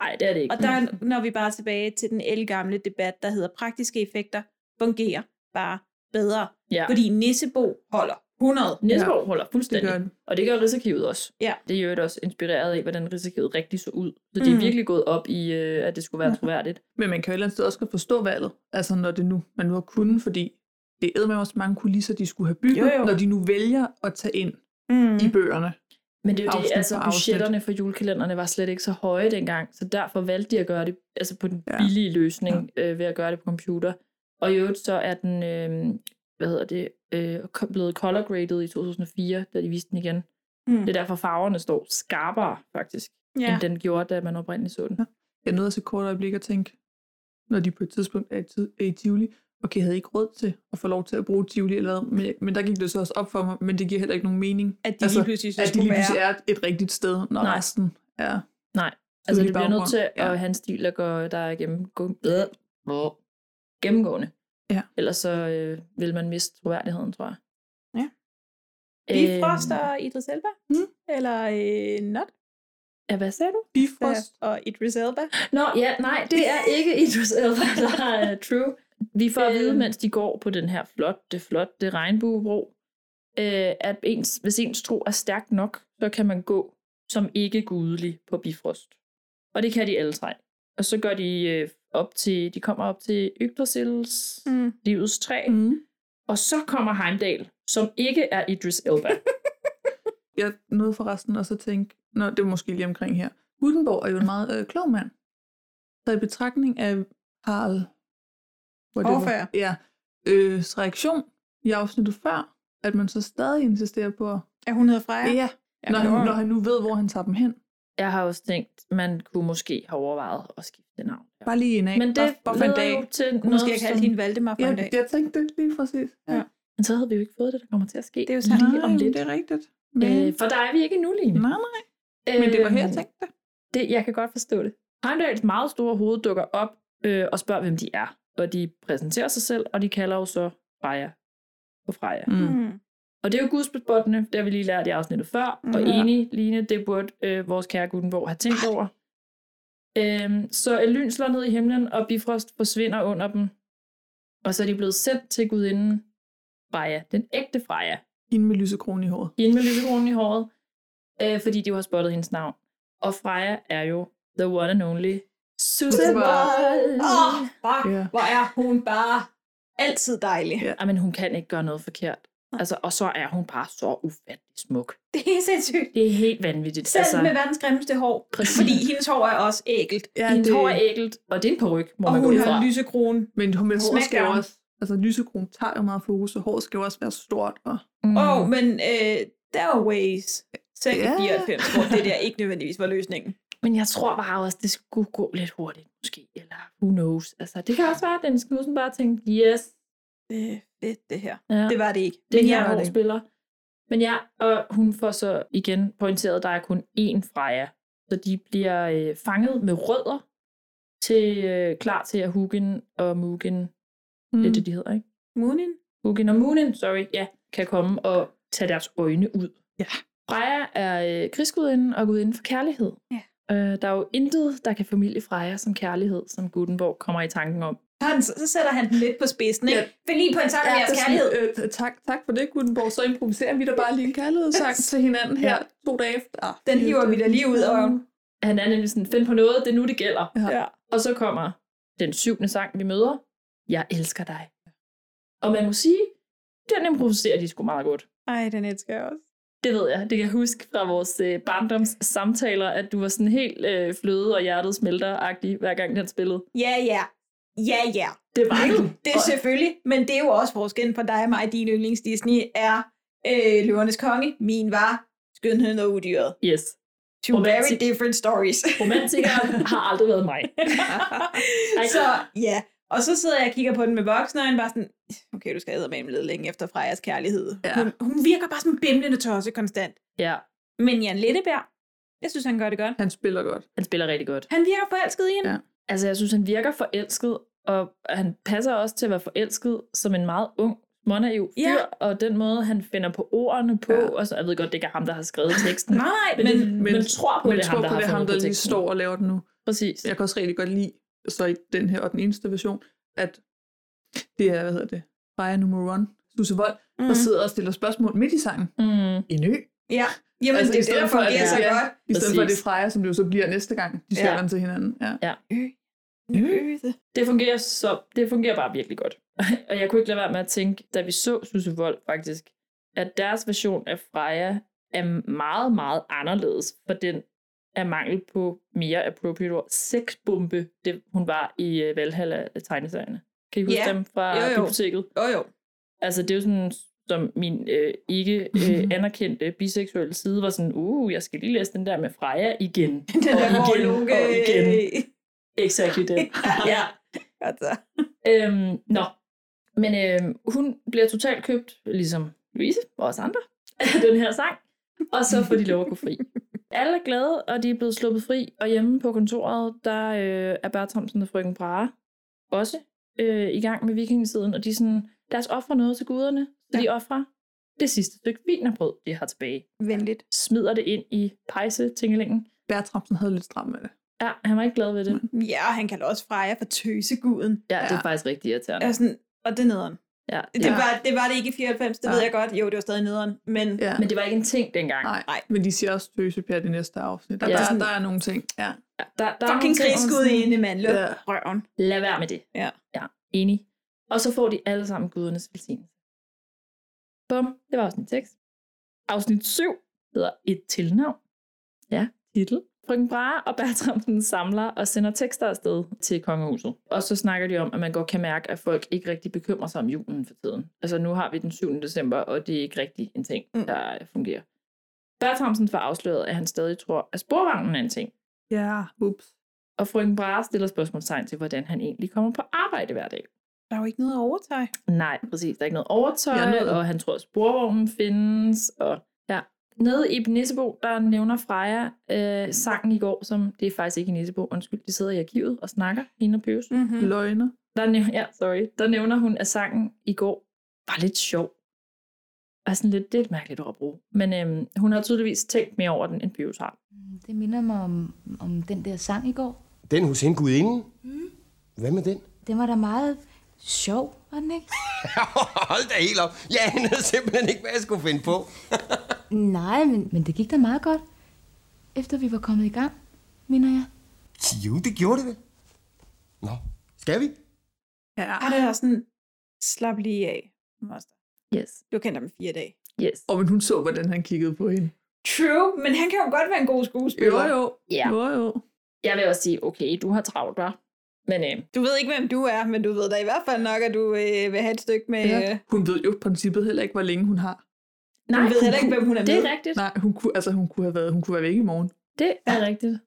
[SPEAKER 8] Nej,
[SPEAKER 9] det er det ikke.
[SPEAKER 8] Og der når vi bare tilbage til den elgamle debat, der hedder praktiske effekter fungerer bare bedre.
[SPEAKER 9] Ja.
[SPEAKER 8] Fordi Nissebo holder 100.
[SPEAKER 9] Næste år holder fuldstændig.
[SPEAKER 8] Det gør
[SPEAKER 9] Det
[SPEAKER 8] den.
[SPEAKER 9] og det gør Rigsarkivet også.
[SPEAKER 8] Ja.
[SPEAKER 9] Det er jo et også inspireret af, hvordan Rigsarkivet rigtig så ud. Så de
[SPEAKER 3] Mm.
[SPEAKER 9] er virkelig gået op i, øh, at det skulle være troværdigt.
[SPEAKER 3] Men man kan jo et eller andet sted også godt forstå valget, altså når det nu, man nu har kunnet, fordi det er med også mange kulisser, de skulle have bygget,
[SPEAKER 9] Jo, jo.
[SPEAKER 3] når de nu vælger at tage ind
[SPEAKER 8] mm.
[SPEAKER 3] i bøgerne.
[SPEAKER 9] Men det er jo
[SPEAKER 3] Afsnit
[SPEAKER 9] det, altså
[SPEAKER 3] for afsnit.
[SPEAKER 9] budgetterne for julekalenderne var slet ikke så høje dengang, så derfor valgte de at gøre det altså på den billige løsning ja. øh, ved at gøre det på computer. Og i øvrigt så er den, øh, hvad hedder det, øh, kom- blevet color graded i 2004, da de viste den igen.
[SPEAKER 8] Mm.
[SPEAKER 9] Det er derfor farverne står skarpere faktisk,
[SPEAKER 3] Ja.
[SPEAKER 9] ja. end den gjorde, da man oprindeligt så den. Ja.
[SPEAKER 3] Jeg nåede at se kort øjeblik og tænke, når de på et tidspunkt er i, tid, er i Tivoli, okay, jeg havde ikke råd til at få lov til at bruge Tivoli, eller, hvad, men, men der gik det så også op for mig, men det giver heller ikke nogen mening. Altså,
[SPEAKER 8] At de lige pludselig så
[SPEAKER 3] at de
[SPEAKER 8] skulle
[SPEAKER 3] lige pludselig
[SPEAKER 8] være-
[SPEAKER 3] er et rigtigt sted, når Nej.
[SPEAKER 9] Nej.
[SPEAKER 3] resten er...
[SPEAKER 9] Nej, altså
[SPEAKER 3] Tidlig
[SPEAKER 9] det bliver nødt
[SPEAKER 3] baggrund,
[SPEAKER 9] til at
[SPEAKER 3] ja.
[SPEAKER 9] have en stil, der, går, der er gennemgå- øh, gennemgående.
[SPEAKER 3] Ja.
[SPEAKER 9] Ellers så øh, vil man miste troværdigheden, tror jeg.
[SPEAKER 8] Ja. Vi
[SPEAKER 9] Øhm.
[SPEAKER 8] Frost og Idris Elba?
[SPEAKER 3] Mm.
[SPEAKER 8] Eller øh, not?
[SPEAKER 9] Ja, hvad sagde du?
[SPEAKER 3] Bifrost.
[SPEAKER 8] Og Idris Elba?
[SPEAKER 9] Nå, ja, nej, det er ikke Idris Elba, der er true. Vi får at
[SPEAKER 3] Øhm.
[SPEAKER 9] vide, mens de går på den her flotte, flotte regnbuebro, øh, at ens, hvis ens tro er stærk nok, så kan man gå som ikke gudelig på Bifrost. Og det kan de alle tre. Og så gør de øh, op til, de kommer op til Yggdrasils,
[SPEAKER 8] Mm.
[SPEAKER 9] livets træ, mm. og så kommer Heimdall, som ikke er Idris Elba.
[SPEAKER 3] Jeg nåede forresten også at tænke, nå, det er måske lige omkring her. Gutenberg er jo en meget øh, klog mand. Så i betragtning af Harald... whatever,
[SPEAKER 8] Hårfagre.
[SPEAKER 3] Ja. Øh, reaktion i afsnittet før, at man så stadig insisterer på...
[SPEAKER 8] At hun hedder Freja?
[SPEAKER 3] Ja.
[SPEAKER 9] Ja,
[SPEAKER 3] Når han,
[SPEAKER 9] klogere.
[SPEAKER 3] når han nu ved, hvor han tager dem hen.
[SPEAKER 9] Jeg har også tænkt, man kunne måske have overvejet at skifte navn.
[SPEAKER 3] Bare lige en af.
[SPEAKER 9] Men det
[SPEAKER 3] bare, bare for en
[SPEAKER 9] leder
[SPEAKER 3] dag.
[SPEAKER 9] jo til
[SPEAKER 3] Hun
[SPEAKER 9] noget,
[SPEAKER 3] måske have kaldt
[SPEAKER 9] som-
[SPEAKER 3] hende Valdemar for
[SPEAKER 9] Ja,
[SPEAKER 3] en dag.
[SPEAKER 9] jeg
[SPEAKER 3] tænkte det lige præcis. Ja.
[SPEAKER 9] Men så havde vi jo ikke fået det, der kommer til at ske. Det er jo
[SPEAKER 3] sandt.
[SPEAKER 9] Lige om
[SPEAKER 3] Nej,
[SPEAKER 9] lidt.
[SPEAKER 3] det er rigtigt.
[SPEAKER 9] Men...
[SPEAKER 3] Men-
[SPEAKER 9] Øh, for Øh. der er vi ikke endnu, Line.
[SPEAKER 3] Nej,
[SPEAKER 9] nej.
[SPEAKER 3] Men det var her, jeg tænkte
[SPEAKER 9] det. Jeg kan godt forstå det. Heimdalls meget store hoved dukker op øh, og spørger, hvem de er. Og de præsenterer sig selv, og de kalder jo så Freja på Freja.
[SPEAKER 3] Hmm.
[SPEAKER 8] Mm.
[SPEAKER 9] Og det er jo gudsbespottende, det har vi lige lært i afsnittet før. Mm. Og
[SPEAKER 8] Mhm.
[SPEAKER 9] enig, Line, det burde øh, vores kære Gutenborg have tænkt over. Øhm, så et lyn slår ned i himlen, og Bifrost forsvinder under dem. Og så er de blevet sendt til gudinden Freja, den ægte Freja,
[SPEAKER 3] Hende med lysekronen i håret.
[SPEAKER 9] hende med lysekronen i håret, øh, fordi de jo har spottet hendes navn. Og Freja er jo the one and only Susan Boyle.
[SPEAKER 8] Åh, fuck,
[SPEAKER 3] Ja.
[SPEAKER 8] hvor er hun bare altid dejlig.
[SPEAKER 3] Ja.
[SPEAKER 9] Ej, men hun kan ikke gøre noget forkert. Altså, og så er hun bare så ufattelig smuk.
[SPEAKER 8] Det er sindssygt.
[SPEAKER 9] Det er helt vanvittigt.
[SPEAKER 8] Selv altså, med verdens grimmeste hår.
[SPEAKER 9] Præcis.
[SPEAKER 8] Fordi hendes hår er også ægelt.
[SPEAKER 9] Ja, hendes det... hår er ægelt, og det er en peruk, må
[SPEAKER 3] Og
[SPEAKER 9] man gå
[SPEAKER 3] hun
[SPEAKER 9] ud
[SPEAKER 3] har
[SPEAKER 9] fra.
[SPEAKER 8] lysekron.
[SPEAKER 3] Men hun med håret skal jo
[SPEAKER 8] Smackdown.
[SPEAKER 3] også... Altså, lysekronen tager jo meget fokus, og håret skal jo også være stort. Og...
[SPEAKER 9] Mm.
[SPEAKER 8] Åh, oh, men øh, der er ways. Selv
[SPEAKER 3] Ja.
[SPEAKER 8] yeah. i 94, hvor det der ikke nødvendigvis var løsningen.
[SPEAKER 9] Men jeg tror bare også, det skulle gå lidt hurtigt, måske. Eller who knows. Altså, det kan også være, at den skudsen bare tænkte, yes.
[SPEAKER 8] Det er fedt, det her.
[SPEAKER 9] Ja.
[SPEAKER 8] Det var det ikke.
[SPEAKER 9] Det
[SPEAKER 8] Men
[SPEAKER 9] her
[SPEAKER 8] jeg var
[SPEAKER 9] var
[SPEAKER 8] det.
[SPEAKER 9] spiller. Men ja, og hun får så igen pointeret, at der er kun én Freja. Så de bliver øh, fanget med rødder til øh, klar til at Hugin og Mugen, mm. det er det, de hedder, ikke?
[SPEAKER 8] Moonin?
[SPEAKER 9] Hugin og Mugen, sorry, ja, kan komme og tage deres øjne ud.
[SPEAKER 3] Ja.
[SPEAKER 9] Freja er øh, krigsgudinden og gudinden for kærlighed.
[SPEAKER 8] Ja.
[SPEAKER 9] Øh, der er jo intet, der kan familie Freja som kærlighed, som Gutenborg kommer i tanken om.
[SPEAKER 8] Han, så, så sætter han den lidt på spidsen, ikke? Ja. Find lige på en sang ja, jeres
[SPEAKER 3] så
[SPEAKER 8] kærlighed.
[SPEAKER 3] sådan, øh, tak, tak for det, Gutenborg. Så improviserer vi da bare lige en kærlighedssang til hinanden her
[SPEAKER 9] Ja.
[SPEAKER 3] to dage efter. Ah,
[SPEAKER 9] Den hiver
[SPEAKER 8] vi da lige ud af
[SPEAKER 9] øjen. Han er nemlig sådan, find på noget, det er nu, det gælder.
[SPEAKER 3] Ja.
[SPEAKER 9] Og så kommer den syvende sang, vi møder. Jeg elsker dig. Og man må sige, den improviserer de sgu meget godt.
[SPEAKER 8] Ej, den elsker jeg også.
[SPEAKER 9] Det ved jeg. Det kan jeg huske fra vores øh, barndoms samtaler, at du var sådan helt øh, fløde og hjertet smelter-agtig, hver gang den spillede.
[SPEAKER 8] Ja, ja. Ja, ja.
[SPEAKER 9] Det var den.
[SPEAKER 8] Det er selvfølgelig, men det er jo også forskellen på dig og mig. Din yndlings Disney er øh, Løvernes Konge. Min var Skønheden og Udyret.
[SPEAKER 9] Yes.
[SPEAKER 8] Two very different stories.
[SPEAKER 9] Romantikeren har aldrig været mig.
[SPEAKER 8] så ja, og så sidder jeg og kigger på den med voksne, og han bare sådan, okay, du skal med lede længe efter Frejas kærlighed. Ja. Hun, hun, virker bare som en bimlende tosse konstant.
[SPEAKER 9] Ja.
[SPEAKER 8] Men Jan Letteberg, jeg synes, han gør det godt.
[SPEAKER 3] Han spiller godt.
[SPEAKER 9] Han spiller rigtig godt.
[SPEAKER 8] Han virker forelsket i hende. Ja.
[SPEAKER 9] Altså, jeg synes, han virker forelsket, og han passer også til at være forelsket som en meget ung, monaiv fyr,
[SPEAKER 8] Ja.
[SPEAKER 9] og den måde, han finder på ordene på, ja. og så, jeg ved godt, det ikke er ham, der har skrevet teksten.
[SPEAKER 8] Nej, nej,
[SPEAKER 9] men,
[SPEAKER 8] men-
[SPEAKER 9] men, men, tror på,
[SPEAKER 3] men
[SPEAKER 9] det er
[SPEAKER 3] tror
[SPEAKER 9] ham, der
[SPEAKER 3] på,
[SPEAKER 9] har
[SPEAKER 3] det er ham,
[SPEAKER 9] fundet på
[SPEAKER 3] der lige
[SPEAKER 9] teksten.
[SPEAKER 3] står og laver den nu.
[SPEAKER 9] Præcis.
[SPEAKER 3] Jeg kan også rigtig godt lide, så i den her og den eneste version, at det er, hvad hedder det, Freja nummer 1, Susse Vold, mm. der
[SPEAKER 8] Mhm.
[SPEAKER 3] sidder og stiller spørgsmål midt i sangen.
[SPEAKER 9] Mm.
[SPEAKER 3] En ø.
[SPEAKER 8] Ja, jamen altså, det er derfor,
[SPEAKER 3] at
[SPEAKER 8] det er så
[SPEAKER 3] ja,
[SPEAKER 8] godt.
[SPEAKER 3] I stedet for, at det
[SPEAKER 9] Præcis.
[SPEAKER 3] er Freja, som det jo så bliver næste gang,
[SPEAKER 9] Ja.
[SPEAKER 3] de skal ja. til hinanden. Ja.
[SPEAKER 9] Ja. Det fungerer, så, det fungerer bare virkelig godt. og jeg kunne ikke lade være med at tænke, da vi så Susse Vold faktisk, at deres version af Freja er meget, meget anderledes, for den er mangel på mere appropriate ord. Sexbombe, det hun var i øh, Valhalla-tegneserierne. Kan I huske
[SPEAKER 8] Ja.
[SPEAKER 9] dem fra
[SPEAKER 8] Jo, jo.
[SPEAKER 9] biblioteket?
[SPEAKER 8] Jo, jo.
[SPEAKER 9] Altså, det er jo sådan, som min øh, ikke øh, anerkendte biseksuelle side var sådan, uh, jeg skal lige læse den der med Freja igen.
[SPEAKER 8] Den
[SPEAKER 9] og
[SPEAKER 8] der, hvor
[SPEAKER 9] igen,
[SPEAKER 8] Loke-
[SPEAKER 9] og igen. Exactly den. ja.
[SPEAKER 8] Altså.
[SPEAKER 9] Øhm, nå. Men øhm, hun bliver totalt købt, ligesom Louise og os andre, af den her sang. Og så får de lov at gå fri. Alle er glade, og de er blevet sluppet fri. Og hjemme på kontoret, der øh, er Bertramsen og frøken Brahe også øh, i gang med vikingetiden. Og de er sådan, lad os ofre noget til guderne. Så ja. de offrer det sidste stykke vinerbrød, de har tilbage.
[SPEAKER 8] Venligt.
[SPEAKER 9] Smider det ind i pejsetingelingen.
[SPEAKER 3] Bertramsen havde lidt stramt med det.
[SPEAKER 9] Ja, han var ikke glad ved det.
[SPEAKER 8] Ja, og han kalder også Freja for tøseguden.
[SPEAKER 9] Ja, det er faktisk rigtig irriterende.
[SPEAKER 8] Ja, sådan, og det er nederen.
[SPEAKER 9] Ja,
[SPEAKER 8] Det,
[SPEAKER 9] ja.
[SPEAKER 8] var, det var det ikke i 94, det
[SPEAKER 3] Nej.
[SPEAKER 8] ved jeg godt. Jo, det var stadig nederen, men...
[SPEAKER 3] Ja.
[SPEAKER 9] Men det var ikke en ting dengang.
[SPEAKER 3] Nej, Nej. men de siger også tøsepjat i næste afsnit. Der,
[SPEAKER 9] Ja.
[SPEAKER 3] ja. der, der er nogle ting. Ja.
[SPEAKER 9] Der, der er
[SPEAKER 8] Fucking
[SPEAKER 9] nogle ting,
[SPEAKER 8] grisekud
[SPEAKER 9] sådan-
[SPEAKER 8] i en mand. Luk
[SPEAKER 9] Ja.
[SPEAKER 8] røven.
[SPEAKER 9] Lad være med det.
[SPEAKER 8] Ja.
[SPEAKER 9] ja. Enig. Og så får de alle sammen gudernes velsignelse. Bum. Det var afsnit 6. Afsnit 7 hedder Et tilnavn. Ja, titel. Frøken Brahe og Bertramsen samler og sender tekster afsted til kongehuset. Og så snakker de om, at man godt kan mærke, at folk ikke rigtig bekymrer sig om julen for tiden. Altså nu har vi den 7. december, og det er ikke rigtig en ting,
[SPEAKER 8] Mm.
[SPEAKER 9] der fungerer. Bertramsen får afsløret, at han stadig tror, at sporvognen er en ting.
[SPEAKER 3] Ja, ups.
[SPEAKER 8] Mm.
[SPEAKER 9] Og frøken Brahe stiller spørgsmålstegn til, hvordan han egentlig kommer på arbejde hver dag.
[SPEAKER 8] Der er jo ikke noget at overtage.
[SPEAKER 9] Nej, præcis. Der er ikke noget overtøj,
[SPEAKER 8] Ja, noget-
[SPEAKER 9] og han tror, at sporvognen findes. Og ja. Nede i Nissebo, der nævner Freja øh, sangen i går, som det er faktisk ikke i Nissebo, undskyld, de sidder i arkivet og snakker, hende og Pøs.
[SPEAKER 8] Mm-hmm.
[SPEAKER 3] Løgne.
[SPEAKER 9] Der nævner, ja, sorry. Der nævner hun, at sangen i går var lidt sjov. Og sådan lidt, det er et mærkeligt ord at bruge. Men øhm, hun har tydeligvis tænkt mere over den, end Pøs har.
[SPEAKER 16] Det minder mig om, om den der sang i går.
[SPEAKER 11] Den hos hende gudinden? Hvad med den?
[SPEAKER 16] Mm. Den var da meget sjov, var den ikke?
[SPEAKER 11] Hold da helt op. Jeg anede simpelthen ikke, hvad jeg skulle finde på.
[SPEAKER 16] Nej, men, men det gik da meget godt, efter vi var kommet i gang, mener jeg.
[SPEAKER 11] Jo, det gjorde det vel. Nå, skal vi?
[SPEAKER 3] Ja.
[SPEAKER 8] Og det er sådan, slap lige af, Moster.
[SPEAKER 9] Yes.
[SPEAKER 8] Du kender ham i fire dage.
[SPEAKER 9] Yes.
[SPEAKER 3] Og men hun så, hvordan han kiggede på hende.
[SPEAKER 8] True, men han kan jo godt være en god skuespiller.
[SPEAKER 9] Ja.
[SPEAKER 3] Jo, jo.
[SPEAKER 9] Jeg vil også sige, okay, du har travlt, hva'? Men øh,
[SPEAKER 8] Du ved ikke, hvem du er, men du ved da i hvert fald nok, at du øh, vil have et stykke med... øh,
[SPEAKER 3] Ja. Hun ved jo i princippet heller ikke, hvor længe hun har.
[SPEAKER 8] Nej, ved heller ikke, hvem hun er
[SPEAKER 9] det er
[SPEAKER 8] med.
[SPEAKER 9] rigtigt.
[SPEAKER 3] Nej, hun kunne, altså, hun kunne have været, hun kunne være væk i morgen.
[SPEAKER 9] Det er ja. rigtigt.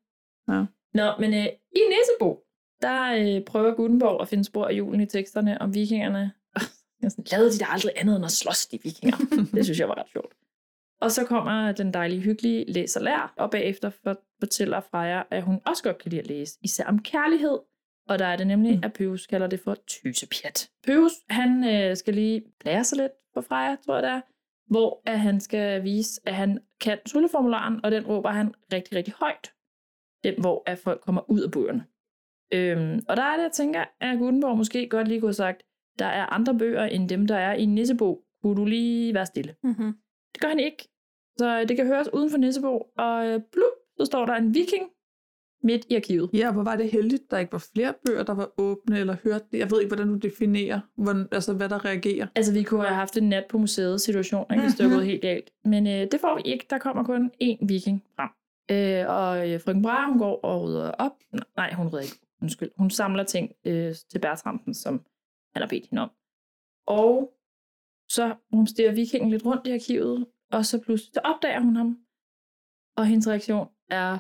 [SPEAKER 3] Ja.
[SPEAKER 9] Nå, men øh, i Nissebo, der øh, prøver Gutenborg at finde spor af julen i teksterne om vikingerne. Jeg er sådan, Lavede de der aldrig andet end at slås, de vikinger? det synes jeg var ret sjovt. Og så kommer den dejlige, hyggelige læser lærer, og bagefter for- fortæller Freja, at hun også godt kan lide at læse, især om kærlighed. Og der er det nemlig,
[SPEAKER 8] Mm.
[SPEAKER 9] at Pøves kalder det for tysepjat. Pøves, han øh, skal lige lære sig lidt på Freja, tror jeg det er, hvor at han skal vise, at han kan trylleformularen, og den råber han rigtig, rigtig højt den, hvor at folk kommer ud af bøgerne. Øhm, og der er det, jeg tænker, at Gutenborg måske godt lige kunne have sagt, der er andre bøger end dem, der er i Nissebo. Kunne du lige være stille?
[SPEAKER 8] Mm-hmm.
[SPEAKER 9] Det gør han ikke. Så det kan høres uden for Nissebo, og øh, blup, så står der en viking midt i arkivet.
[SPEAKER 3] Ja, hvor var det heldigt, der ikke var flere bøger, der var åbne eller hørt det. Jeg ved ikke, hvordan du definerer, hvordan, altså, hvad der reagerer.
[SPEAKER 9] Altså, vi kunne have haft en nat på museet situation, ikke, hvis det var
[SPEAKER 3] Mhm.
[SPEAKER 9] gået helt galt. Men øh, det får vi ikke. Der kommer kun én viking frem. Øh, og øh, frøken Bra, hun går og rydder op. Nej, hun rydder ikke. Undskyld. Hun samler ting øh, til Bertrampen, som han har bedt hende om. Og så hun stiger vikingen lidt rundt i arkivet, og så pludselig så opdager hun ham. Og hendes reaktion er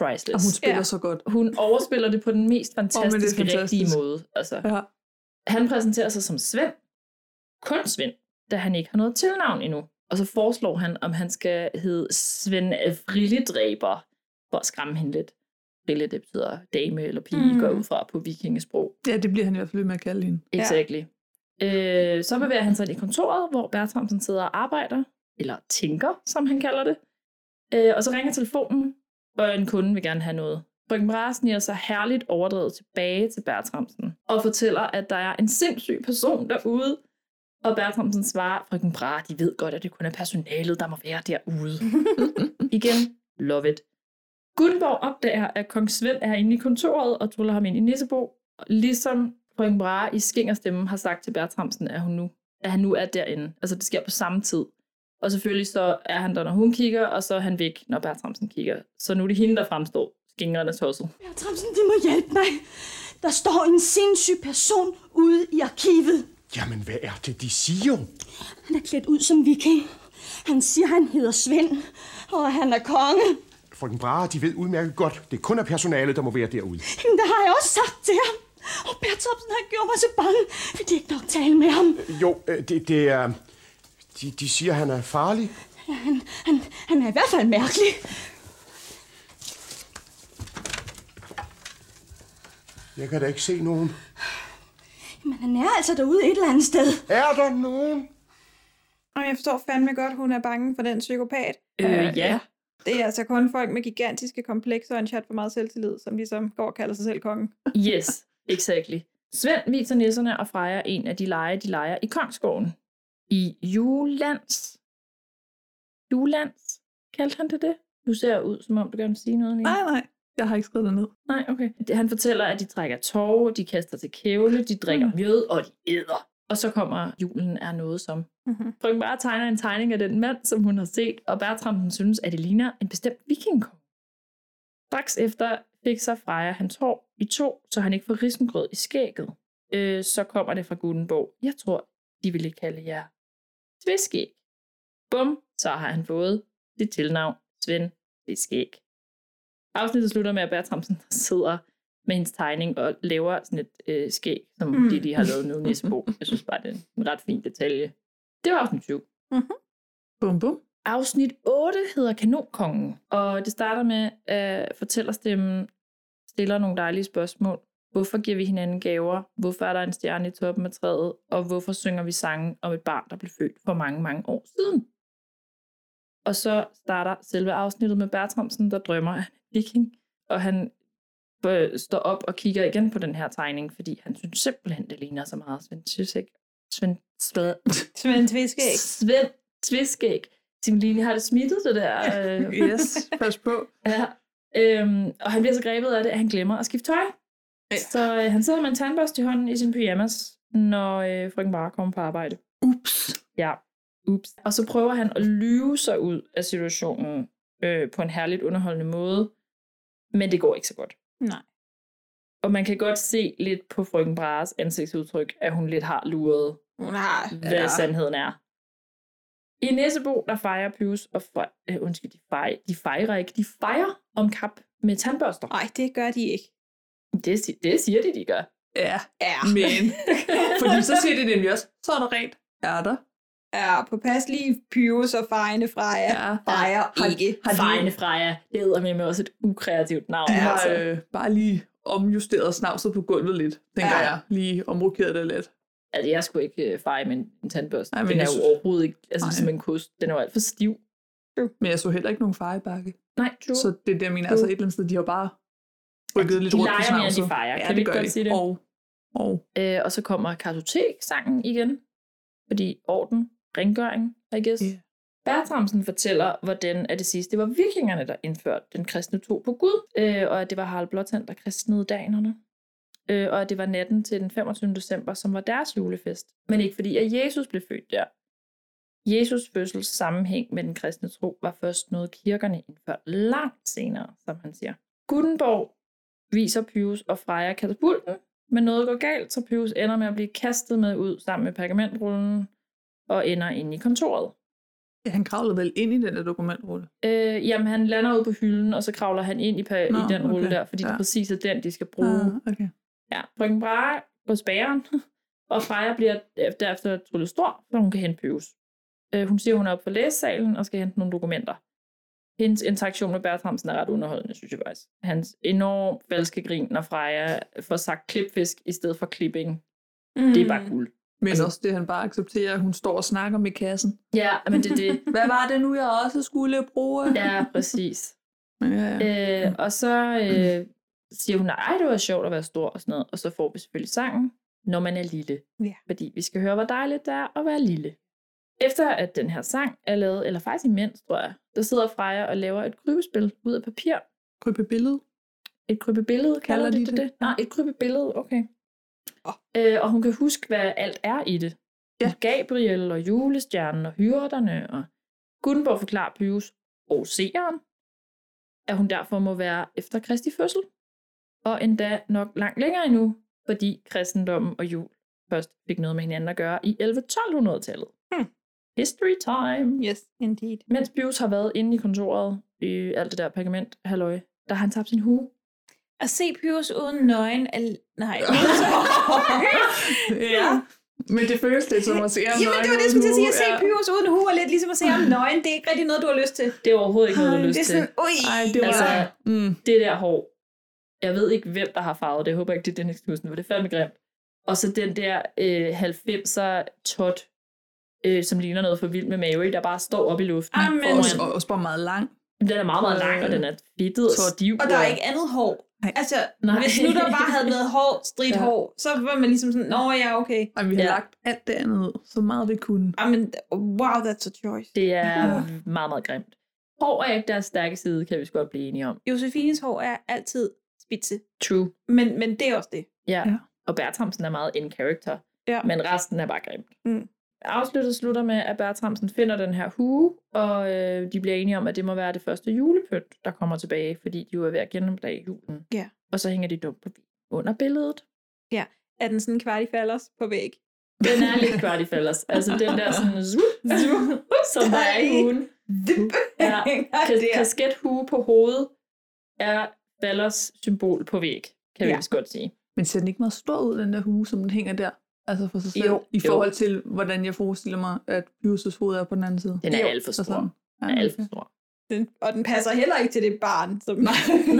[SPEAKER 9] priceless.
[SPEAKER 3] Og hun spiller så godt.
[SPEAKER 9] Hun overspiller det på den mest fantastiske, oh,
[SPEAKER 3] fantastisk.
[SPEAKER 9] rigtige måde. Altså,
[SPEAKER 3] ja.
[SPEAKER 9] Han præsenterer sig som Svend. Kun Svend, da han ikke har noget tilnavn endnu. Og så foreslår han, om han skal hedde Svend Frilledræber, for at skræmme hende lidt. Frille, det betyder dame eller pige,
[SPEAKER 3] Mm.
[SPEAKER 9] mm. går jeg ud fra på vikingesprog.
[SPEAKER 3] Ja, det bliver han i hvert fald ved med at kalde hende.
[SPEAKER 9] Exactly. Ja. Øh, så bevæger han sig ind i kontoret, hvor Bertramsen sidder og arbejder, eller tænker, som han kalder det. Øh, og så ringer telefonen, og en kunde vil gerne have noget. Frøken Bra sniger sig herligt overdrevet tilbage til Bertramsen, og fortæller, at der er en sindssyg person derude. Og Bertramsen svarer, Frøken Bra, de ved godt, at det kun er personalet, der må være derude. Igen, love it. Gunborg opdager, at kong Svend er inde i kontoret og truller ham ind i Nissebo, ligesom Frøken Brahe i skinger stemme har sagt til Bertramsen, at, hun nu, at han nu er derinde. Altså, det sker på samme tid. Og selvfølgelig så er han der, når hun kigger, og så er han væk, når Bertramsen kigger. Så nu er det hende, der fremstår skingrende tosset.
[SPEAKER 17] Bertramsen, de må hjælpe mig. Der står en sindssyg person ude i arkivet.
[SPEAKER 7] Jamen, hvad er det, de siger?
[SPEAKER 17] Han er klædt ud som viking. Han siger, han hedder Svend, og han er konge.
[SPEAKER 14] Frøken Brahe, de ved udmærket godt, det kun er personalet, der må være derude.
[SPEAKER 17] Jamen, det har jeg også sagt til ham. Og Bertramsen, han gjorde mig så bange, fordi jeg ikke nok tale med ham.
[SPEAKER 14] Jo, øh, det, det er... De, de siger, han er farlig.
[SPEAKER 17] Ja, Han, han, han er i hvert fald mærkelig.
[SPEAKER 14] Jeg kan da ikke se nogen.
[SPEAKER 17] Men han er altså derude et eller andet sted.
[SPEAKER 14] Er der nogen?
[SPEAKER 8] Og jeg forstår fandme godt, hun er bange for den psykopat.
[SPEAKER 9] Øh, ja.
[SPEAKER 8] Det er altså kun folk med gigantiske komplekser og en chat for meget selvtillid, som ligesom går og kalder sig selv kongen.
[SPEAKER 9] Yes, exactly. Svend viser nisserne og Freja en af de lege, de leger i Kongsgården. I Julands. Julands? Kaldte han det det? Du ser ud, som om du gerne vil sige noget. Nej,
[SPEAKER 3] nej. Jeg har ikke skrevet det ned.
[SPEAKER 9] Nej, okay. Det- Han fortæller, at de trækker tov, de kaster til kævle, de drikker mjød, og de æder. Og så kommer julen er noget som.
[SPEAKER 8] Mhm.
[SPEAKER 9] Frøken bare tegner en tegning af den mand, som hun har set, og Bertramsen synes, at det ligner en bestemt vikingkong. Straks efter fik sig Freja hans hår i to, så han ikke får risengrød i skægget. Øh, så kommer det fra Gunnenborg. Jeg tror, de ville kalde jer Tviskæg. Bum, så har han fået det tilnavn Svend Tviskæg. Afsnittet slutter med, at Bertramsen sidder med hendes tegning og laver sådan et øh, skæg, som
[SPEAKER 8] Mm.
[SPEAKER 9] mm. de lige har lavet nu i Nissebo. Jeg synes bare, det er en ret fin detalje. Det var afsnit 7.
[SPEAKER 3] Bum, bum.
[SPEAKER 9] Afsnit 8 hedder Kanonkongen, og det starter med, at fortællerstemmen stiller nogle dejlige spørgsmål. Hvorfor giver vi hinanden gaver? Hvorfor er der en stjerne i toppen af træet? Og hvorfor synger vi sangen om et barn, der blev født for mange, mange år siden? Og så starter selve afsnittet med Bertramsen, der drømmer, at han er viking. Og han øh, står op og kigger igen på den her tegning, fordi han synes simpelthen, det ligner så meget Svend Tysæk. Svend, Svend,
[SPEAKER 8] Svend Tviskæg.
[SPEAKER 9] Svend Tviskæg. Simeline, har det smittet det der? øh?
[SPEAKER 3] Yes, pas på.
[SPEAKER 9] Ja. Øhm, og han bliver så grebet af det, at han glemmer at skifte tøj. Ja. Så øh, han sidder med en tandbørste i hånden i sin pyjamas, når øh, frøken bare kommer på arbejde. Ups. Ja, ups. Og så prøver han at lyve sig ud af situationen øh, på en herligt underholdende måde, men det går ikke så godt.
[SPEAKER 8] Nej.
[SPEAKER 9] Og man kan godt se lidt på frøken Bras ansigtsudtryk, at hun lidt har luret,
[SPEAKER 8] Hun har...
[SPEAKER 9] hvad sandheden er. I Nissebo, der fejrer Pius og fej, øh, undskyld, de fejrer, de fejrer ikke, de fejrer om kap med tandbørster.
[SPEAKER 8] Nej, det gør de ikke.
[SPEAKER 9] Det, si- det siger de, de gør.
[SPEAKER 3] Ja,
[SPEAKER 8] Ja.
[SPEAKER 3] men... Fordi så siger de nemlig også, så er der rent. Er der?
[SPEAKER 8] Ja, på pas lige Pyrus og fejende Freja. Ja. Freja ikke.
[SPEAKER 9] Har Fejne Freja, det hedder med mig også et ukreativt navn.
[SPEAKER 3] Jeg har
[SPEAKER 9] altså.
[SPEAKER 3] øh, bare lige omjusteret snavset på gulvet lidt, tænker
[SPEAKER 9] Ja.
[SPEAKER 3] ja. jeg. Lige omrokeret det lidt.
[SPEAKER 9] Altså, jeg skulle ikke øh, feje med en, en tandbørste.
[SPEAKER 3] Ej,
[SPEAKER 9] Ej,
[SPEAKER 3] men
[SPEAKER 9] den er
[SPEAKER 3] jeg
[SPEAKER 9] jo
[SPEAKER 3] synes-
[SPEAKER 9] overhovedet ikke, altså ligesom en kost. Den er jo alt for stiv.
[SPEAKER 3] Men jeg så heller ikke nogen fejebakke.
[SPEAKER 9] Nej, true.
[SPEAKER 3] Så det er det, jeg mener. Altså et eller andet sted, de har bare rykket lidt
[SPEAKER 9] de
[SPEAKER 3] rundt på
[SPEAKER 9] leger mere, end
[SPEAKER 3] snavset.
[SPEAKER 9] de fejrer.
[SPEAKER 3] Ja,
[SPEAKER 9] Kan
[SPEAKER 3] det
[SPEAKER 9] vi ikke
[SPEAKER 3] gør
[SPEAKER 9] godt
[SPEAKER 3] de.
[SPEAKER 9] sige det?
[SPEAKER 3] Og, og.
[SPEAKER 9] Øh, og så kommer kartotek-sangen igen. Fordi orden, rengøring, I guess. Yeah. Bertramsen fortæller, hvordan at det sidst det var vikingerne, der indførte den kristne tro på Gud, øh, og at det var Harald Blåtand, der kristnede danerne, øh, og at det var natten til den 25. december, som var deres julefest. Men ikke fordi, at Jesus blev født der. Jesus fødsels sammenhæng med den kristne tro var først noget, kirkerne indførte langt senere, som han siger. Gutenborg viser Pyrus og Freja katapulten, men noget går galt, så Pyrus ender med at blive kastet med ud sammen med pergamentrullen og ender inde i kontoret.
[SPEAKER 3] Ja, han kravlede vel ind i den der dokumentrulle.
[SPEAKER 9] Øh, jamen, han lander ude på hylden, og så kravler han ind i, pa-
[SPEAKER 3] Nå,
[SPEAKER 9] i den
[SPEAKER 3] okay.
[SPEAKER 9] rulle der, fordi ja. det
[SPEAKER 3] Ja.
[SPEAKER 9] præcis er den, de skal bruge.
[SPEAKER 3] Ah, okay.
[SPEAKER 9] Ja, frøken Brahe går spæren, og Freja bliver derefter trullet stor, så hun kan hente Pøves. Øh, hun siger, hun er oppe på læsesalen og skal hente nogle dokumenter. Hendes interaktion med Bertramsen er ret underholdende, synes jeg faktisk. Hans enorm falske grin, når Freja får sagt klipfisk i stedet for klipping. Mm. Det er
[SPEAKER 8] Mhm.
[SPEAKER 9] bare guld.
[SPEAKER 3] Men altså, også det, han bare accepterer, at hun står og snakker med kassen.
[SPEAKER 9] Ja, men det er det.
[SPEAKER 3] Hvad var det nu, jeg også skulle bruge?
[SPEAKER 9] Ja, præcis.
[SPEAKER 3] Ja, ja.
[SPEAKER 9] Øh, og så øh, siger hun, nej, det var sjovt at være stor og sådan noget. Og så får vi selvfølgelig sangen, når man er lille.
[SPEAKER 8] Ja.
[SPEAKER 9] Fordi vi skal høre, hvor dejligt det er at være lille. Efter at den her sang er lavet, eller faktisk imens, tror jeg, der sidder Freja og laver et krybespil ud af papir.
[SPEAKER 3] Krybebillede?
[SPEAKER 9] Et krybebillede, kalder, kalder de det? det? Nej, et krybebillede, okay. Øh, og hun kan huske, hvad alt er i det. Ja. Gabriel og julestjernen og hyrderne og Gutenborg forklarer Pyrus og seeren, at hun derfor må være efter Kristi fødsel, og endda nok langt længere endnu, fordi kristendommen og jul først fik noget med hinanden at gøre i 11-1200-tallet. Hmm. History time!
[SPEAKER 8] Yes, indeed.
[SPEAKER 9] Mens Pyrus har været inde i kontoret i alt det der pergament, halløj, der har han tabt sin hue.
[SPEAKER 8] At se Pyrus uden nøgen er... Nej.
[SPEAKER 3] ja. Men det føles lidt som at se ham
[SPEAKER 8] Jamen, det var det, jeg skulle til at sige. At se Pyrus uden hue er lidt ligesom at se ham nøgen. Det er ikke rigtig noget, du har lyst til.
[SPEAKER 9] Det er overhovedet Ah. ikke noget, jeg
[SPEAKER 8] Ej,
[SPEAKER 9] har lyst
[SPEAKER 8] det er sådan,
[SPEAKER 9] til.
[SPEAKER 8] ui. Ej,
[SPEAKER 3] det var-
[SPEAKER 9] altså,
[SPEAKER 3] mm.
[SPEAKER 9] det der hår. Jeg ved ikke, hvem der har farvet det. Jeg håber ikke, det er Dennis Knudsen, for det er fandme grimt. Og så den der øh, 90'er tot, øh, som ligner noget for vild med Mary, der bare står op i luften.
[SPEAKER 3] Amen.
[SPEAKER 9] foran.
[SPEAKER 3] Også, og- også bare meget lang.
[SPEAKER 9] Den er meget, meget lang, og den er fedtet og
[SPEAKER 3] Tot.
[SPEAKER 9] stiv.
[SPEAKER 8] Og der er ikke andet hår. Altså,
[SPEAKER 9] Nej.
[SPEAKER 8] hvis nu der bare havde været hår, stridt
[SPEAKER 3] Ja.
[SPEAKER 8] ja. hår, så var man ligesom sådan, nå ja, okay.
[SPEAKER 3] Og vi har ja. lagt alt det andet ud, så meget vi kunne.
[SPEAKER 8] Jamen, wow, that's a choice.
[SPEAKER 9] Det er meget, meget grimt. Hår er ikke deres stærke side, kan vi så godt blive enige om.
[SPEAKER 8] Josefines hår er altid spidse.
[SPEAKER 9] True.
[SPEAKER 8] Men, men det er også det.
[SPEAKER 9] Ja. ja. Og Bertramsen er meget in character.
[SPEAKER 8] Ja.
[SPEAKER 9] Men resten er bare grimt.
[SPEAKER 8] Mm.
[SPEAKER 9] Afsnittet slutter med, at Bertramsen finder den her hue, og øh, de bliver enige om, at det må være det første julepynt, der kommer tilbage, fordi de jo er ved at genopdage julen.
[SPEAKER 8] Ja.
[SPEAKER 9] Og så hænger de dumt på under billedet.
[SPEAKER 8] Ja. Er den sådan kvartifalders på væg?
[SPEAKER 9] Den er lidt kvart i fællers. Altså den der sådan, zup, zup, som der er i huen. Ja. Kas- Kaskethue på hovedet er fællers symbol på væg, kan vi
[SPEAKER 3] Ja.
[SPEAKER 9] vist godt sige.
[SPEAKER 3] Men ser den ikke meget stor ud, den der hue, som den hænger der? Altså for sig selv,
[SPEAKER 9] Jo.
[SPEAKER 3] i
[SPEAKER 9] Jo.
[SPEAKER 3] forhold til, hvordan jeg forestiller mig, at Pyrus' hoved er på den anden side.
[SPEAKER 9] Den er
[SPEAKER 3] Jo.
[SPEAKER 9] alt for
[SPEAKER 3] Så
[SPEAKER 9] stor.
[SPEAKER 3] sådan.
[SPEAKER 9] Den er alt for stor.
[SPEAKER 8] Den, og den passer heller ikke til det barn, som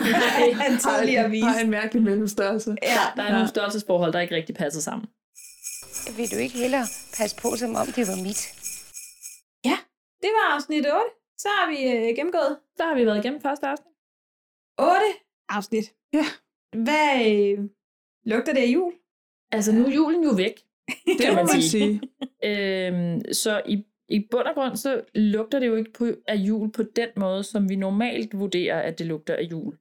[SPEAKER 8] han tidligere viste.
[SPEAKER 3] Har en mærkelig mellemstørrelse.
[SPEAKER 8] Ja,
[SPEAKER 9] Der er nogle størrelsesforhold, der ikke rigtig passer sammen.
[SPEAKER 18] Vil du ikke hellere passe på, som om det var mit?
[SPEAKER 8] Det var afsnit 8. Så har vi øh, gennemgået.
[SPEAKER 9] Så har vi været igennem første afsnit.
[SPEAKER 8] 8 afsnit.
[SPEAKER 3] Ja.
[SPEAKER 8] Hvad øh, lugter det af jul?
[SPEAKER 9] Altså, nu er julen jo væk.
[SPEAKER 3] Det
[SPEAKER 9] kan
[SPEAKER 3] må
[SPEAKER 9] man
[SPEAKER 3] man
[SPEAKER 9] sige. øhm, så i, i bund og grund, så lugter det jo ikke på, af jul på den måde, som vi normalt vurderer, at det lugter af jul.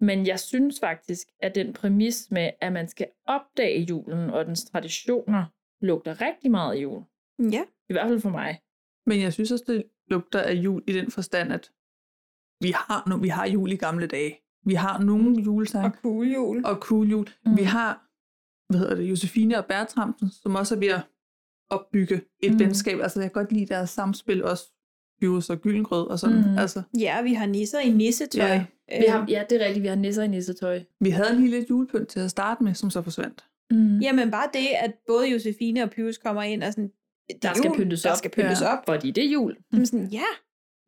[SPEAKER 9] Men jeg synes faktisk, at den præmis med, at man skal opdage julen og dens traditioner, lugter rigtig meget af jul.
[SPEAKER 8] Ja.
[SPEAKER 9] I hvert fald for mig.
[SPEAKER 3] Men jeg synes også, det lugter af jul i den forstand, at vi har, nu, vi har jul i gamle dage. Vi har
[SPEAKER 9] Mm.
[SPEAKER 3] nogle julesange. Og
[SPEAKER 8] cool jul.
[SPEAKER 3] Og cool jul. Mm. Vi har, hvad hedder det, Josefine og Bertramsen, som også er ved at opbygge et
[SPEAKER 8] Mm.
[SPEAKER 3] mm. venskab. Altså, jeg kan godt lide deres samspil også. Pyrus og Gyllengrød og sådan.
[SPEAKER 9] Mm.
[SPEAKER 3] Mm. Altså,
[SPEAKER 8] Ja, vi har nisser i nissetøj.
[SPEAKER 3] Ja.
[SPEAKER 8] Øh,
[SPEAKER 9] Vi har, ja, det er rigtigt. Vi har nisser i nissetøj.
[SPEAKER 3] vi havde lige lidt julepynt til at starte med, som så forsvandt.
[SPEAKER 9] Mm.
[SPEAKER 8] Jamen bare det, at både Josefine og Pyrus kommer ind og sådan... "Det er
[SPEAKER 9] Der skal
[SPEAKER 8] jul,
[SPEAKER 9] pyntes op.
[SPEAKER 8] Der skal pyntes
[SPEAKER 9] ja.
[SPEAKER 8] op.
[SPEAKER 9] Fordi det er jul.
[SPEAKER 8] Jamen sådan, ja.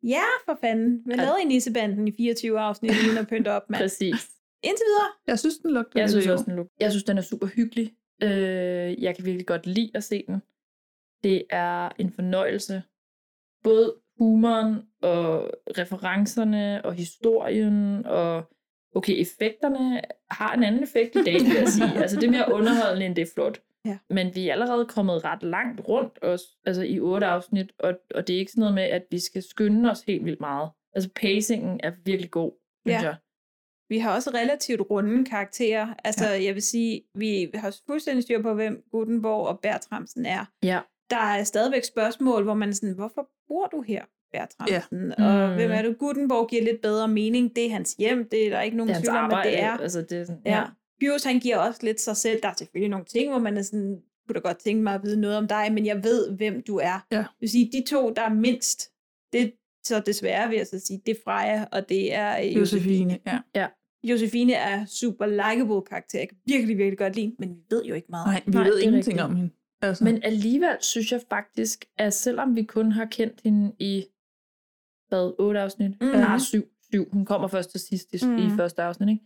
[SPEAKER 8] Ja, for fanden. Hvad
[SPEAKER 9] Ja.
[SPEAKER 8] lavede I nissebanden i 24 afsnit, uden at pynte op, mand?
[SPEAKER 9] Præcis.
[SPEAKER 8] Indtil videre.
[SPEAKER 3] Jeg synes, den lugter
[SPEAKER 9] Jeg
[SPEAKER 3] lidt
[SPEAKER 9] synes
[SPEAKER 3] af
[SPEAKER 9] også,
[SPEAKER 3] jul.
[SPEAKER 9] den lugter. Jeg synes, den er super hyggelig. Øh, jeg kan virkelig godt lide at se den. Det er en fornøjelse. Både humoren og referencerne og historien og okay, effekterne har en anden effekt i dag, vil jeg sige. Altså, det er mere underholdende, end det er flot.
[SPEAKER 8] Ja.
[SPEAKER 9] Men vi er allerede kommet ret langt rundt også, altså i otte afsnit, og, og det er ikke sådan noget med, at vi skal skynde os helt vildt meget. Altså pacingen er virkelig god, synes
[SPEAKER 8] Ja.
[SPEAKER 9] jeg.
[SPEAKER 8] Vi har også relativt runde karakterer. Altså, ja. jeg vil sige, vi har fuldstændig styr på, hvem Gutenborg og Bertramsen er.
[SPEAKER 9] Ja.
[SPEAKER 8] Der er stadigvæk spørgsmål, hvor man er sådan, hvorfor bor du her, Bertramsen?
[SPEAKER 9] Ja.
[SPEAKER 8] Og
[SPEAKER 9] Mm.
[SPEAKER 8] hvem er du? Gutenborg giver lidt bedre mening. Det er hans hjem, det er der ikke nogen
[SPEAKER 9] Det er hans
[SPEAKER 8] tvivl om, at
[SPEAKER 9] arbejde,
[SPEAKER 8] det er.
[SPEAKER 9] altså, det er sådan-
[SPEAKER 8] ja.
[SPEAKER 9] ja.
[SPEAKER 8] Pius, han giver også lidt sig selv. Der er selvfølgelig nogle ting, hvor man er sådan, kunne da godt tænke mig at vide noget om dig, men jeg ved, hvem du er.
[SPEAKER 3] Ja.
[SPEAKER 8] Det vil sige, de to, der er mindst, det er så desværre, vil jeg så sige, det er Freja, og det er øh,
[SPEAKER 3] Josefine, ja.
[SPEAKER 9] Ja.
[SPEAKER 8] Josefine er super likeable karakter. Jeg kan virkelig, virkelig godt lide, men vi ved jo ikke meget.
[SPEAKER 3] Nej, vi Nej, ved
[SPEAKER 9] det er
[SPEAKER 3] ingenting
[SPEAKER 9] rigtigt.
[SPEAKER 3] om hende. Altså.
[SPEAKER 9] Men alligevel synes jeg faktisk, at selvom vi kun har kendt hende i hvad, otte afsnit,
[SPEAKER 8] Mhm.
[SPEAKER 9] mm. nej, syv, syv, hun kommer først til sidst i, mm. i
[SPEAKER 8] Mhm.
[SPEAKER 9] første afsnit,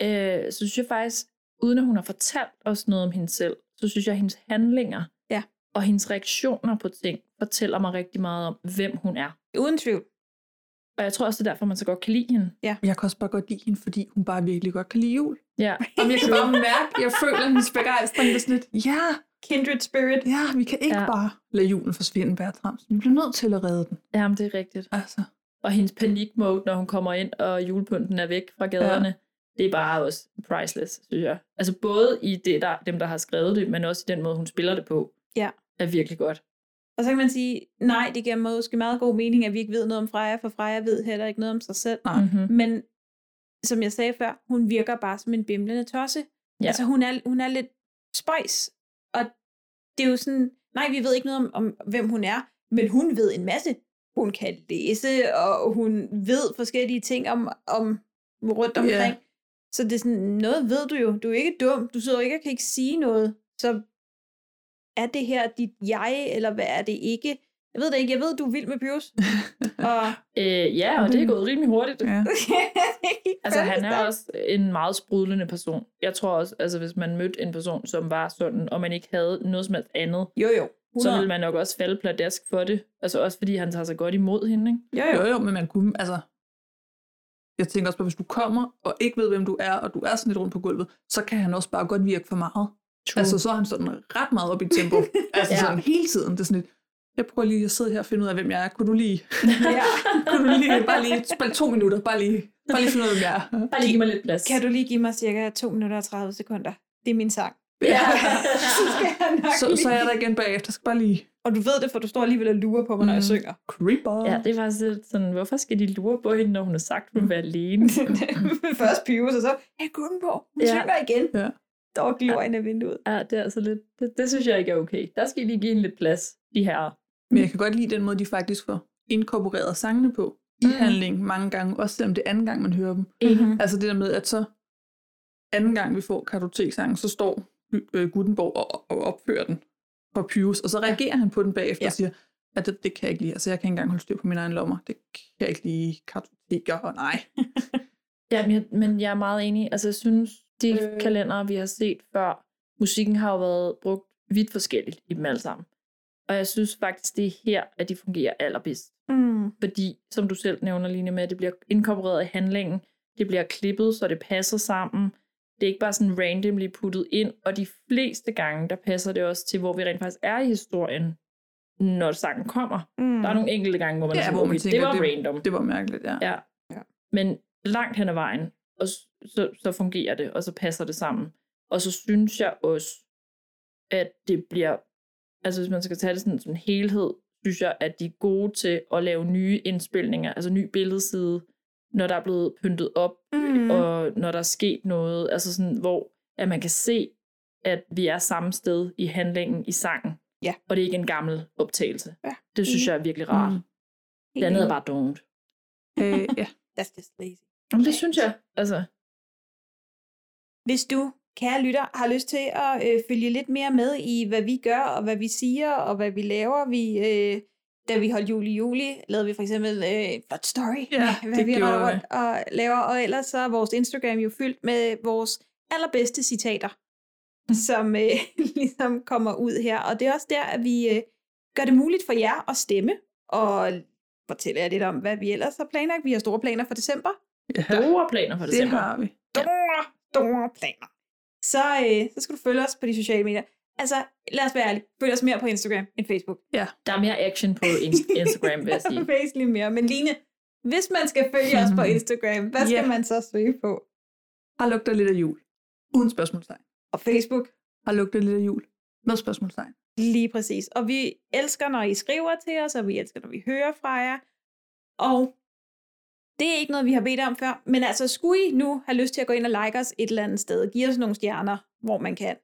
[SPEAKER 9] ikke? Øh, så synes jeg faktisk, uden at hun har fortalt os noget om hende selv, så synes jeg, at hendes handlinger
[SPEAKER 8] ja.
[SPEAKER 9] og hendes reaktioner på ting fortæller mig rigtig meget om, hvem hun er.
[SPEAKER 8] Uden tvivl.
[SPEAKER 9] Og jeg tror også, det er derfor, man så godt kan lide hende.
[SPEAKER 8] Ja.
[SPEAKER 3] Jeg kan også bare godt lide hende, fordi hun bare virkelig godt kan lide jul.
[SPEAKER 9] Ja.
[SPEAKER 3] Og jeg kan bare mærke, jeg føler hendes begejstring. Det er sådan lidt, ja.
[SPEAKER 8] Kindred spirit.
[SPEAKER 3] Ja, vi kan ikke
[SPEAKER 9] Ja.
[SPEAKER 3] ja. bare lade julen forsvinde, Bertramsen. Vi bliver nødt til at redde den.
[SPEAKER 9] Jamen, det er rigtigt.
[SPEAKER 3] Altså.
[SPEAKER 9] Og hendes panik mode, når hun kommer ind, og julepynten er væk fra gaderne, ja. det er bare også priceless, synes jeg. Altså både i det, der, dem, der har skrevet det, men også i den måde, hun spiller det på,
[SPEAKER 8] Ja.
[SPEAKER 9] er virkelig godt.
[SPEAKER 8] Og så kan man sige, nej, det giver måske meget god mening, at vi ikke ved noget om Freja, for Freja ved heller ikke noget om sig selv.
[SPEAKER 3] Nej.
[SPEAKER 9] Mhm.
[SPEAKER 8] Men som jeg sagde før, hun virker bare som en bimlende tosse.
[SPEAKER 9] Ja.
[SPEAKER 8] Altså hun er, hun er lidt spøjs. Og det er jo sådan, nej, vi ved ikke noget om, om, hvem hun er, men hun ved en masse. Hun kan læse, og hun ved forskellige ting om, om rundt
[SPEAKER 3] Ja.
[SPEAKER 8] omkring. Så det er sådan, noget ved du jo. Du er ikke dum. Du sidder jo ikke og kan ikke sige noget. Så er det her dit jeg, eller hvad er det ikke? Jeg ved det ikke. Jeg ved, du er vild med Pyrus. og
[SPEAKER 9] Øh, ja, og det er gået rimelig hurtigt.
[SPEAKER 3] Ja.
[SPEAKER 9] altså han er også en meget sprudlende person. Jeg tror også, altså hvis man mødte en person, som var sådan, og man ikke havde noget som helst andet,
[SPEAKER 8] jo, jo.
[SPEAKER 9] så
[SPEAKER 3] 100.
[SPEAKER 9] ville man nok også falde pladask for det. Altså også fordi han tager sig godt imod hende, ikke?
[SPEAKER 8] Jo,
[SPEAKER 3] jo, jo, men man kunne, altså... Jeg tænker også på, hvis du kommer og ikke ved, hvem du er, og du er sådan lidt rundt på gulvet, så kan han også bare godt virke for meget.
[SPEAKER 9] True.
[SPEAKER 3] Altså, så er han sådan ret meget op i tempo. altså,
[SPEAKER 9] Ja.
[SPEAKER 3] ja. sådan hele tiden. Det er sådan lidt, jeg prøver lige at sidde her og finde ud af, hvem jeg er. Kunne du lige... kunne du lige... Bare lige... Bare to minutter. Bare lige... Bare lige finde ud af, hvem jeg er.
[SPEAKER 9] Bare lige give mig lidt plads.
[SPEAKER 8] Kan du lige give mig cirka 2 minutter og 30 sekunder? Det er min sang.
[SPEAKER 3] Ja.
[SPEAKER 8] så, skal jeg nok
[SPEAKER 3] så, så er jeg der
[SPEAKER 8] lige-
[SPEAKER 3] igen bagefter. Jeg skal bare lige...
[SPEAKER 8] Og du ved det, for du står alligevel og lurer på mig, når jeg
[SPEAKER 9] Mm.
[SPEAKER 8] synger.
[SPEAKER 3] Creeper.
[SPEAKER 9] Ja, det er faktisk lidt sådan, hvorfor skal de lure på hende, når hun har sagt, hun vil være alene?
[SPEAKER 8] Først Pyrus, og så, hey Gutenborg, hun
[SPEAKER 9] Ja.
[SPEAKER 8] synger igen.
[SPEAKER 3] Ja.
[SPEAKER 8] Og glor ind af vinduet.
[SPEAKER 9] ja, det er altså lidt, det, det synes jeg ikke er okay. Der skal I lige give hende lidt plads, de her.
[SPEAKER 3] Men jeg kan godt lide den måde, de faktisk får inkorporeret sangene på i mm. handlingen mange gange, også selvom det er anden gang, man hører dem.
[SPEAKER 9] Mhm.
[SPEAKER 3] Altså det der med, at så anden gang, vi får kartoteksangen, så står øh, Gutenborg og, og opfører den for Pius, og så reagerer han på den bagefter ja. og siger, at det, det kan jeg ikke lide. Altså jeg kan ikke engang holde styr på mine egne lommer. Det kan jeg ikke lide kartoteker, og nej.
[SPEAKER 9] Ja, men jeg, men jeg er meget enig. Altså, jeg synes, de øh. kalendere, vi har set før, musikken har jo været brugt vidt forskelligt i dem alle sammen. Og jeg synes faktisk, det er her, at de fungerer allerbedst.
[SPEAKER 8] Mm.
[SPEAKER 9] Fordi, som du selv nævner, Line, med, at det bliver inkorporeret i handlingen, det bliver klippet, så det passer sammen. Det er ikke bare sådan randomly puttet ind, og de fleste gange, der passer det også til, hvor vi rent faktisk er i historien, når sangen kommer.
[SPEAKER 8] Mm.
[SPEAKER 9] Der er nogle enkelte gange, hvor man, er sådan, okay, Mhm. det var random.
[SPEAKER 3] Det var mærkeligt, ja.
[SPEAKER 9] Ja.
[SPEAKER 8] ja.
[SPEAKER 9] Men langt hen ad vejen, og s- så, så fungerer det, og så passer det sammen. Og så synes jeg også, at det bliver, altså hvis man skal tage det sådan som en helhed, synes jeg, at de er gode til at lave nye indspilninger, altså ny billedside, når der er blevet pyntet op,
[SPEAKER 8] Mhm.
[SPEAKER 9] og når der er sket noget, altså sådan, hvor at man kan se, at vi er samme sted i handlingen, i sangen,
[SPEAKER 8] ja.
[SPEAKER 9] og det er ikke en gammel optagelse.
[SPEAKER 8] Ja.
[SPEAKER 9] Det synes jeg er virkelig rart.
[SPEAKER 3] Mm.
[SPEAKER 9] Det andet er bare dumt.
[SPEAKER 3] Øh, ja.
[SPEAKER 8] That's just lazy.
[SPEAKER 9] Jamen, det synes jeg. Altså,
[SPEAKER 8] Hvis du, kære lytter, har lyst til at øh, følge lidt mere med i, hvad vi gør, og hvad vi siger, og hvad vi laver, vi, øh, da vi holdt jul i juli, lavede vi for eksempel øh, What Story,
[SPEAKER 3] Ja,
[SPEAKER 8] med, hvad
[SPEAKER 3] det
[SPEAKER 8] vi
[SPEAKER 3] gjorde
[SPEAKER 8] render
[SPEAKER 3] vi.
[SPEAKER 8] rundt og laver, og ellers så er vores Instagram jo fyldt med vores allerbedste citater,
[SPEAKER 3] Mm.
[SPEAKER 8] som øh, ligesom kommer ud her, og det er også der, at vi øh, gør det muligt for jer at stemme, og fortælle jer lidt om, hvad vi ellers har planlagt. Vi har store planer for december.
[SPEAKER 9] store planer for
[SPEAKER 3] Det
[SPEAKER 9] december.
[SPEAKER 3] har vi.
[SPEAKER 8] store, store planer. Så, øh, så skal du følge os på de sociale medier. Altså, lad os være ærlige. Følg os mere på Instagram end Facebook.
[SPEAKER 3] Ja.
[SPEAKER 9] Der er mere action på Ins- Instagram, vil jeg sige.
[SPEAKER 8] Væsentligt mere. Men Line, hvis man skal følge os på Instagram, hvad skal
[SPEAKER 3] Ja.
[SPEAKER 8] man så søge på?
[SPEAKER 3] Har lugter lidt af jul. Uden spørgsmålstegn.
[SPEAKER 8] Og Facebook.
[SPEAKER 3] Har lugter lidt af jul. Med spørgsmålstegn.
[SPEAKER 8] Lige præcis. Og vi elsker, når I skriver til os, og vi elsker, når vi hører fra jer. Og det er ikke noget, vi har bedt om før, men altså, skulle I nu have lyst til at gå ind og like os et eller andet sted, give os nogle stjerner, hvor man kan.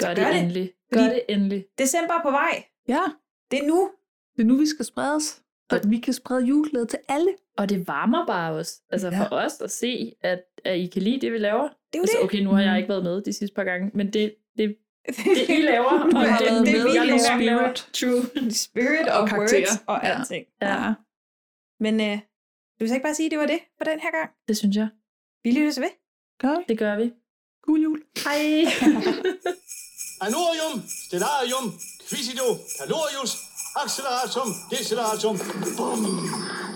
[SPEAKER 9] Gør
[SPEAKER 8] så
[SPEAKER 9] det endelig. Gør det endelig.
[SPEAKER 8] December er på vej.
[SPEAKER 3] Ja.
[SPEAKER 8] Det er nu.
[SPEAKER 3] Det er nu, vi skal spredes. Og vi kan sprede juleglæde til alle.
[SPEAKER 9] Og det varmer bare os. Altså ja. for os at se, at, at I kan lide det, vi laver.
[SPEAKER 8] Det er
[SPEAKER 9] altså,
[SPEAKER 8] det.
[SPEAKER 9] okay, nu har jeg ikke været med de sidste par gange, men det, det, det I laver, og
[SPEAKER 8] Du har
[SPEAKER 9] det,
[SPEAKER 8] været
[SPEAKER 9] det,
[SPEAKER 8] med,
[SPEAKER 9] det, jeg
[SPEAKER 8] vi
[SPEAKER 9] nogle
[SPEAKER 8] laver.
[SPEAKER 9] gange laver. True.
[SPEAKER 8] Spirit
[SPEAKER 9] Og
[SPEAKER 8] og, og
[SPEAKER 9] karakterer.
[SPEAKER 8] words og
[SPEAKER 9] Ja.
[SPEAKER 8] alting.
[SPEAKER 9] Ja.
[SPEAKER 8] Men øh, du vil så ikke bare sige, at det var det for den her gang?
[SPEAKER 9] Det synes jeg.
[SPEAKER 8] Vi lyttes ved.
[SPEAKER 3] Gør vi?
[SPEAKER 9] Det gør vi.
[SPEAKER 3] God jul.
[SPEAKER 9] Hej.
[SPEAKER 1] Anorium, stellarium, quisido, calorius, acceleratum, deceleratum. Bum.